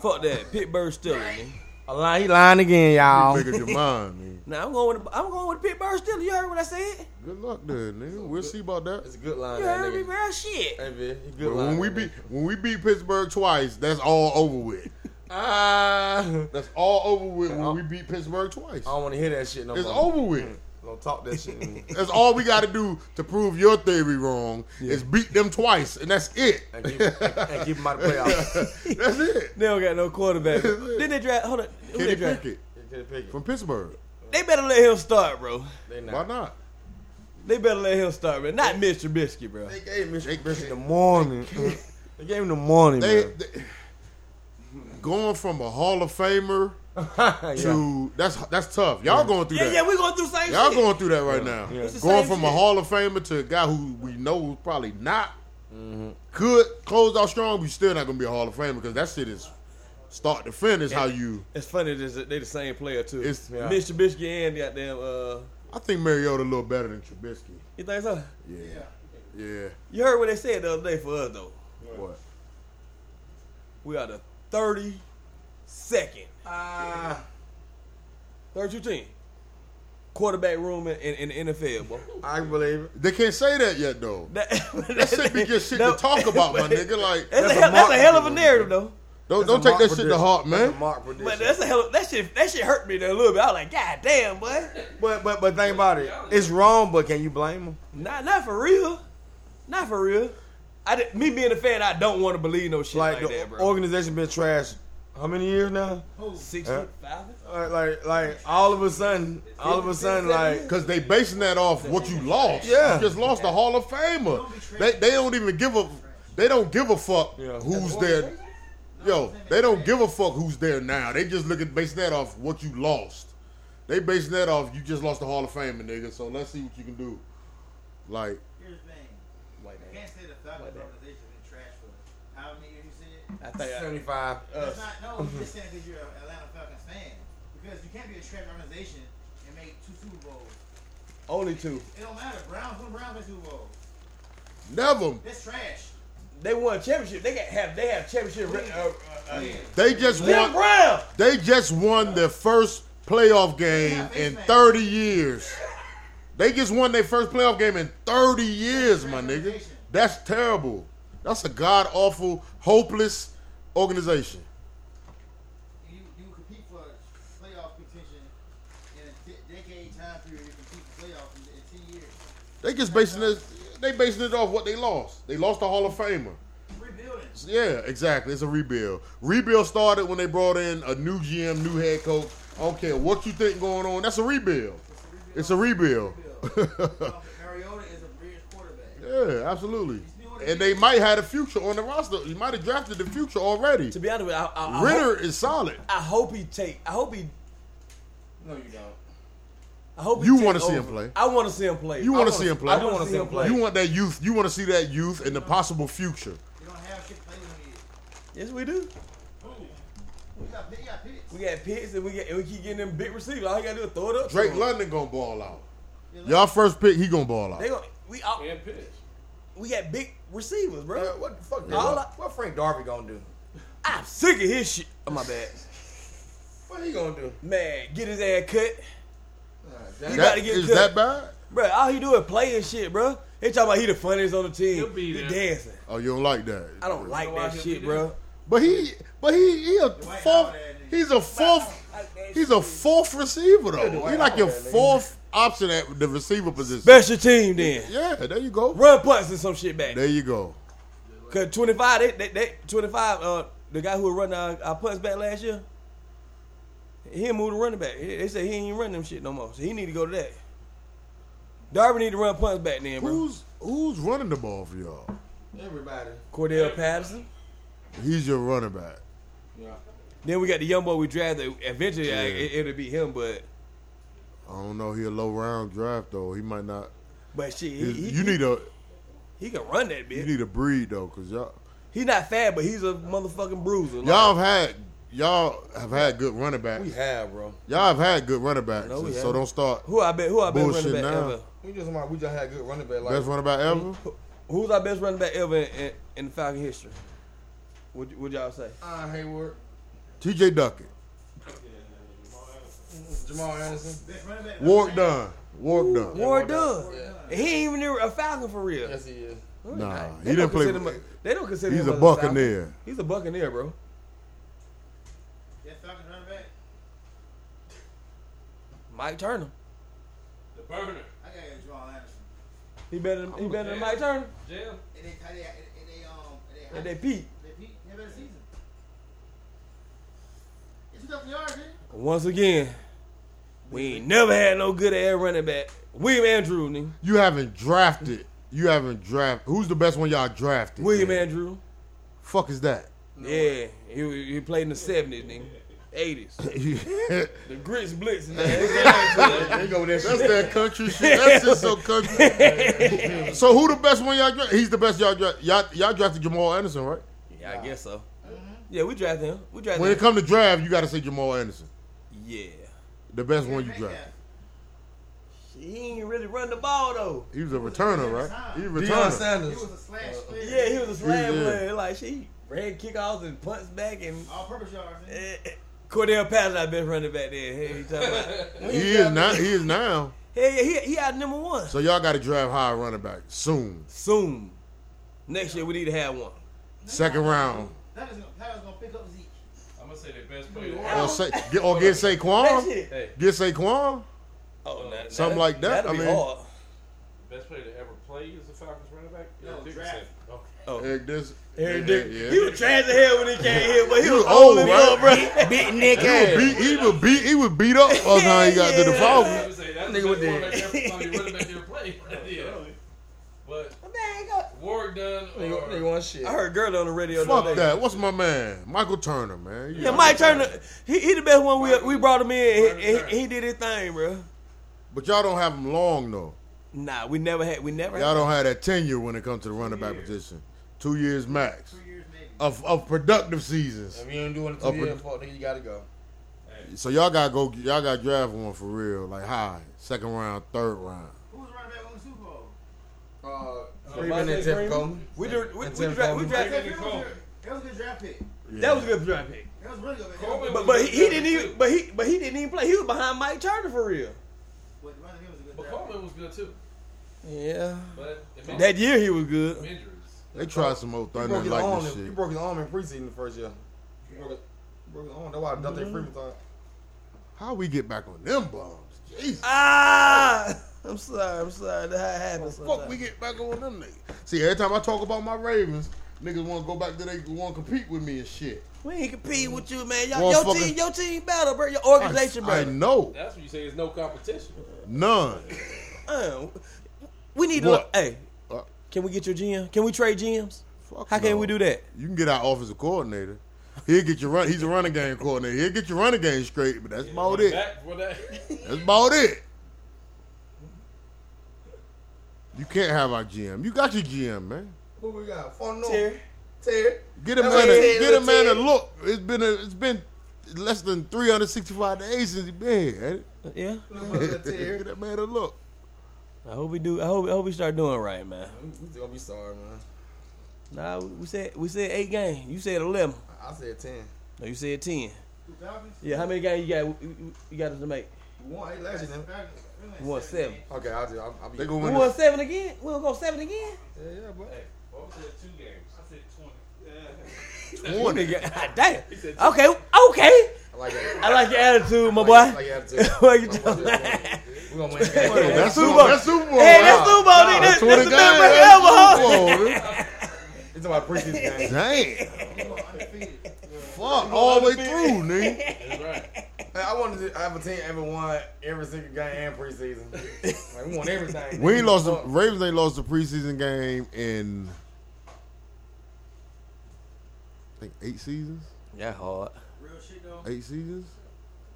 Fuck that. Pittsburgh Steelers. nigga.
A line, he lying again, y'all.
Make up your mind, man.
Now I'm going. With, the- I'm going with Pittsburgh Steelers. You heard what I said?
Good luck then, nigga. We'll see about that.
It's a good line,
You
that
heard me,
nigga.
bro? Shit.
Hey, man, he good
But
line.
when we
that
beat when we beat Pittsburgh twice, that's all over with.
nigga. Ah, I
That's all over with when we beat Pittsburgh twice.
don't want to hear that shit no
It's
more.
over with.
Don't talk that shit. to me. *laughs*
That's all we got to do to prove your theory wrong is beat them twice, and that's
*laughs*
it.
and keep, and, and keep him out of the *laughs* playoffs.
that's it.
They don't got no quarterback. then they draft. Hold on. Who they
*laughs*
Kenny
draft?
Pickett
They couldn't pick him.
from Pittsburgh.
They better let him start, bro.
They
Why
not.
not?
They better let him start, man. Not Mr. Trubisky, bro.
They gave Mr.
They-
Griffin the *laughs* morning. they gave him the morning,
They,
man.
they- going from a Hall of Famer
*laughs* Yeah.
to that's that's tough. Y'all going through
Yeah,
that.
yeah, we going through same
Y'all
shit.
going through that right now.
Yeah. It's
the
Going
same
from a
shit.
Hall of Famer to a guy who we know probably not
Mm-hmm.
could close out strong, we still not gonna be a Hall of Famer because that shit is start to finish how you.
It's funny that they the same player too.
It's-
Mr. Trubisky and goddamn. Uh,
I think Mariota a little better than Trubisky.
you think so?
Yeah, yeah.
You heard what they said the other day for us though.
What?
We are the thirty second. Ah. Thirty-two team. Quarterback room in, in, in the
*laughs*
NFL, boy.
I can believe it.
They can't say that yet though.
*laughs*
*laughs* That,
That shit be good shit to talk about, my nigga. Like,
*laughs* That's,
That's
a,
a
hell, that's a
mark-
hell of a narrative, though.
don't
That's a
don't take
mock
that shit
prediction.
to heart,
That's a
man.
mock prediction.
But that's a hell. Of, that shit. That shit hurt me there a little bit. I was like, God damn, boy.
But but but think about it. It's wrong, but can you blame him?
Not not for real. Not for real. I did, me being a fan, I don't want to believe no shit
Like,
like,
the
that, bro.
organization been trash. How many years now?
Sixty-five.
Like, like like all of a sudden, all of a sudden, like
Cause they basing that off what you lost.
Yeah.
you just lost the Hall of Famer. They they don't even give a they don't give a fuck
Yeah.
who's there. Yo, they don't give a fuck who's there now. They just looking basing that off what you lost. They basing that off you just lost the Hall of Famer, nigga. So let's see what you can do. Like
Here's the thing. I can't say the Falcons organization been trash for how many years you said?
I think uh, I,
seventy-five.
That's not, no, you just saying because you're an Atlanta Falcons fan. Because you can't be a trash organization and make two Super Bowls.
only two.
It don't matter. Browns, when the Browns make Super Bowls,
never.
that's trash.
They won championship. They got have. They have championship. re- Uh, uh, uh,
They just
Jim
won.
Brown.
They just won their first playoff game in 30 years. They just won their first playoff game in 30 years, my nigga. That's terrible. That's a god awful, hopeless organization.
You you compete for playoff contention in a de- decade time period. You compete for playoff in, in ten years.
They just basing it. They basing it off what they lost. They lost the Hall of Famer.
Rebuilding.
Yeah, exactly. It's a rebuild. Rebuild started when they brought in a new GM, new head coach. I don't care what you think going on. That's a rebuild. It's a rebuild. *laughs*
Um, Mariota is a bridge quarterback.
Yeah, absolutely. And they might have a future on the roster. You might have drafted the future already.
To be honest with you, I, I, I
Ritter
Hope,
is solid.
I hope he take. I hope he.
No, you don't.
I hope he
You
take
wanna see
over.
him play.
I want to see him play.
You
I
want to
wanna
see him play.
I want to see him play.
You want that youth. You want to see that youth and the possible future.
You don't have shit to play with him.
Yes, we do.
You got you got picks.
We got picks and we get and we keep getting them big receivers. All you gotta do is throw it up.
Drake
to 'em.
London gonna ball out. Y'all first pick, he gonna ball out.
They gonna we all,
And pitch.
we got big receivers, bro.
Uh, what the fuck?
All I-
what, what Frank Darby gonna do?
I'm sick of his shit. Oh my bad.
What he gonna do?
Man, get his ass cut.
That-
He
That,
about to get
is
cut.
that bad?
Bro, all he do is play and shit, bro. They talking about he the funniest on the team.
He'll be
he
there.
dancing.
Oh, you don't like that?
I don't like
know why
that
he'll
shit,
be
bro.
there?
But he, but he, he a
Dwight
fourth.
Howard had it.
He's a fourth. He's a fourth receiver though. He's like your fourth option at the receiver position.
Special team then.
Yeah, there you go.
Run punts and some shit back.
There you go.
Cause twenty five, they, they, they twenty five. Uh, the guy who was running our, our punts back last year, he ain't moved to running back. They they said he ain't even running them shit no more. So he need to go to that. Darby need to run punts back then, bro.
Who's who's running the ball for y'all?
Everybody.
Cordell Patterson.
He's your running back.
Yeah.
Then we got the young boy we drafted. Eventually, uh, it, it'll be him, but
I don't know. He a low round draft though. He might not.
but shit, he,
He's-
he,
you need a
he can run that
you
bitch.
need a breed though, cause y'all
He's not fat, but he's a motherfucking bruiser. Like,
y'all have had y'all have had good running backs.
We have, bro.
Y'all have had good running backs.
No, we
so
haven't.
don't start
who I bet? Who I bet running
Bullshit
back
now.
ever?
We just want. We just had good running back. Like
best running back ever.
Who- Who's our best running back ever in, in, in Falcon history? Would would y'all say?
Ryan Hayward,
T.J. Duckett,
Jamal Anderson.
Best running back.
Warwick Dunn, Warwick Dunn.
Ward Dunn. He ain't even a Falcon for real.
Yes, he is.
No,
Nah,
not.
he
They
didn't
don't
play
consider
with-
him a- They don't consider
He's
him
a
Falcon.
Buccaneer.
He's a Buccaneer, bro.
That Falcons running back.
Mike Turner.
The burner.
I gotta get Jamal Anderson.
He better than, he better than
okay.
Mike Turner.
Jim.
And they, and they, and they um,
And
and they,
they peak.
they beat. They had a better season. It's enough yards, man.
Once again, we ain't never had no good ass running back. William Andrew, nigga.
You haven't drafted. You haven't drafted. Who's the best one y'all drafted?
William
man?
Andrew.
Fuck is that? *laughs*
yeah, he, was- he played in the seventies, nigga. *laughs* Eighties. The grits blitz.
There you
Oh,
go with that
That's that country shit. That's just so
*laughs*
country. so who the best one y'all draft? He's the best y'all draft. Y'all, y'all drafted Jamal Anderson, right?
yeah, *laughs* I guess so. Yeah, we drafted him. We drafted
When it
him.
comes to draft, you got to say Jamal Anderson,
Yeah.
the best one you
Hey,
drafted.
He ain't really run the ball though.
He was a returner, right? He was a returner.
Deion
He
Sanders.
was a slash player.
Uh, Yeah, he was a slam
Yeah.
player. Like she ran kickoffs and punts back and
All-purpose yards. Man.
eh, eh. Cordell Patterson I been running back there. Hey, you talking
*laughs*
about?
He is now. He is now.
Hey, yeah, he he out number one.
So y'all got to draft high running back soon.
Soon, next year we need to have one.
Second round.
That is gonna, that is gonna pick up Zeke.
I'm gonna say the best player.
Or, say, get, or get
That
Saquon.
shit.
Hey,
Get Saquon.
Oh, now- now
Something
that-
like that,
that'll
I
be
mean-
hard.
best player to ever play is the Falcons running back.
No,
Eric
draft.
Dickerson. Okay.
Oh,
Eric Dick.
Eric Dick.
Yeah.
He was trash as hell when he came here, but he
He
was
was old,
old as
right?
hell, bro. Big Nick.
He would beat. He would beat. He would beat up. Oh, now he got to the
Yeah.
I
Falcons.
would say that's
Nigga
the
with
best quarterback
the-
*laughs*
ever probably running back ever played.
*laughs*
*laughs* yeah. But Warwick Dunn
Nigga,
or
nigga want shit.
I heard Gerda on the radio. the other
Fuck
day.
that. What's my man? Michael Turner, man. You
Yeah,
know.
Mike Turner, he, he the best one we we brought him in, and,
Mike
he- and
Turner.
he, he did his thing, bro.
But y'all don't have him long though.
Nah, we never had, we never.
Y'all
Had,
don't have that tenure when it comes to the running back position. Two years max
Three years maybe.
of of productive seasons.
If you ain't doing it
Up
two years,
and-
fuck, nigga, you gotta go.
So y'all gotta go. Y'all gotta draft one for real. Like high, second round, third round.
Who was running back on the Super Bowl?
Uh,
Freeman
Freeman and
Freeman?
Tip Coleman.
we did, we, we,
And
dra- we
Tim
dra-
Coleman.
That
Freeman
was,
Cole.
good, that was a good draft pick.
Yeah.
that was a good draft pick.
That was really good. That
Coleman
was-
But, but he, he didn't even, but he but he didn't even play. He was behind Mike Turner for real.
But the running back was a good
but
draft pick.
Coleman was good too.
Yeah,
But it meant
that year he was good.
injuries.
They tried some old
He
thunder
broke
and
his
like
arm.
this
in- He
shit.
broke his arm in preseason the first year. He broke, his- he broke his arm. That's why Dante Freeman thought.
How we get back on them bombs? Jesus.
Ah, I'm sorry, I'm sorry. That happens.
Fuck, we get back on them niggas. See, every time I talk about my Ravens, niggas want to go back to they want to compete with me and shit.
we ain't compete with you, man. Y'all,
Well,
your
fucking-
team, your team better, bro. Your
I,
organization
I
better.
know
That's what you say is no competition.
none.
Uh, we need to.
What?
Hey,
Uh,
can we get your GM? Can we trade GMs?
Fuck
How can
no.
we do that?
You can get our offensive coordinator. He'll get your run. He's a running game coordinator. He'll get your running game straight, but that's about Oh, it.
Back for *laughs* that.
That's about it. You can't have our GM. You got your GM, man.
Who we got? Fondo.
Terry.
Terry.
Get a
That's
man,
what
a,
he said,
get a
little
man a
Ted.
look. It's been a, it's been less than 365 days since he been here. ain't
Yeah.
it?
Little Terry.
get that man a look.
I hope we do. I hope, I hope we start doing right, man.
*laughs* We gonna be sorry, man.
Nah, we said we said eight games. You said eleven.
I said ten.
No, you said ten.
Two Falcons?
Yeah, how many games you got? You, you got us to make?
We won eight last year.
Two
didn't
Falcons. We went
We won seven.
man.
we? Okay, I'll do. I'll, I'll be.
They gonna
We
win.
won
the-
seven again. We gonna go seven again.
Yeah, yeah, but
Hey, well, I said two games. I said twenty.
You
20.
nigga, *laughs* God damn.
said
Okay, okay.
I like *laughs* that.
I like your attitude, my
I
boy. *laughs*
like- I like your attitude.
*laughs*
What you
My
talking
boy,
about? *laughs*
We gonna win. Hey,
Hey,
That's
Super
Super
Bowl.
Bowl. That's Super Bowl.
Hey,
Wow.
that's Super Bowl. nigga.
That's
That's, that's the
20
best
games.
record
That's
ever, huh?
Super Bowl, man.
It's about preseason game.
Damn.
*laughs*
Undefeated.
Fuck. All the way through, nigga.
That's right.
Hey, I wanted to have a team ever won every single game
*laughs*
and preseason. Like we won everything.
We ain't lost. The,
Fuck.
Ravens ain't lost the preseason game in, I think, eight seasons?
Yeah, hard.
Real shit though.
Eight seasons?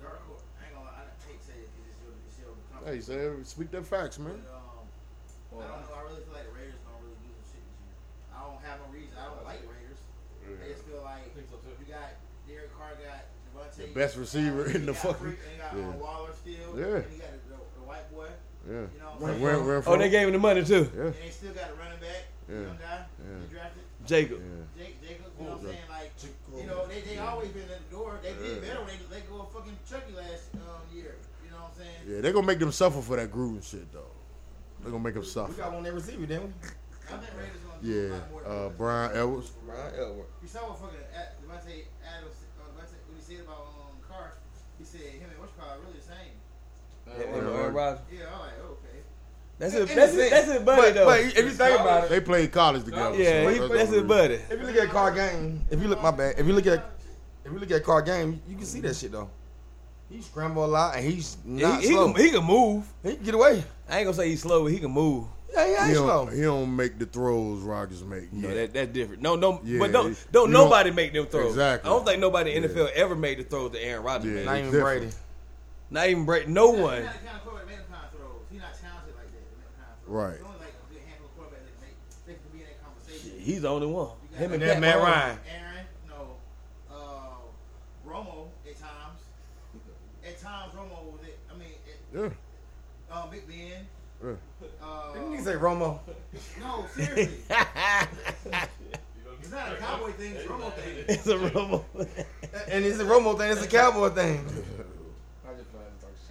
Dark Lord, I ain't gonna lie, I hate to say it 'cause it's your, it's your
Hey,
company.
so speak their facts,
But,
man.
um, I don't know. I really feel like the Raiders gonna really do some shit this year. I don't have no reason. I don't like the Raiders. I just feel like
I think so, too.
you got Derek Carr, got Devontae,
The best receiver in
you
the
got
fucking-
Freak, and you got
Yeah.
uh, Waller still.
Yeah.
And you got the, the, the white boy.
Yeah.
You know.
Like,
What I'm saying?
where, where
Oh,
from?
they gave him the money, too.
Yeah.
And they still got a running back.
Yeah.
Young guy.
Yeah.
They drafted.
Jacob.
Yeah.
Jake Jacob. You know what I'm
Yeah.
saying? Like, you know, they, they always been at the door. They did better when they let go of fucking Chucky last um, year. You know what I'm saying?
Yeah, they're going to make them suffer for that groove and shit, though. They're going to make them
We
suffer.
got one every receiver, didn't we?
I think Raiders gonna do a
Yeah.
lot more.
Uh, Brian Edwards.
Brian Edwards.
You saw what fucking Ad- Devontae Adams, uh, Devontae, what he said about um, Carr. He said him and what's Carr really the same. Yeah, I'm like, oh, okay.
That's
In-
it.
in
That's
a
it.
sense.
That's it, buddy.
But,
though.
but if you think about it,
They played college together.
yeah,
so
he,
that's
that's
what
his
it
buddy.
if you look at car game, if you look my bad, if you look at if you look at car game, you can see that shit though. He scramble a lot and he's
Yeah,
not
he, he,
slow.
can,
He,
he can move.
can get away.
I ain't gonna say he's slow, but he can move.
Yeah, he ain't
is. He
slow.
don't, he don't make the throws Rodgers make.
No,
yet.
that, that's different. No, no,
Yeah,
but don't
it-
don't
you don't-
nobody make them throws.
Exactly.
I don't think nobody in the
Yeah.
NFL ever made the throws that Aaron Rodgers
Yeah.
made.
Not even
different.
Brady.
Not even break. No
He's
one.
not the kind of quarterback that make them kind of throws. He's not talented like that. to make them kind of throws.
Right.
There's only like a good handful of quarterbacks that make that can be in that conversation.
He's the only one.
You got
Him and
that
Pat
Matt
Mahomes.
Ryan.
Aaron, no, uh, Romo at times. At times, Romo was it. I mean, it,
Yeah.
uh, Big Ben.
yeah.
Uh,
*laughs* Didn't he say Romo?
no, seriously. It's not a cowboy thing. It's a Romo thing.
*laughs* it's a rumble.
And it's a Romo thing. It's a Cowboy thing. I just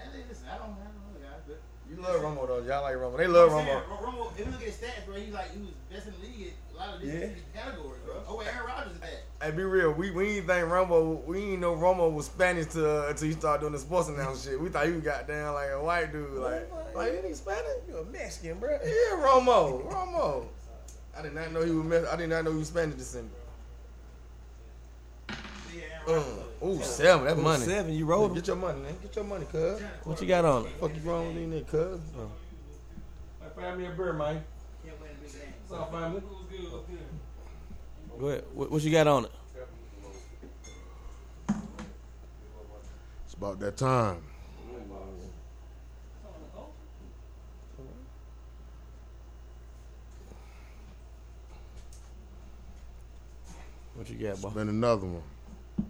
And then, listen, I don't, I don't know the guy, but
You love Romo though. Y'all like Romo. They love
I'm
Romo.
saying, Ro- Romo, if you look at his stats, bro, he's like he was best in the league in a lot of these categories, bro. Oh, wait, Aaron Rodgers is that.
Hey, be real. We we ain't think Romo. We ain't know Romo was Spanish till until you started doing the sports announcement shit. We thought you got down like a white dude. Like like you ain't Spanish. You a Mexican, bro? Yeah, Romo. Romo. I did not know he was. Mex- I did not know he was Spanish descendant.
Yeah, Aaron
Mm.
Rodgers.
Ooh, seven. That money.
Seven, you rolled him.
Get your money, man. Get your money, cuz.
What you got on? it?
Fuck you wrong with these niggas, cuz.
Find me a beer, man.
Can't win a big game.
What's up, family?
Go ahead. What, what you got on it?
It's about that time.
What you got, boy?
Been another one.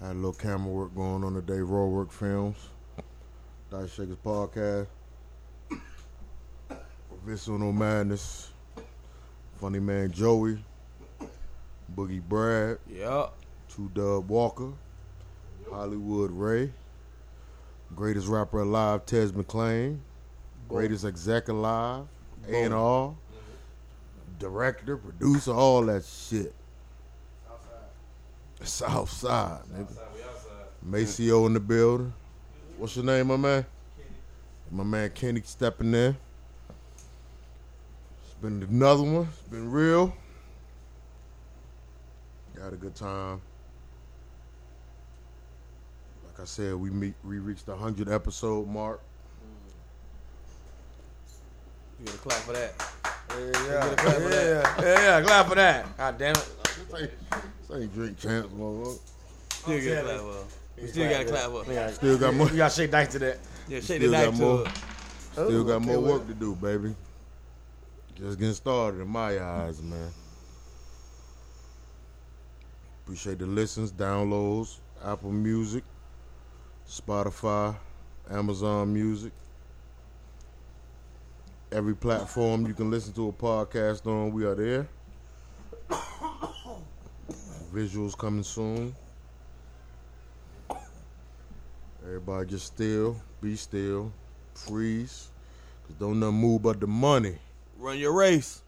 Had a little camera work going on today. Raw Work Films, Dice Shakers Podcast, *coughs* Visceral No Madness, Funny Man Joey, Boogie Brad,
Yeah.
Two Dub Walker, Hollywood Ray, greatest rapper alive, Tez McClain, greatest exec alive, A and R, director, producer, all that shit. Southside, nigga.
Outside, we outside.
Maceo in the building. What's your name, my man? My man Kenny stepping there. It's been another one. It's been real. Got a good time. Like I said, we meet. We reached the hundred episode mark.
You gotta clap for that.
Yeah, yeah, yeah, yeah, yeah. Glad for that. God damn it.
This ain't, this ain't drink champs, motherfucker.
Still gotta clap up. You still gotta clap up.
Yeah,
Still got more.
you gotta shake dice to that.
Yeah, shake the
Still got
knife to
more.
it.
Still got
Oh, okay,
more
well.
work to do, baby. Just getting started in my eyes, man. Appreciate the listens, downloads, Apple Music, Spotify, Amazon Music. Every platform you can listen to a podcast on, we are there. *coughs* Visuals coming soon. Everybody just still, be still, freeze, cause don't nothing move but the money.
Run your race.